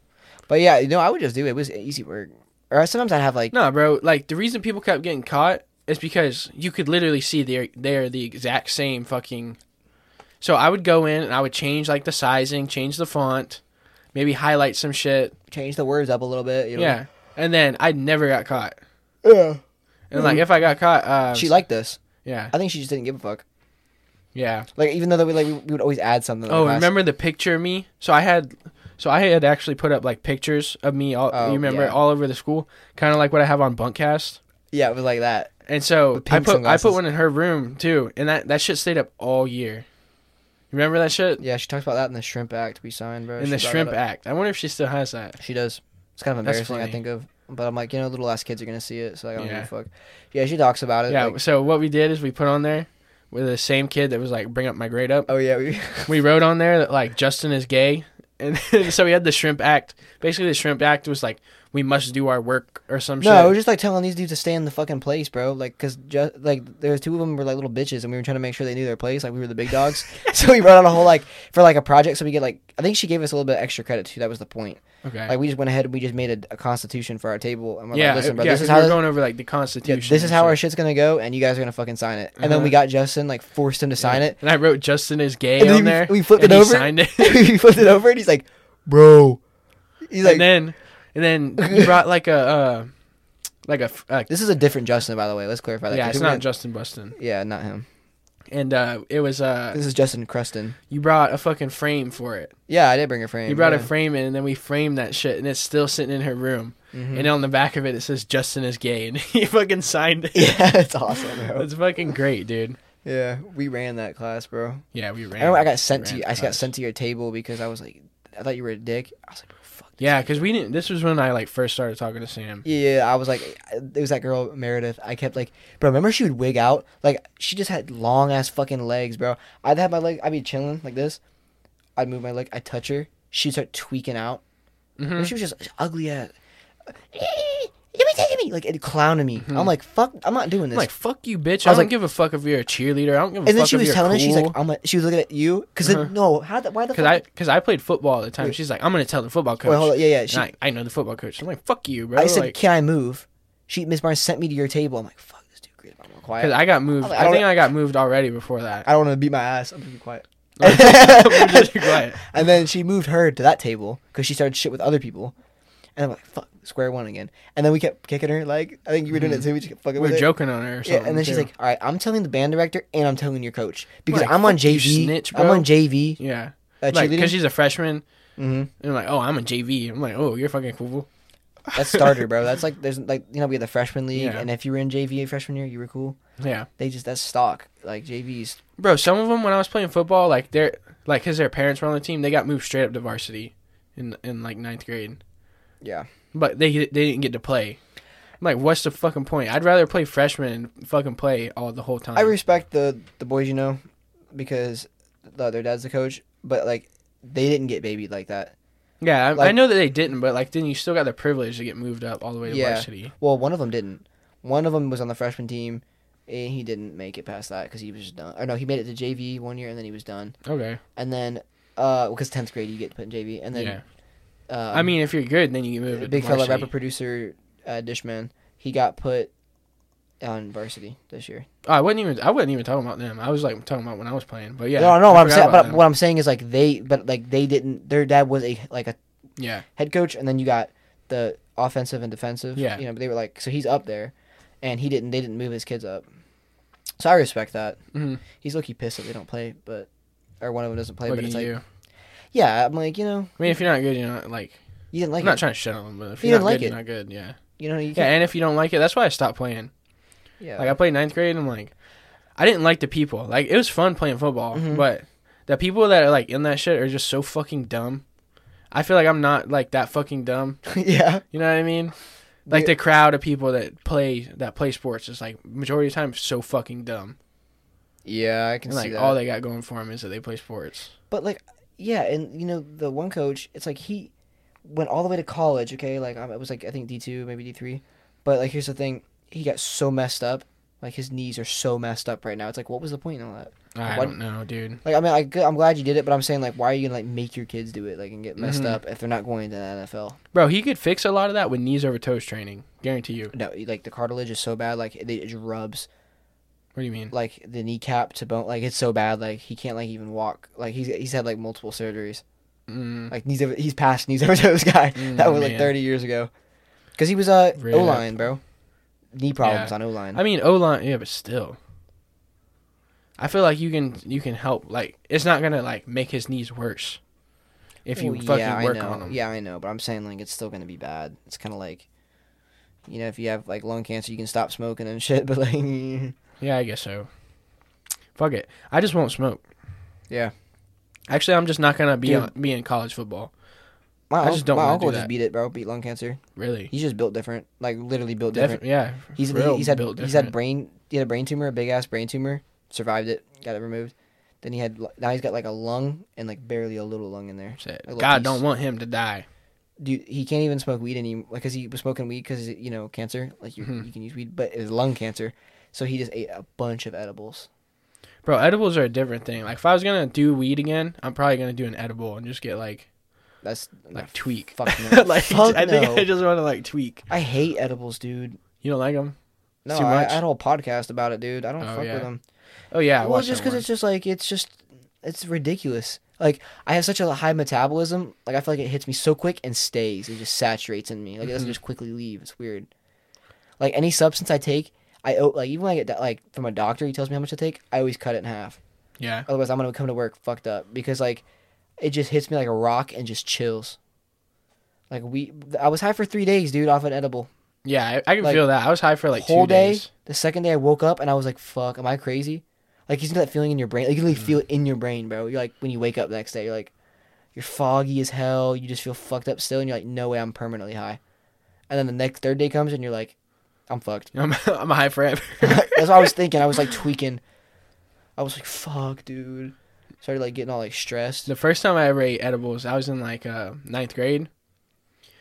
But yeah, you know, I would just do it. It was easy work. Or sometimes I'd have like No, bro. Like the reason people kept getting caught is because you could literally see they're they're the exact same fucking. So I would go in and I would change like the sizing, change the font, maybe highlight some shit. change the words up a little bit. You know? Yeah. And then I never got caught. yeah. And like if I got caught, uh, Mm-hmm. She liked this. yeah, I think she just didn't give a fuck. yeah. Like even though we like we, we would always add something. in the Oh, class. remember the picture of me? So I had, So I had actually put up like pictures of me. All, Oh, you remember yeah. all over the school, kind of like what I have on Bunkcast. Yeah, it was like that. And so With pink I put I sunglasses. put one in her room too, and that that shit stayed up all year. Remember that shit Yeah, she talks about that in the Shrimp Act we signed, bro. in She the brought Shrimp that up. Act. I wonder if she still has that. She does. It's kind of That's embarrassing, funny. I think of. But I'm like, you know, little ass kids are gonna see it, so like, I don't Yeah. give a fuck. Yeah, she talks about it. yeah. Uh, like- so what we did is we put on there with the same kid that was like bring up my grade up. oh yeah. We, we wrote on there that like Justin is gay, and so we had the Shrimp Act. Basically, the Shrimp Act was like we must do our work or some shit. no, it was just like telling these dudes to stay in the fucking place, bro. Like, cause just like there was two of them were like little bitches, and we were trying to make sure they knew their place. Like we were the big dogs, so we brought out a whole like for like a project. So we get like I think she gave us a little bit extra credit too. That was the point. okay. Like we just went ahead and we just made a, a constitution for our table, and we're yeah, like, listen, bro, yeah, this is 'cause we how we're this, going over like the yeah, Constitution. this and is how our shit. shit's gonna go, and you guys are gonna fucking sign it. And then we Uh-huh. got Justin, like forced him to sign it. And I wrote Justin is gay And then on we- there. we flipped and it he over. Signed it. he flipped it over, and he's like, bro. He's like, and then and then you brought like a uh, like a, f- a- this is a different Justin, by the way. Let's clarify that. yeah, 'cause it's we not went- Justin Buston, yeah, not him. and uh, it was uh, This is Justin Cruston. you brought a fucking frame for it. Yeah, I did bring a frame. You brought yeah. a frame in, and then we framed that shit, and it's still sitting in her room. Mhm. And on the back of it, it says Justin is gay, and he fucking signed it. Yeah, it's awesome, bro. It's fucking great, dude. Yeah, we ran that class, bro. Yeah, we I ran. remember I got sent to ran you. the I just got class. sent to your table because I was like, I thought you were a dick. I was like, bro, fuck. this Yeah, kid. because we didn't. This was when I like first started talking to Sam. Yeah, yeah, I was like, it was that girl Meredith. I kept like, bro. Remember she would wig out? Like she just had long ass fucking legs, bro. I'd have my leg. I'd be chilling like this. I'd move my leg. I'd touch her. She'd start tweaking out. Mhm. And she was just ugly ass. Give me, take me, like it clowning me. I'm like, fuck. I'm not doing I'm this. like, fuck you, bitch. I I, was don't like- give a fuck if you're a cheerleader. I don't give a and then fuck she if was you're telling cool. us, she's like, I'm. Like, she was looking at you because Uh-huh. then no, how? The, why the? Cause fuck- I, cause I played football at the time. She's like, I'm gonna tell the football coach. Wait, hold on. Yeah, yeah. She, And I, I know the football coach. I'm like, fuck you, bro. I said, Like, "Can I move?" She, Miss Barnes, sent me to your table. I'm like, "Fuck this dude, great. I'm cause quiet. I, I got moved. I'm like, I I, don't think know- I got moved already before that. don't want to beat my ass. I'm gonna be quiet." I'm just quiet. and then she moved her to that table because she started shit with other people. And I'm like, "Fuck, square one again." And then we kept kicking her. Like, I think you were doing it too. We just kept fucking We with Mm-hmm. were her. joking on her. Or Yeah, something, and then she's too. like, "All right, I'm telling the band director and I'm telling your coach because Like, I'm on fuck you, JV. snitch, I'm bro." on JV. yeah, Uh, like, cheerleading. cause she's a freshman. hmm And I'm like, oh, I'm a JV. I'm like, oh, you're fucking cool. That's starter, bro. That's like there's like you know we had the freshman league, Yeah. and if you were in JV freshman year, you were cool. Yeah, They just that's stock like JV's. bro. Some of them when I was playing football, like they're like, cause their parents were on the team, they got moved straight up to varsity in in like ninth grade. Yeah. but they they didn't get to play. I'm like, what's the fucking point? I'd rather play freshman and fucking play all the whole time. I respect the the boys, you know, because the, their dad's the coach, but like they didn't get babied like that. yeah, I, I like- know that they didn't, but like, then you still got the privilege to get moved up all the way to Yeah. varsity. Well, one of them didn't. One of them was on the freshman team, and he didn't make it past that because he was just done. Or no, he made it to JV one year, and then he was done. Okay, And then, uh, because tenth grade you get put in JV, and then, yeah. uh, I mean, if you're good, then you get moved. up big to fella varsity. rapper producer uh, Dishman, he got put on varsity this year. Oh, I wasn't even. I wasn't even talking about them. I was like talking about when I was playing. But yeah, no, no, I what I'm forgot saying, about but them. what I'm saying is like they, but like they didn't. Their dad was a like a yeah, head coach, and then you got the offensive and defensive. Yeah. you know, but they were like, so he's up there, and he didn't. They didn't move his kids up. So I respect that. Mhm. He's low key pissed that they don't play, but or one of them doesn't play. look but at it's like, you. yeah, I'm like, you know, I mean, if you're not good, you're not like. you didn't I'm like not it. trying to shit on them, but if You you're didn't not like good, it. you're not good. Yeah, you know, you yeah. can't, And if you don't like it, that's why I stopped playing. yeah, Like I played ninth grade, and I'm like, I didn't like the people. Like it was fun playing football, Mhm. but the people that are like in that shit are just so fucking dumb. I feel like I'm not like that fucking dumb. yeah. You know what I mean? Like Yeah. the crowd of people that play that play sports is like majority of the time so fucking dumb. Yeah, I can And like all they got going for them is that they play sports. But like, yeah, and you know the one coach, it's like he went all the way to college. Okay, like um, it was like I think D two, maybe D three. But like, here's the thing: he got so messed up. Like his knees are so messed up right now. It's like, what was the point in all that? I What- don't know, dude. Like, I mean, I, g- I'm glad you did it, but I'm saying like, why are you gonna like make your kids do it like and get messed Mhm. up if they're not going to the NFL? Bro, he could fix a lot of that with knees over toes training. Guarantee you. No, like the cartilage is so bad, like it, it just rubs What do you mean? like the kneecap to bone. Like it's so bad, like he can't like even walk. Like he's he's had like multiple surgeries. Mm, Like knees over, he's past knees over toes guy. Mm, that was like man. 30 years ago. Because he was uh, Rip. O line, bro. Knee problems Yeah. on O line. I mean, O line, yeah, but still, I feel like you can you can help. Like, it's not gonna like make his knees worse. if you Well, fucking Oh, yeah, work I know. on them. Yeah, I know, but I'm saying like it's still gonna be bad. It's kind of like, you know, if you have like lung cancer, you can stop smoking and shit, but like, Yeah, I guess so. Fuck it. I just won't smoke. Yeah. Actually, I'm just not gonna be Dude. on, be in college football. my, I uncle- just don't my wanna uncle do just that. beat it, bro. Beat lung cancer. Really. He's just built different, like literally built different. Definitely. Yeah. He's real he's had built he's had different. brain he had a brain tumor, a big ass brain tumor, survived it, got it removed. Then he had now he's got like a lung and like barely a little lung in there. Said, a little God piece. don't want him to die. Dude, he can't even smoke weed anymore because he was smoking weed because you know cancer, like you Mhm. you can use weed, but it's lung cancer. So he just ate a bunch of edibles. Bro, edibles are a different thing. Like if I was gonna do weed again, I'm probably gonna do an edible and just get like That's like tweak. fuck no. like Fuck I think no. I just want to like tweak. I hate edibles, dude. You don't like them? No, Too I, I much? had a whole podcast about it, dude. I don't Oh, fuck yeah. with them. Oh yeah. I well, watched just that because it's just like it's just it's ridiculous. Like I have such a high metabolism. Like I feel like it hits me so quick and stays. It just saturates in me. Like it doesn't Mhm. just quickly leave. It's weird. Like any substance I take, I o- like even when I get do- like from a doctor, he tells me how much to take. I always cut it in half. one. yeah. Otherwise, I'm gonna come to work fucked up because like it just hits me like a rock and just chills. Like we, I was high for three days, dude, off an edible. Yeah, I, I can Like, feel that. I was high for like whole two day. days. The second day I woke up and I was like, "Fuck, am I crazy?" Like you see that feeling in your brain. Like you literally Mm-hmm. feel it in your brain, bro. You're like when you wake up the next day, you're like, you're foggy as hell. You just feel fucked up still, and you're like, "No way, I'm permanently high." And then the next third day comes, and you're like, "I'm fucked." I'm, I'm high forever. That's what I was thinking. I was like tweaking. I was like, "Fuck, dude." Started like getting all like stressed. the first time I ever ate edibles, I was in like uh, ninth grade,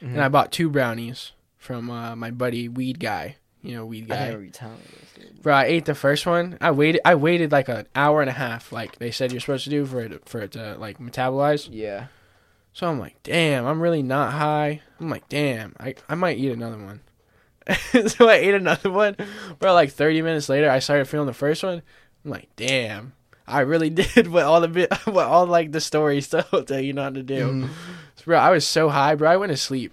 Mhm. and I bought two brownies from uh, my buddy Weed Guy. You know, Weed I think I Guy. remember you telling me this, dude. Bro, I ate the first one. I waited. I waited like an hour and a half, like they said you're supposed to do for it for it to like metabolize. Yeah. So I'm like, damn, I'm really not high. I'm like, damn, I I might eat another one. so I ate another one, bro. Like 30 minutes later, I started feeling the first one. I'm like, damn, I really did what all the bit, what all like the stories told tell you not to do. Mhm. Bro, I was so high, bro. I went to sleep.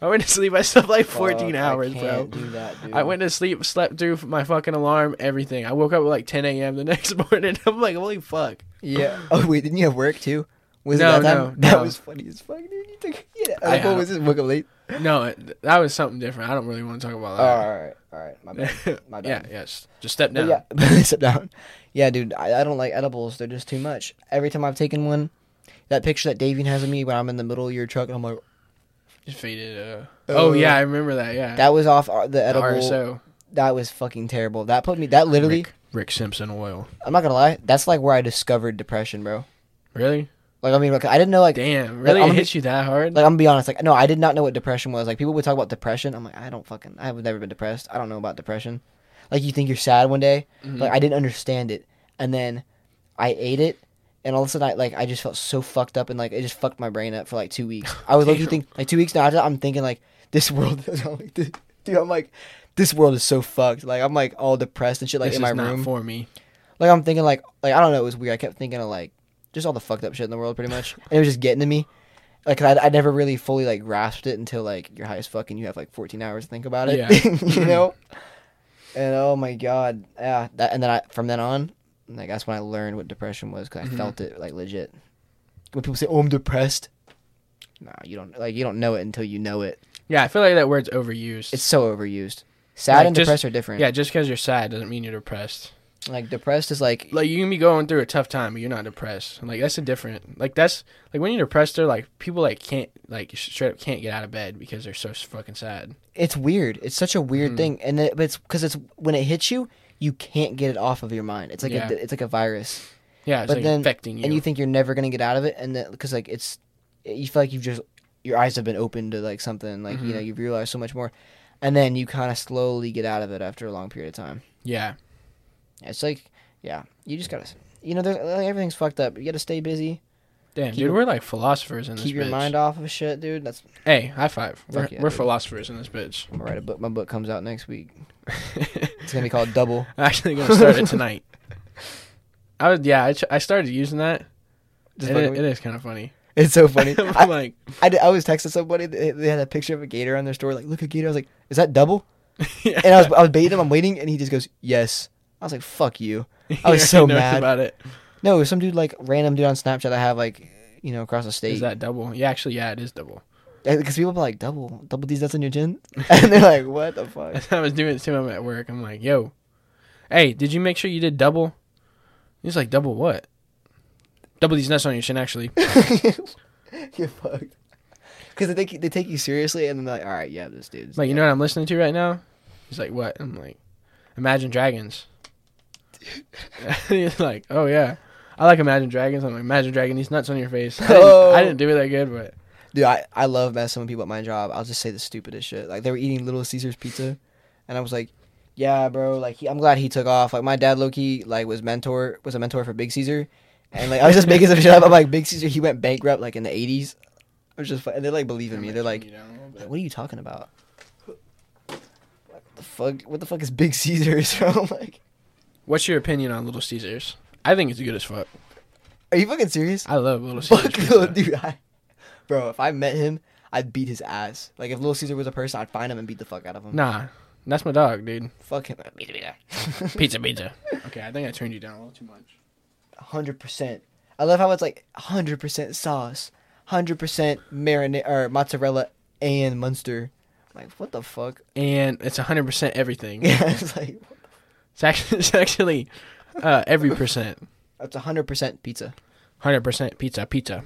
I went to sleep. I slept like 14 Fuck, hours, I bro. can't Do that, dude. I went to sleep, slept through my fucking alarm, everything. I woke up at like 10 a.m. the next morning. I'm like, holy fuck. Yeah. Oh wait, didn't you have work too? Was No, it that time? no, that no. was funny as fuck, dude. You took yeah. I Like, what have- was this? Woke up late. No, it- that was something different. I don't really want to talk about Oh, all that. right, all right. My bad. My yeah, bad. yes. Just step um, But down. Yeah. But Sit down. Yeah, dude. I, I don't like edibles. They're just too much. Every time I've taken one, that picture that Davian has of me when I'm in the middle of your truck, I'm like, Just faded. Uh... Oh, Uh, yeah, I remember that. Yeah. that was off our- the The edible. RSO. That was fucking terrible. That put me. That literally. Rick, Rick Simpson oil. I'm not gonna lie. That's like where I discovered depression, bro. Really? Like I mean, like I didn't know like Damn. Really? I'm it gonna hits you that hard? Like I'm gonna be honest, like no, I did not know what depression was. Like people would talk about depression. I'm like, I don't fucking I've never been depressed. I don't know about depression. Like you think you're sad one day. Mhm. Like I didn't understand it. And then I ate it and all of a sudden I like I just felt so fucked up and like it just fucked my brain up for like two weeks. I was like you Damn. think like two weeks now after that, I'm thinking like this world I'm like, dude, dude, I'm like this world is so fucked. Like I'm like all depressed and shit like this in my is not room. for me. Like I'm thinking like like I don't know, it was weird. I kept thinking of like just all the fucked up shit in the world pretty much. and it was just getting to me. Like 'cause I, I never really fully like grasped it until like you're high as fuck and you have like 14 hours to think about it. Yeah. Mm-hmm. you know? And oh my god, yeah. That and then I from then on, like that's when I learned what depression was because I Mhm. felt it like legit. When people say, "Oh, I'm depressed," nah, you don't like you don't know it until you know it. Yeah, I feel like that word's overused. It's so overused. Sad Like, and just- depressed are different. yeah, just because you're sad doesn't mean you're depressed. Like depressed is like Like you can be going through a tough time, but you're not depressed. Like that's a different. Like that's like when you're depressed, they're like people like can't like straight up can't get out of bed because they're so fucking sad. it's weird. It's such a weird Mhm. thing, and it, but it's because it's when it hits you, you can't get it off of your mind. It's like Yeah. a, it's like a virus, Yeah, it's But like then- affecting you. and you think you're never gonna get out of it, and because like it's, you feel like you've just your eyes have been opened to like something, like you know Mhm. you've realized so much more, and then you kind of slowly get out of it after a long period of time. yeah, It's like yeah, you just gotta, you know, there's, like, everything's fucked up. You gotta stay busy, damn, keep dude, your- we're like philosophers in this. keep your bitch. mind off of shit, dude. That's Hey, high five. We're, Fuck yeah, we're dude. philosophers in this bitch. I'm gonna write a book. My book comes out next week. It's gonna be called Double. I'm actually gonna start it tonight. I was yeah, I, ch- I started using that. Just It- fucking with- it is kind of funny. It's so funny. I'm I- like, I, did- I was texting somebody. They, they had a picture of a gator on their store. Like, look a gator. I was like, is that double? yeah. And I was I was baiting him. I'm waiting, and he just goes, yes. I was like, fuck you. You I was so already know mad. about it. No, it was some dude like random dude on Snapchat. I have like you know, across the state. Is that double? Yeah, actually, yeah, it is double. Because people be like, double, double D's, that's in your gin? and they're like, what the fuck? I was doing it to him at work. I'm like, yo, hey, did you make sure you did double? He's like, double what? Double these nuts on your shin, actually. You're fucked. Because they, take you- they take you seriously and then they're like, all right, yeah, this dude's. I'm like, you know what I'm listening to right now? He's like, what? I'm like, Imagine Dragons. He's like, oh yeah, I like Imagine Dragons. I'm like, Imagine Dragon, these nuts on your face. I didn't, I Oh. didn't do it that good, but Dude, I, I love messing with people at my job. I'll just say the stupidest shit. Like they were eating Little Caesars pizza, and I was like, "Yeah, bro. Like he, I'm glad he took off. Like my dad, Loki, like was mentor was a mentor for Big Caesar, and like I was just making some shit up. I'm like Big Caesar, he went bankrupt like in the '80s. It was just fu- and they like believe in me. They're like, like, "What are you talking about? What the fuck? What the fuck is Big Caesars, bro? I'm like, what's your opinion on Little Caesars? I think it's good as fuck. are you fucking serious? I love Little Caesars. Fuck, Lil- pizza. dude. I, bro, if I met him, I'd beat his ass. Like if Little Caesar was a person, I'd find him and beat the fuck out of him. Nah, that's my dog, dude. Fuck him. Pizza, pizza. okay, I think I turned you down a little too much. Hundred percent. I love how it's like hundred percent sauce, hundred percent marinade or mozzarella and Munster. I'm like what the fuck? And it's 100% everything. Yeah, it's like It's actually, it's actually uh, every percent. that's hundred percent pizza. Hundred percent pizza, pizza.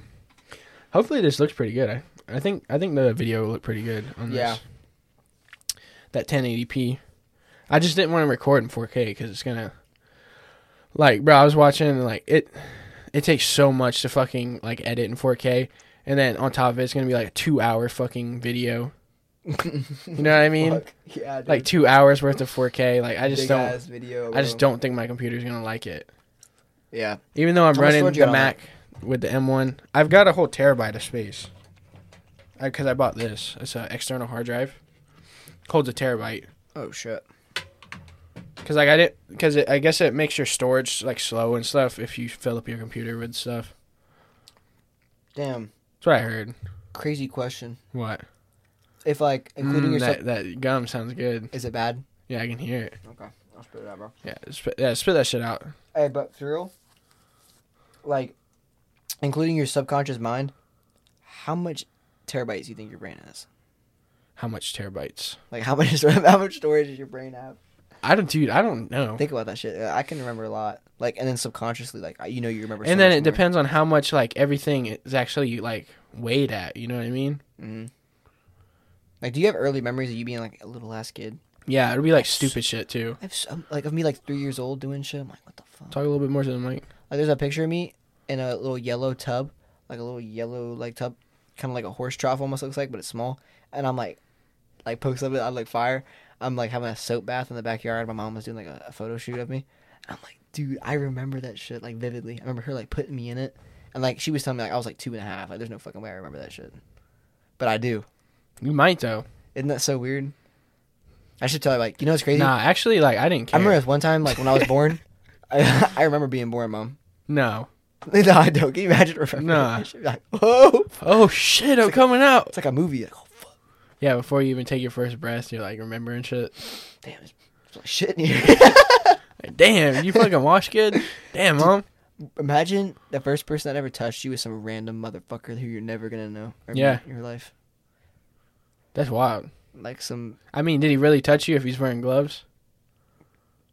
Hopefully, this looks pretty good. I, I think I think the video looked pretty good on this. Yeah. That 1080p. I just didn't want to record in 4K because it's gonna. Like, bro, I was watching and, like it. It takes so much to fucking like edit in 4K, and then on top of it, it's gonna be like a two-hour fucking video. You know what I mean? Fuck. yeah, dude. Like two hours worth of 4K. Like I just Big don't. ass video. I just bro. don't think my computer's gonna like it. Yeah, Even though I'm How much running storage you the got on Mac with the M1, I've got a whole terabyte of space. Because I, bought this. It's an external hard drive. Holds a terabyte. oh shit. Because like I did. Because I guess it makes your storage like slow and stuff if you fill up your computer with stuff. Damn, That's what I heard. crazy question. What? If like including Mm, yourself, that, that gum sounds good. is it bad? Yeah, I can hear it. Okay, I'll spit it out, bro. Yeah, spit, yeah, spit that shit out. Hey, but for real, like, including your subconscious mind, how much terabytes do you think your brain has? How much terabytes? Like, how much how much storage does your brain have? I don't, dude. I don't know. Think about that shit. Uh, I can remember a lot. Like, and then subconsciously, like, I- you know, you remember. And then it depends on how much like everything is actually like weighed at. You know what I mean? hmm Like, do you have early memories of you being like a little ass kid? Yeah, it'll be like stupid shit too. I have some, like of me like three years old doing shit. I'm like, what the fuck? Talk a little bit more to the mic. Like, there's a picture of me in a little yellow tub, like a little yellow like tub, kind of like a horse trough almost looks like, but it's small. And I'm like, like pokes up it. I'm like fire. I'm like having a soap bath in the backyard. My mom was doing like a, a photo shoot of me. I'm like, dude, I remember that shit like vividly. I remember her like putting me in it, and like she was telling me like I was like two and a half. Like there's no fucking way I remember that shit, but I do. You might though. Isn't that so weird? I should tell you like you know what's crazy. Nah, actually, like I didn't I care. remember this one time like when I was born. I, I remember being born, mom. no. No, I don't. Can you imagine remembering? Nah. that shit? Like, whoa. Oh shit! I'm coming out. It's like a movie. Like, oh, fuck. Yeah, before you even take your first breath, you're like remembering shit. Damn, it's it's like shit in here. Like, Damn, you fucking wash good. Damn, mom. imagine the first person that ever touched you was some random motherfucker who you're never going to know or Yeah. meet in your life. That's wild. Like some, I mean, did he really touch you if he's wearing gloves?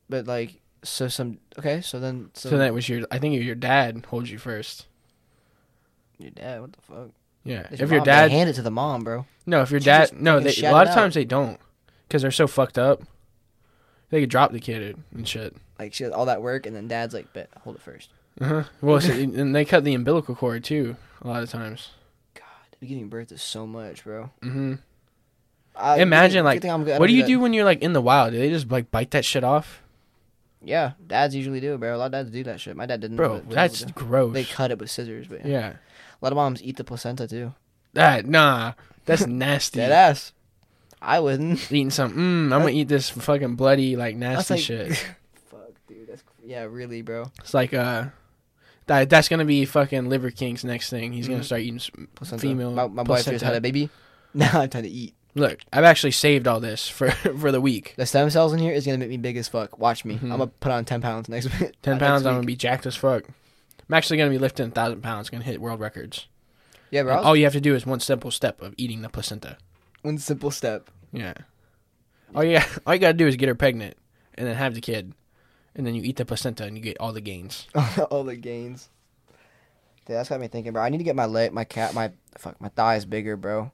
but like, so some, okay, so then, so, So that was your. I think your dad holds you first. your dad, what the fuck? Yeah. It's if your mom, they dad. Hand it to the mom, bro. No, if your She dad. just No, fucking they, a shout lot of it out. times they don't, because they're so fucked up. They could drop the kid and shit. Like, she does all that work, and then dad's like, bet, hold it first. Uh-huh. Well, so, and they cut the umbilical cord too. A lot of times. God, giving birth is so much, bro. hmm I, Imagine, good like, thing I'm good- I What do don't you that. do when you're like in the wild? Do they just like bite that shit off? Yeah, dads usually do, it, bro. A lot of dads do that shit. My dad didn't. Bro, but some that's people do. gross. They cut it with scissors, but yeah. yeah. A lot of moms eat the placenta too. That nah. That's nasty. Dead ass. I wouldn't. Eating some mm, I'm gonna eat this fucking bloody like nasty shit. Fuck, dude. That's yeah, really, bro. It's like uh that that's gonna be fucking Liver King's next thing. He's Mm-hmm. gonna start eating some Placenta. female My, my wife placenta. just had a baby. Now I'm trying to eat. Look, I've actually saved all this for for the week. The stem cells in here Mm-hmm. is gonna make me big as fuck. Watch me. I'm gonna put on ten pounds next. Ten pounds I'm gonna be jacked as fuck. I'm actually gonna be lifting a thousand pounds, gonna hit world records. Yeah, bro. I And was- all you have to do is one simple step of eating the placenta. One simple step. Yeah. All you all you gotta do is get her pregnant, and then have the kid, and then you eat the placenta and you get all the gains. All the gains. Dude, that's got me thinking, bro. I need to get my leg, my cat, my fuck, my thighs bigger, bro.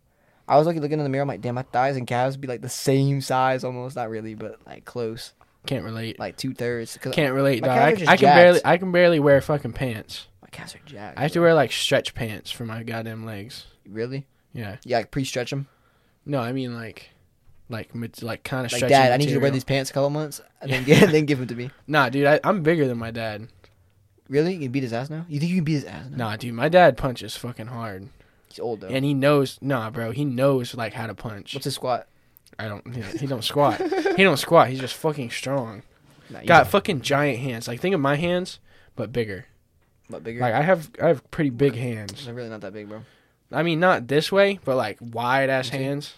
I was looking looking in the mirror. I'm like, damn, my thighs and calves be like the same size, almost. Not really, but like close, Can't relate. like two thirds. Can't relate, my dog. calves I, are just I can jacked. barely I can barely wear fucking pants. My calves are jacked. I have to wear like stretch pants for my goddamn legs. really. Yeah. Yeah, like pre-stretch them. No, I mean like, like mid- like kind of Like, stretchy. dad, I need you to wear material. these pants a couple months, and then Yeah. get, then give them to me. Nah, dude, I, I'm bigger than my dad. Really? You can beat his ass now? You think you can beat his ass now? Nah, dude, my dad punches fucking hard, He's old though. and he knows. Nah, bro, he knows like how to punch. What's his squat? I don't. He, he don't squat. he don't squat. He's just fucking strong. Nah, you Got fucking giant hands. Like think of my hands, but bigger. butt bigger. Like I have, I have pretty big hands. They're really not that big, bro. I mean, not this way, but like wide ass See? hands.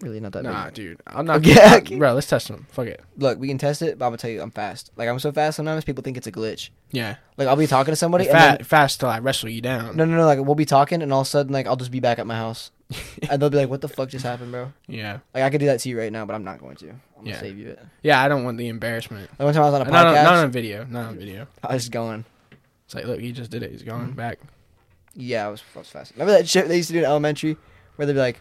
Really not that big. Nah, dude, I'm not. Okay, okay. Bro, let's test them. Fuck it. Look, we can test it, but I'm gonna tell you, I'm fast. Like I'm so fast sometimes people think it's a glitch. Yeah, Like I'll be talking to somebody, and fat, fast till I wrestle you down. then, no, no, no. Like we'll be talking, and all of a sudden, like I'll just be back at my house, and they'll be like, "What the fuck just happened, bro?" Yeah, Like I could do that to you right now, but I'm not going to. I'm gonna Yeah. save you it. yeah. I don't want the embarrassment. Like one time I was on a Not on, podcast, not on video. Not on video. I was going. It's like, look, he just did it. He's Mm-hmm. going back. Yeah, I was, I was fast. Remember that shit they used to do in elementary, where they'd be like,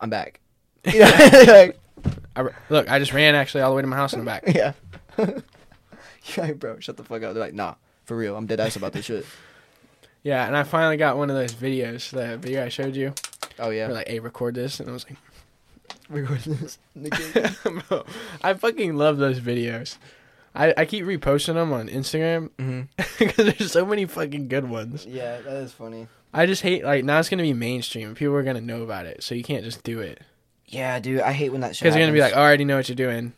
"I'm back." You know, like, I, r- look, I just ran actually all the way to my house and back. yeah. You're like, bro, shut the fuck up. They're like, nah, for real. I'm dead ass about this shit. Yeah, and I finally got one of those videos, the video I showed you. Oh Where yeah. like, hey, record this, and I was like, Record this. Nigga. Bro, I fucking love those videos. I, I keep reposting them on Instagram Mhm. because there's so many fucking good ones. Yeah, that is funny. I just hate like now it's gonna be mainstream. and People are gonna know about it, so you can't just do it Yeah, dude, I hate when that shit. because they're gonna be like, happens. oh, I already know what you're doing.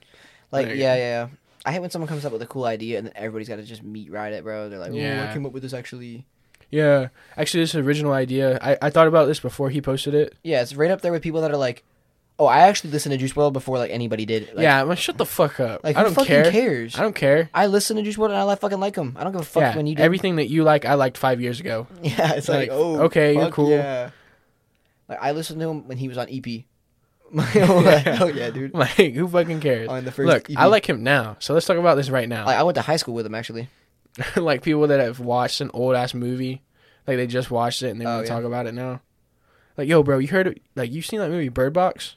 like, there you yeah, go. yeah. I hate when someone comes up with a cool idea and then everybody's got to just meet ride it, bro. They're like, "Ooh, I Yeah. came up with this actually." Yeah, actually, this original idea. I, I thought about this before he posted it. Yeah, it's right up there with people that are like, "Oh, I actually listened to Juice World before like anybody did." Like, yeah, I'm like, shut the fuck up. like I who don't fucking care. cares? I I, don't care. listen to Juice World and I like fucking like him. I don't give a fuck yeah, when you do. everything that you like, I liked five years ago. yeah, it's like, like, oh, okay, you're fuck cool. Yeah. Like I listened to him when he was on EP. Like, oh yeah, dude. Like, who fucking cares? On Oh, the first E Look, EP. I like him now, so let's talk about this right now. Like, I went to high school with him actually. like people that have watched an old ass movie, like they just watched it and they Oh, want to yeah. talk about it now. Like, yo, bro, you heard it? Like, you seen that movie Bird Box?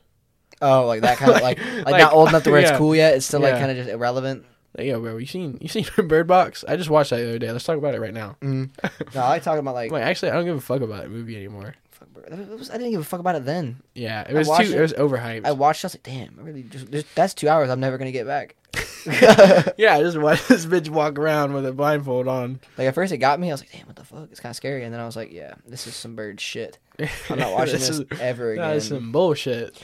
Oh, like that kind of like, like Like- not old enough to where it's yeah. cool yet. It's still like Yeah. kind of just irrelevant. Like, yo, bro, you seen you seen Bird Box? I just watched that the other day. Let's talk about it right now. Mm. No, I like talking about I'm like Like, actually, I don't give a fuck about that movie anymore. fuck, bro. That was- I didn't give a fuck about it then. Yeah, it I was too. watched It. it. was overhyped. I watched. I was like, damn, I really just, just that's two hours. I'm never gonna get back. yeah, I just watched this bitch walk around with a blindfold on. Like at first it got me. I was like, damn, what the fuck? It's kind of scary. And then I was like, yeah, this is some bird shit. I'm not watching this, is- ever Nah, again. this is some bullshit.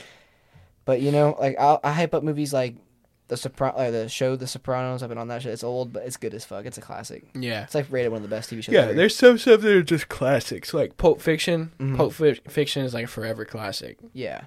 But you know, like I'll, I hype up movies like the Sopran- like the show The Sopranos. I've been on that shit. It's old, but it's good as fuck. It's a classic. Yeah. It's like rated one of the best TV shows. Yeah, ever. there's some stuff that are just classics, like Mm-hmm. Pulp Fiction. Mhm. Pulp Fi- Fiction is like a forever classic. yeah.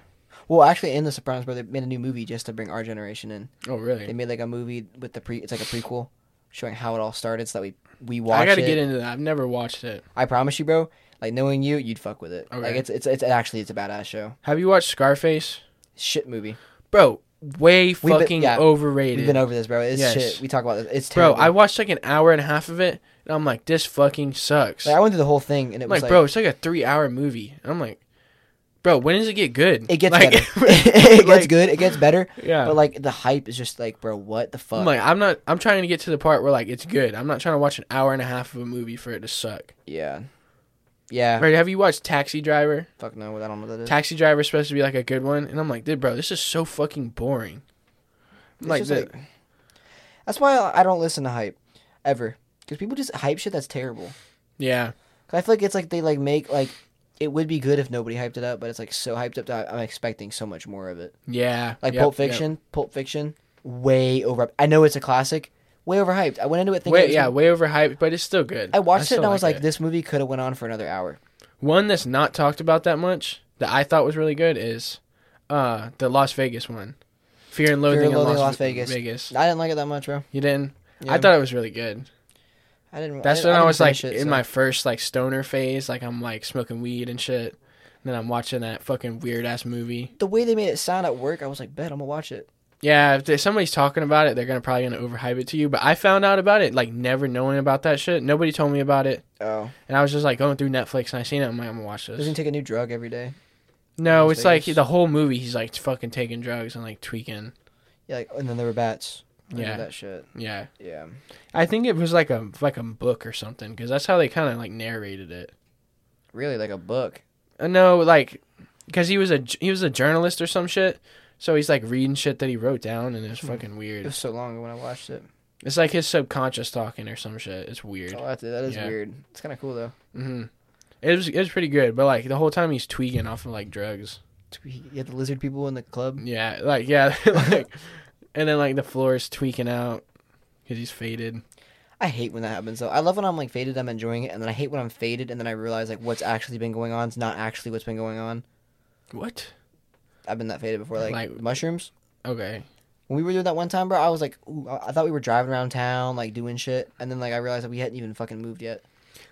Well, actually, in The Sopranos, bro, they made a new movie just to bring our generation in. Oh, They really? made like a movie with the pre. It's like a prequel, showing how it all started, so that we we watch. I gotta it. get into that. I've never watched it. I promise you, bro. Like knowing you, you'd fuck with it. Okay. Like it's it's it's actually it's a badass show. Have you watched Scarface? Shit movie. Bro, way been- fucking yeah, overrated. We've been over this, bro. It's Yes. shit. We talk about this. It's bro, terrible. I watched like an hour and a half of it, and I'm like, this fucking sucks. like, I went through the whole thing, and it I'm was like, like, bro, it's like a three hour movie. And I'm like, bro, when does it get good? it gets Like- better. it gets like, good. It gets better. Yeah. But like the hype is just like, bro, what the fuck? I'm like, I'm not. I'm trying to get to the part where like it's good. I'm not trying to watch an hour and a half of a movie for it to suck. yeah, yeah. Right? Have you watched Taxi Driver? Fuck no, I don't know what that is. Taxi Driver is supposed to be like a good one, and I'm like, dude, bro, this is so fucking boring. It's like, just, the- like- that's why I I don't listen to hype ever because people just hype shit that's terrible. yeah, 'Cause I feel like it's like they like make like it would be good if nobody hyped it up, but it's like so hyped up that I'm expecting so much more of it. yeah, Like yep, Pulp yep. Fiction, Pulp Fiction, way over. I know it's a classic, way overhyped. I went into it thinking, it Way, was yeah, gonna- way overhyped, but it's still good. I watched it still and I was like, it. this movie could have went on for another hour. One that's not talked about that much that I thought was really good is uh the Las Vegas one. Fear and Loathing, Fear and in Loathing Las, in Las Vegas. Vegas. I didn't like it that much, bro. You didn't? Yeah. I thought it was really good. I didn't. That's didn't- when I, didn't was like finish it, in so- my first like stoner phase. Like I'm like smoking weed and shit. And then I'm watching that fucking weird ass movie. The way they made it sound at work, I was like, "Bet I'm gonna watch it." Yeah, if there's- somebody's talking about it, they're gonna probably gonna overhype it to you. But I found out about it like never knowing about that shit. Nobody told me about it, Oh, and I was just like going through Netflix and I seen it. I'm like, I'm gonna watch doesn't he this. take a new drug every day? No, Las it's like Vegas? the whole movie. He's like fucking taking drugs and like tweaking. Yeah, like, and then there were bats. I Yeah. knew that shit. Yeah, Yeah, I think it was like a like a book or something because that's how they kind of like narrated it. really, like a book. Uh, No, like because he was a j- he was a journalist or some shit. So he's like reading shit that he wrote down, and Hmm. it's fucking It weird. was so long ago when I watched it. It's like his subconscious talking or some shit. It's weird. Oh, that's, that is Yeah. weird. It's kind of cool though. hmm It was it was pretty good, but like the whole time he's tweaking off of like drugs. You had the lizard people in the club. Yeah, like yeah, like and then like the floor is tweaking out because he's faded. I hate when that happens though. I love when I'm like faded, I'm enjoying it, and then I hate when I'm faded, and then I realize like what's actually been going on is not actually what's been going on. What? I've been that faded before, like, Like- mushrooms. Okay. When we were doing that one time, bro, I was like, ooh, I I thought we were driving around town, like doing shit, and then like I realized that we hadn't even fucking moved yet.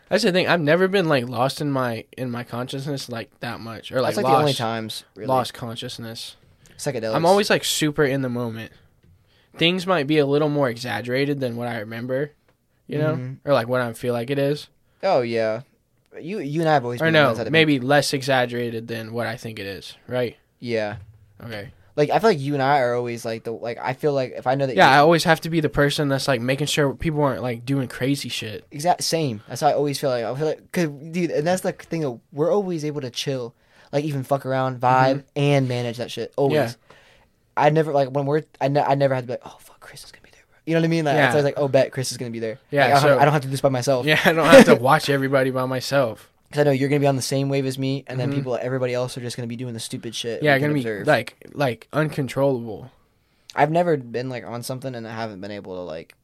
That's the thing. I've never been like lost in my in my consciousness like that much, or like, That's like lost the only times really. lost consciousness. psychedelics. I'm always like super in the moment. Things might be a little more exaggerated than what I remember, you know, Mhm. or like what I feel like it is, Oh yeah, you you and I have always or been the no, ones that have maybe less exaggerated than what I think it is. Right? been- yeah. Okay. Like I feel like you and I are always like the like I feel like if I know that Yeah, you- I always have to be the person that's like making sure people aren't like doing crazy shit. Exact same. That's how I always feel like I feel like cause dude, and that's the thing though. We're always able to chill, like even fuck around, vibe, and manage that shit. Always. Mm-hmm. Yeah. I never like when we're I, ne- I never had to be like oh fuck Chris is gonna be there. Bro. You know what I mean? Like Yeah. I was like oh bet Chris is gonna be there. Yeah, Like, I, don't have, so- I don't have to do this by myself. Yeah, I don't have to watch everybody by myself. Cause I know you're gonna be on the same wave as me, and then Mhm. people everybody else are just gonna be doing the stupid shit. Yeah, we can gonna be observe. like like uncontrollable. I've never been like on something and I haven't been able to like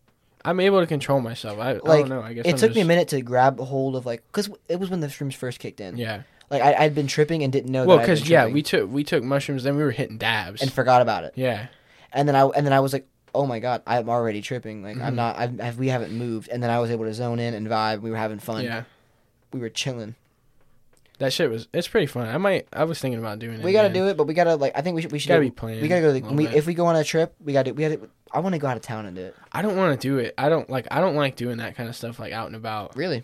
I'm able to control myself. I, I Like, don't know. I guess it I'm took me a just- minute to grab hold of like because it was when the shrooms first kicked in. Yeah. Like I, I'd been tripping and didn't know. Well, that I'd been because yeah, tripping we took we took mushrooms, then we were hitting dabs. and forgot about it. yeah. And then I and then I was like, oh my god, I'm already tripping. Like Mhm. I'm not. I've, I've, we haven't moved. And then I was able to zone in and vibe. We were having fun. Yeah. We were chilling. That shit was it's pretty fun. I might I was thinking about doing it. we gotta do it, but we gotta like. I think we should. We should. Gotta do- be planned We gotta go. a Like, little we, bit. if we go on a trip, we gotta. We gotta. I want to go out of town and do it. I don't want to do it. I don't like I don't like doing that kind of stuff like out and about. Really?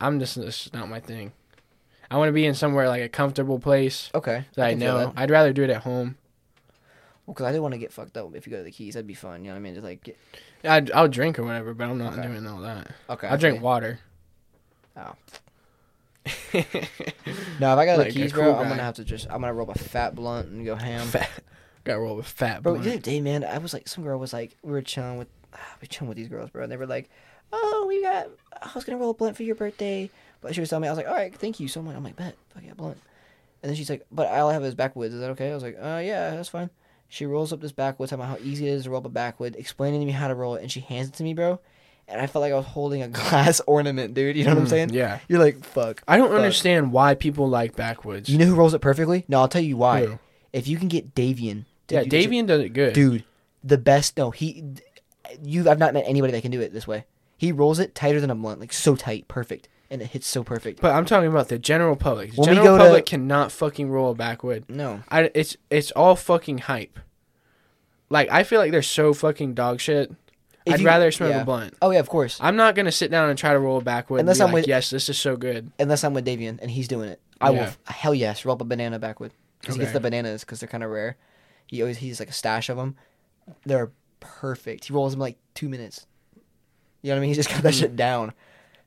I'm just it's just not my thing. I want to be in somewhere like a comfortable place Okay. that I, can feel know. that. I'd rather do it at home. Well, cause I didn't want to get fucked up if you go to the keys. That'd be fun. You know what I mean? Just like get. I'd, I'll drink or whatever, but I'm not Okay. doing all that. Okay. I drink okay. water. Oh. Got No, if I go to like a the keys, cool bro, I'm guy. gonna have to just. I'm gonna roll up a fat blunt and go ham. to roll with fat Bro, blunt. the other day, man, I was like, some girl was like, we were chilling with, ah, we were chilling with these girls, bro, and they were like, oh, we got, I was gonna roll a blunt for your birthday, but she was telling me, I was like, all right, thank you so much. I'm like, bet, fuck yeah, blunt. And then she's like, but all I have is backwoods. Is that okay? I was like, uh, yeah, that's fine. She rolls up this backwood, talking about how easy it is to roll up a backwood, explaining to me how to roll it, and she hands it to me, bro. And I felt like I was holding a glass ornament, dude. You know what I'm Mm, saying? Yeah. You're like, fuck. I don't Fuck. understand why people like backwoods. You know who rolls it perfectly? No, I'll tell you why. Who? If you can get Davian, to yeah, do what you- Davian does it good. dude the best no he you i've not met anybody that can do it this way he rolls it tighter than a blunt like so tight perfect and it hits so perfect But I'm talking about the general public. The When we general go to- public cannot fucking roll a backwood. no I it's it's all fucking hype. Like I feel like they're so fucking dog shit. If I'd you- rather smoke yeah. a blunt. oh yeah of course I'm not gonna sit down and try to roll backward. Unless Unless and be I'm like, with- yes, this is so good. unless i'm with davian and he's doing it i will Yeah. f- hell yes roll up a banana backward because he gets Okay. the bananas because they're kind of rare he always he's like a stash of them they're perfect he rolls them in, like two minutes you know what i mean he's just got that Hmm. shit down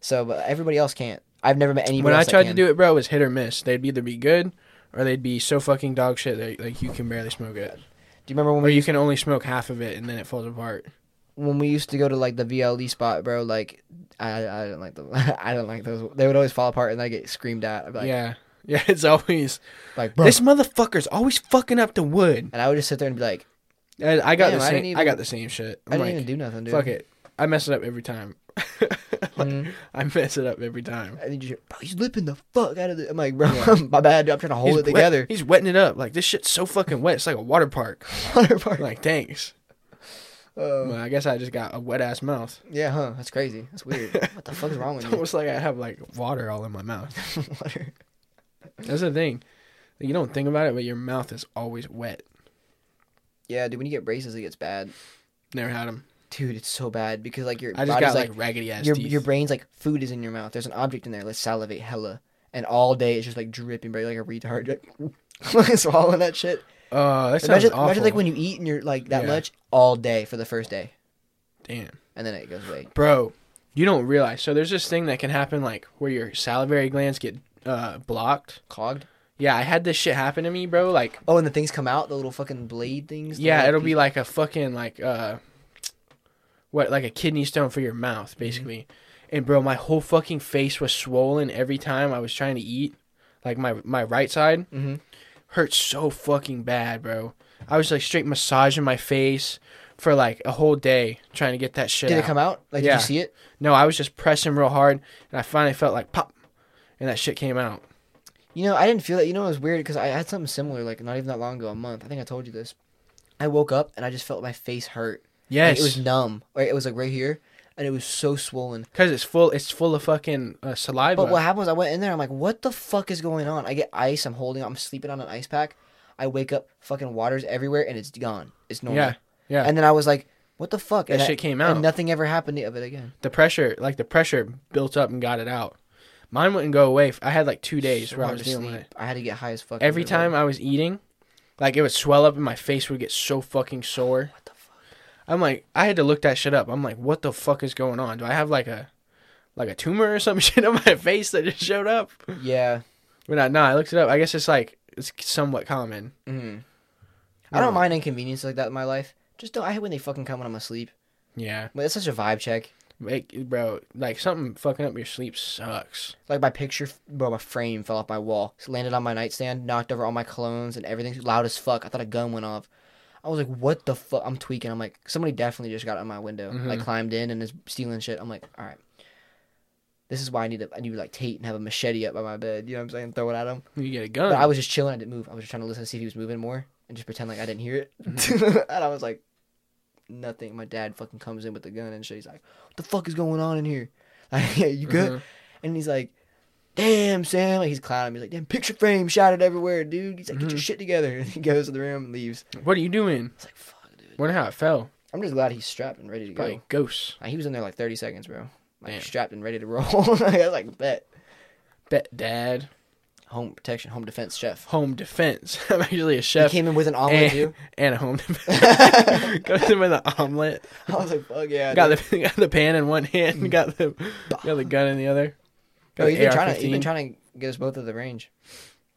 so but everybody else can't i've never met anybody when I else that tried to can. do it, bro, it was hit or miss. They'd either be good or they'd be so fucking dog shit that like you can barely smoke it, do you remember when or we you can only smoke half of it and then it falls apart. when we used to go to like the VLE spot, bro, like I I didn't like them. I didn't like those. They would always fall apart and I get screamed at. I'd be like, yeah, yeah, it's always like bro. this motherfucker's always fucking up the wood. and I would just sit there and be like, I, I got Damn, the same. I I, didn't even- got the same shit. I'm I didn't like, even do nothing, dude. fuck it. I mess it up every time. Like, Mhm. I mess it up every time. I think you should, bro, he's lipping the fuck out of it. I'm like, bro, my bad, dude. I'm trying to hold He's it together. Wet, he's wetting it up. Like this shit's so fucking wet. It's like a water park. Water park. like thanks. Uh, Well, I guess I just got a wet ass mouth. yeah, huh? That's crazy. That's weird. what the fuck's wrong It's with you? almost like I have like water all in my mouth. Water. That's the thing. Like, you don't think about it, but your mouth is always wet. Yeah, dude. When you get braces, it gets bad. Never had them. Dude, it's so bad because like your I just body's got like, like, raggedy ass your teeth. your brain's like food is in your mouth. There's an object in there. Let's salivate hella, and all day it's just like dripping, bro. You're Like a retard, You're like swallowing that shit. uh, that sounds Imagine, awful. imagine like when you eat and you're like that Yeah. much all day for the first day, Damn, and then it goes away. bro, you don't realize. So there's this thing that can happen, like where your salivary glands get uh blocked. Clogged. Yeah, I had this shit happen to me, bro. Like, Oh, and the things come out, the little fucking blade things. the yeah, little it'll pe- be like a fucking like uh, what like a kidney stone for your Mm-hmm. mouth, basically. And bro, my whole fucking face was swollen every time I was trying to eat. Like my my right side Mhm. hurt so fucking bad, bro. I was like straight massaging my face for like a whole day trying to get that shit. Did out. it come out? Like, Yeah. did you see it? No, I was just pressing real hard, and I finally felt like pop, and that shit came out. You know, I didn't feel that. You know, it was weird because I had something similar, like not even that long ago, a month. I think I told you this. I woke up and I just felt my face hurt. Like, Yes, it was numb. Right, it was like right here, and it was so swollen. because it's full. It's full of fucking uh, saliva. But what happened was I went in there. I'm like, what the fuck is going on? I get ice. I'm holding. I'm sleeping on an ice pack. I wake up. Fucking water's everywhere, and it's gone. It's normal. Yeah, yeah. And then I was like, what the fuck? That and I- shit came and out. nothing ever happened of it again. the pressure, like the pressure, built up and got it out. Mine wouldn't go away. I had like two days So where I hard was to dealing with sleep. it. I had to get high as fuck. Every time I was eating, like it would swell up and my face would get so fucking sore. What the fuck? I'm like, I had to look that shit up. I'm like, what the fuck is going on? Do I have like a, like a tumor or some shit on my face that just showed up? Yeah. But not, no, I looked it up. I guess it's like it's somewhat common. Mm. I Yeah. don't mind inconveniences like that in my life. Just don't. I hate when they fucking come when I'm asleep. Yeah. But it's such a vibe check. Like, bro, like something fucking up your sleep sucks. Like my picture, bro, my frame fell off my wall. It landed on my nightstand, knocked over all my colognes and everything. Loud as fuck. I thought a gun went off. I was like, what the fuck? I'm tweaking. I'm like, somebody definitely just got out my window. Mhm. Like climbed in and is stealing shit. I'm like, all right. This is why I need to. I need to like Tate and have a machete up by my bed. You know what I'm saying? Throw it at him. You get a gun. But I was just chilling. I didn't move. I was just trying to listen to see if he was moving more and just pretend like I didn't hear it. Mm-hmm. and I was like, nothing. My dad fucking comes in with the gun and shit. He's like, what the fuck is going on in here? Like, yeah, you good? Mhm. And he's like, damn, Sam. Like, he's clowning me. He's like, damn, picture frame shot it everywhere, dude. He's like, Mm-hmm. get your shit together. And he goes to the room and leaves. What are you doing? It's like, fuck, dude. Wonder how it fell. I'm just glad he's strapped and ready to go. Probably ghosts. Like, he was in there like 30 seconds, bro. Like, Damn. strapped and ready to roll. I was like, bet. Bet dad. Home protection, home defense chef. Home defense. I'm actually a He chef came in with an omelet, too. and, and a home defense. Goes in with an omelet. I was like, fuck yeah. Got dude. the got the pan in one hand. Got the got the gun in the other. Got Bro, Oh, he's the been, trying to, he's AR-15. been trying to get us both at the range.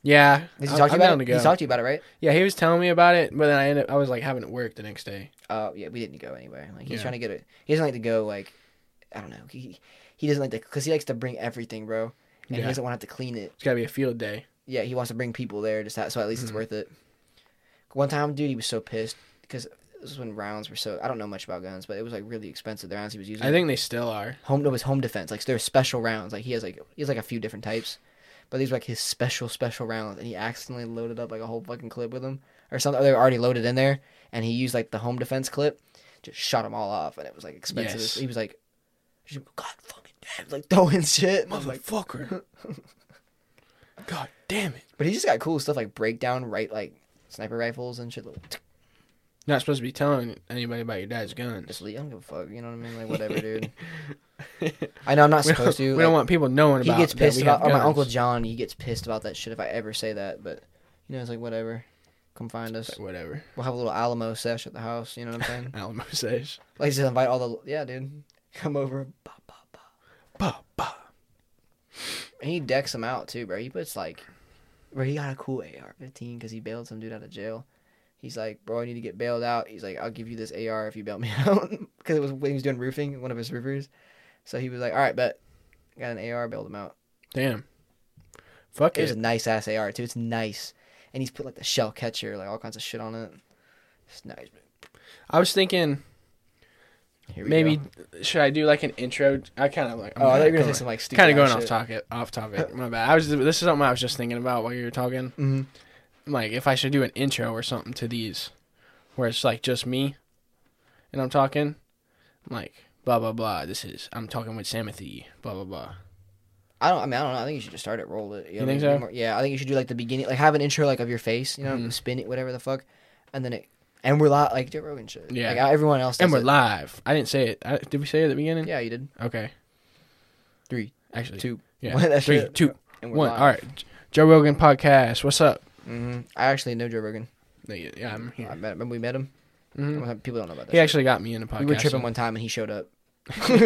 yeah, Has he I'm- talked I'm to you down about to it? go. He's talked to you about it, right? yeah, he was telling me about it, but then I ended. Up, I was like having to work the next day. Oh yeah, we didn't go anywhere. Like he's Yeah. trying to get it. He doesn't like to go like, I don't know. He he doesn't like to because he likes to bring everything, bro. And Yeah. he doesn't want to have to clean it. It's gotta be a field day. Yeah, he wants to bring people there just that, so at least Mm-hmm. it's worth it. One time, dude, he was so pissed because this was when rounds were so. I don't know much about guns, but it was like really expensive. The rounds he was using. I think they still are. home no, it was home defense. Like there's special rounds. Like he has like he has like a few different types, but these were like his special special rounds. And he accidentally loaded up like a whole fucking clip with them or something. Or they were already loaded in there, and he used like the home defense clip, just shot them all off, and it was like expensive. Yes. He was like, just, God fucking damn, like throwing shit. And I was like, Motherfucker. God damn it. but he just got cool stuff like breakdown right like sniper rifles and shit. Like, Not supposed to be telling anybody about your dad's guns. just leave. I don't give a fuck. You know what I mean? Like whatever, dude. I know I'm not We don't, supposed to. we don't like, want people knowing he about gets that pissed we about have or my guns. uncle John. He gets pissed about that shit if I ever say that. But you know, it's like whatever. Come find us. Like, whatever. We'll have a little Alamo sesh at the house. You know what I'm saying? Alamo says. like just invite all the yeah, dude. Come over. Bah, bah, bah. Bah, bah. And he decks him out too, bro. He puts like, bro. He got a cool AR-15 because he bailed some dude out of jail. He's like, bro, I need to get bailed out. He's like, I'll give you this AR if you bail me out because it was when he was doing roofing, one of his roofers. So he was like, all right, bet. Got an AR, bailed him out. Damn. Fuck It was a it. nice ass AR too. It's nice, and he's put like the shell catcher, like all kinds of shit on it. It's nice. Man. I was thinking Here we maybe go. should I do like an intro? I kind of like. Oh, I thought you were gonna say some like stupid. Kind of going ass off shit. topic. Off topic. My bad. I was. This is something I was just thinking about while you were talking. Mhm. Like if I should do an intro or something to these, where it's like just me, and I'm talking, I'm like blah blah blah. This is I'm talking with Samothy. Blah blah blah. I don't. I mean, I don't know. I think you should just start it, roll it. You, know, think it'd be so? more- yeah, I think you should do like the beginning, like have an intro like of your face, you know, Mhm. spin it, whatever the fuck, and then it. And we're live, like Joe Rogan shit. Yeah. Like everyone else. And does we're live. I didn't say it. I, did we say it at the it. beginning? Yeah, you did. Okay. Three, Actually, two, Yeah. one. That's Three, it. two, And one. All right. J- Joe Rogan podcast. What's up? Mm-hmm. I actually know Joe Rogan. No, you- Yeah, I'm I here. met, remember we met him. Mhm. People don't know about that. He shit. actually got me in a podcast. we were tripping so- one time and he showed up.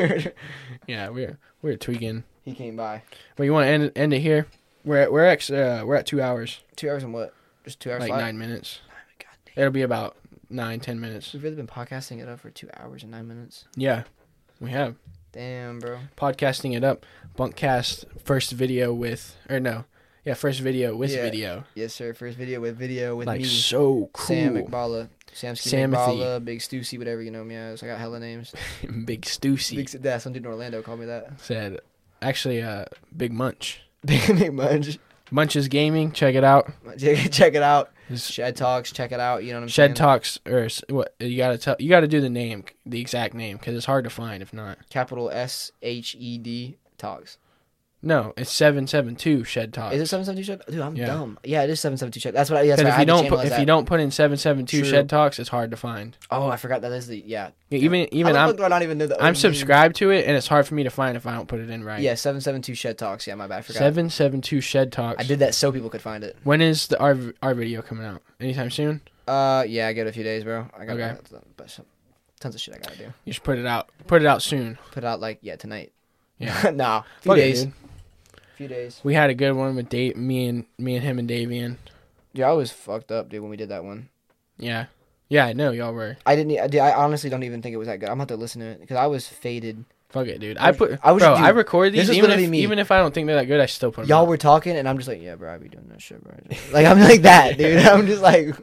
Yeah, we were we were tweaking. he came by. But you want to end end it here? We're at, we're at, uh, we're at two hours, Two hours and what? Just two hours. like flat? nine minutes. God damn. It'll be about nine ten minutes. We've really been podcasting it up for two hours and nine minutes. Yeah, we have. Damn, bro. podcasting it up. Bunkcast first video with or no, yeah, first video with Yeah, video. Yes, sir. First video with video with like me, so cool, Sam McBala, Sam Samothy. McBala, Big Stussy, whatever you know me as. I got hella names. Big Stussy Big, yeah, some dude in Orlando called me that. said, actually, uh, Big Munch, Big Big Munch. Munch is gaming. Check it out. Check check it out. His Shed talks. Check it out. You know what I'm Shed saying? talks or s- what you gotta tell you gotta do the name, the exact name, because it's hard to find if not. Capital S H E D talks. No, it's seven seven two Shed Talks. Is it seven seven two shed? Dude, I'm Yeah. dumb. Yeah, it is seven seven two shed. That's what. I, that's 'Cause what I if had you to don't put, channelize if that. you don't put in seven seven two True. Shed Talks, it's hard to find. Oh, I forgot that is the yeah. Yeah, even even I I'm do I not even know the. I'm OG. subscribed to it, and it's hard for me to find if I don't put it in right. Yeah, seven seven two shed talks. Yeah, my bad. I forgot. Seven seven two shed talks. I did that so people could find it. When is the our our video coming out? Anytime soon? Uh, yeah, I got a few days, bro. I got Okay. but some, tons of shit I gotta do. You should put it out. Put it out soon. Put out like yeah tonight. Yeah. nah, few Fuck it, days. dude. few days. We had a good one with Dave, me and me and him and Davian. Dude, I was fucked up, dude, when we did that one. Yeah. Yeah, I know y'all were. I didn't. e- I, did, I honestly don't even think it was that good. I'm gonna have to listen to it because I was faded. Fuck it, dude. I I was- put. I I was- was. Bro, dude, I record this these is even literally if me. even if I don't think they're that good. I still put them. Y'all out. were talking, and I'm just like, yeah, bro, I be doing that shit, bro. like I'm like that, dude. I'm just like,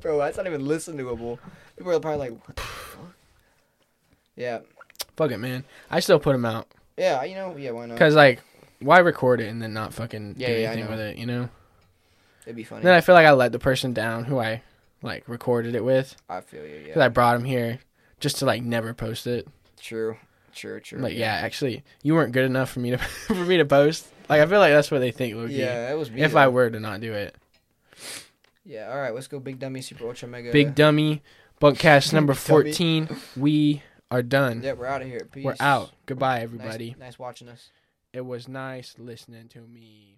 bro, that's not even listenable. People are probably like, what the fuck? Yeah, Fuck it, man. I still put them out yeah, you know, yeah, why not? because like, why record it and then not fucking Uh, Yeah, do yeah, I anything know. with it? You know. It'd be funny. Then I feel like I let the person down who I like recorded it with I feel you. Yeah. because I brought him here just to like never post it. True. True. True. Like yeah, actually, you weren't good enough for me to for me to post. Like I feel like that's what they think. Loki. Yeah, that was me. If though. I were to not do it, Yeah. All right. Let's go. Big dummy. Super ultra mega. big dummy, bunkcast number Dummy. fourteen. We are done. Yeah, we're out of here. Peace. We're out. Goodbye, Nice- everybody. nice watching us. It was nice listening to me.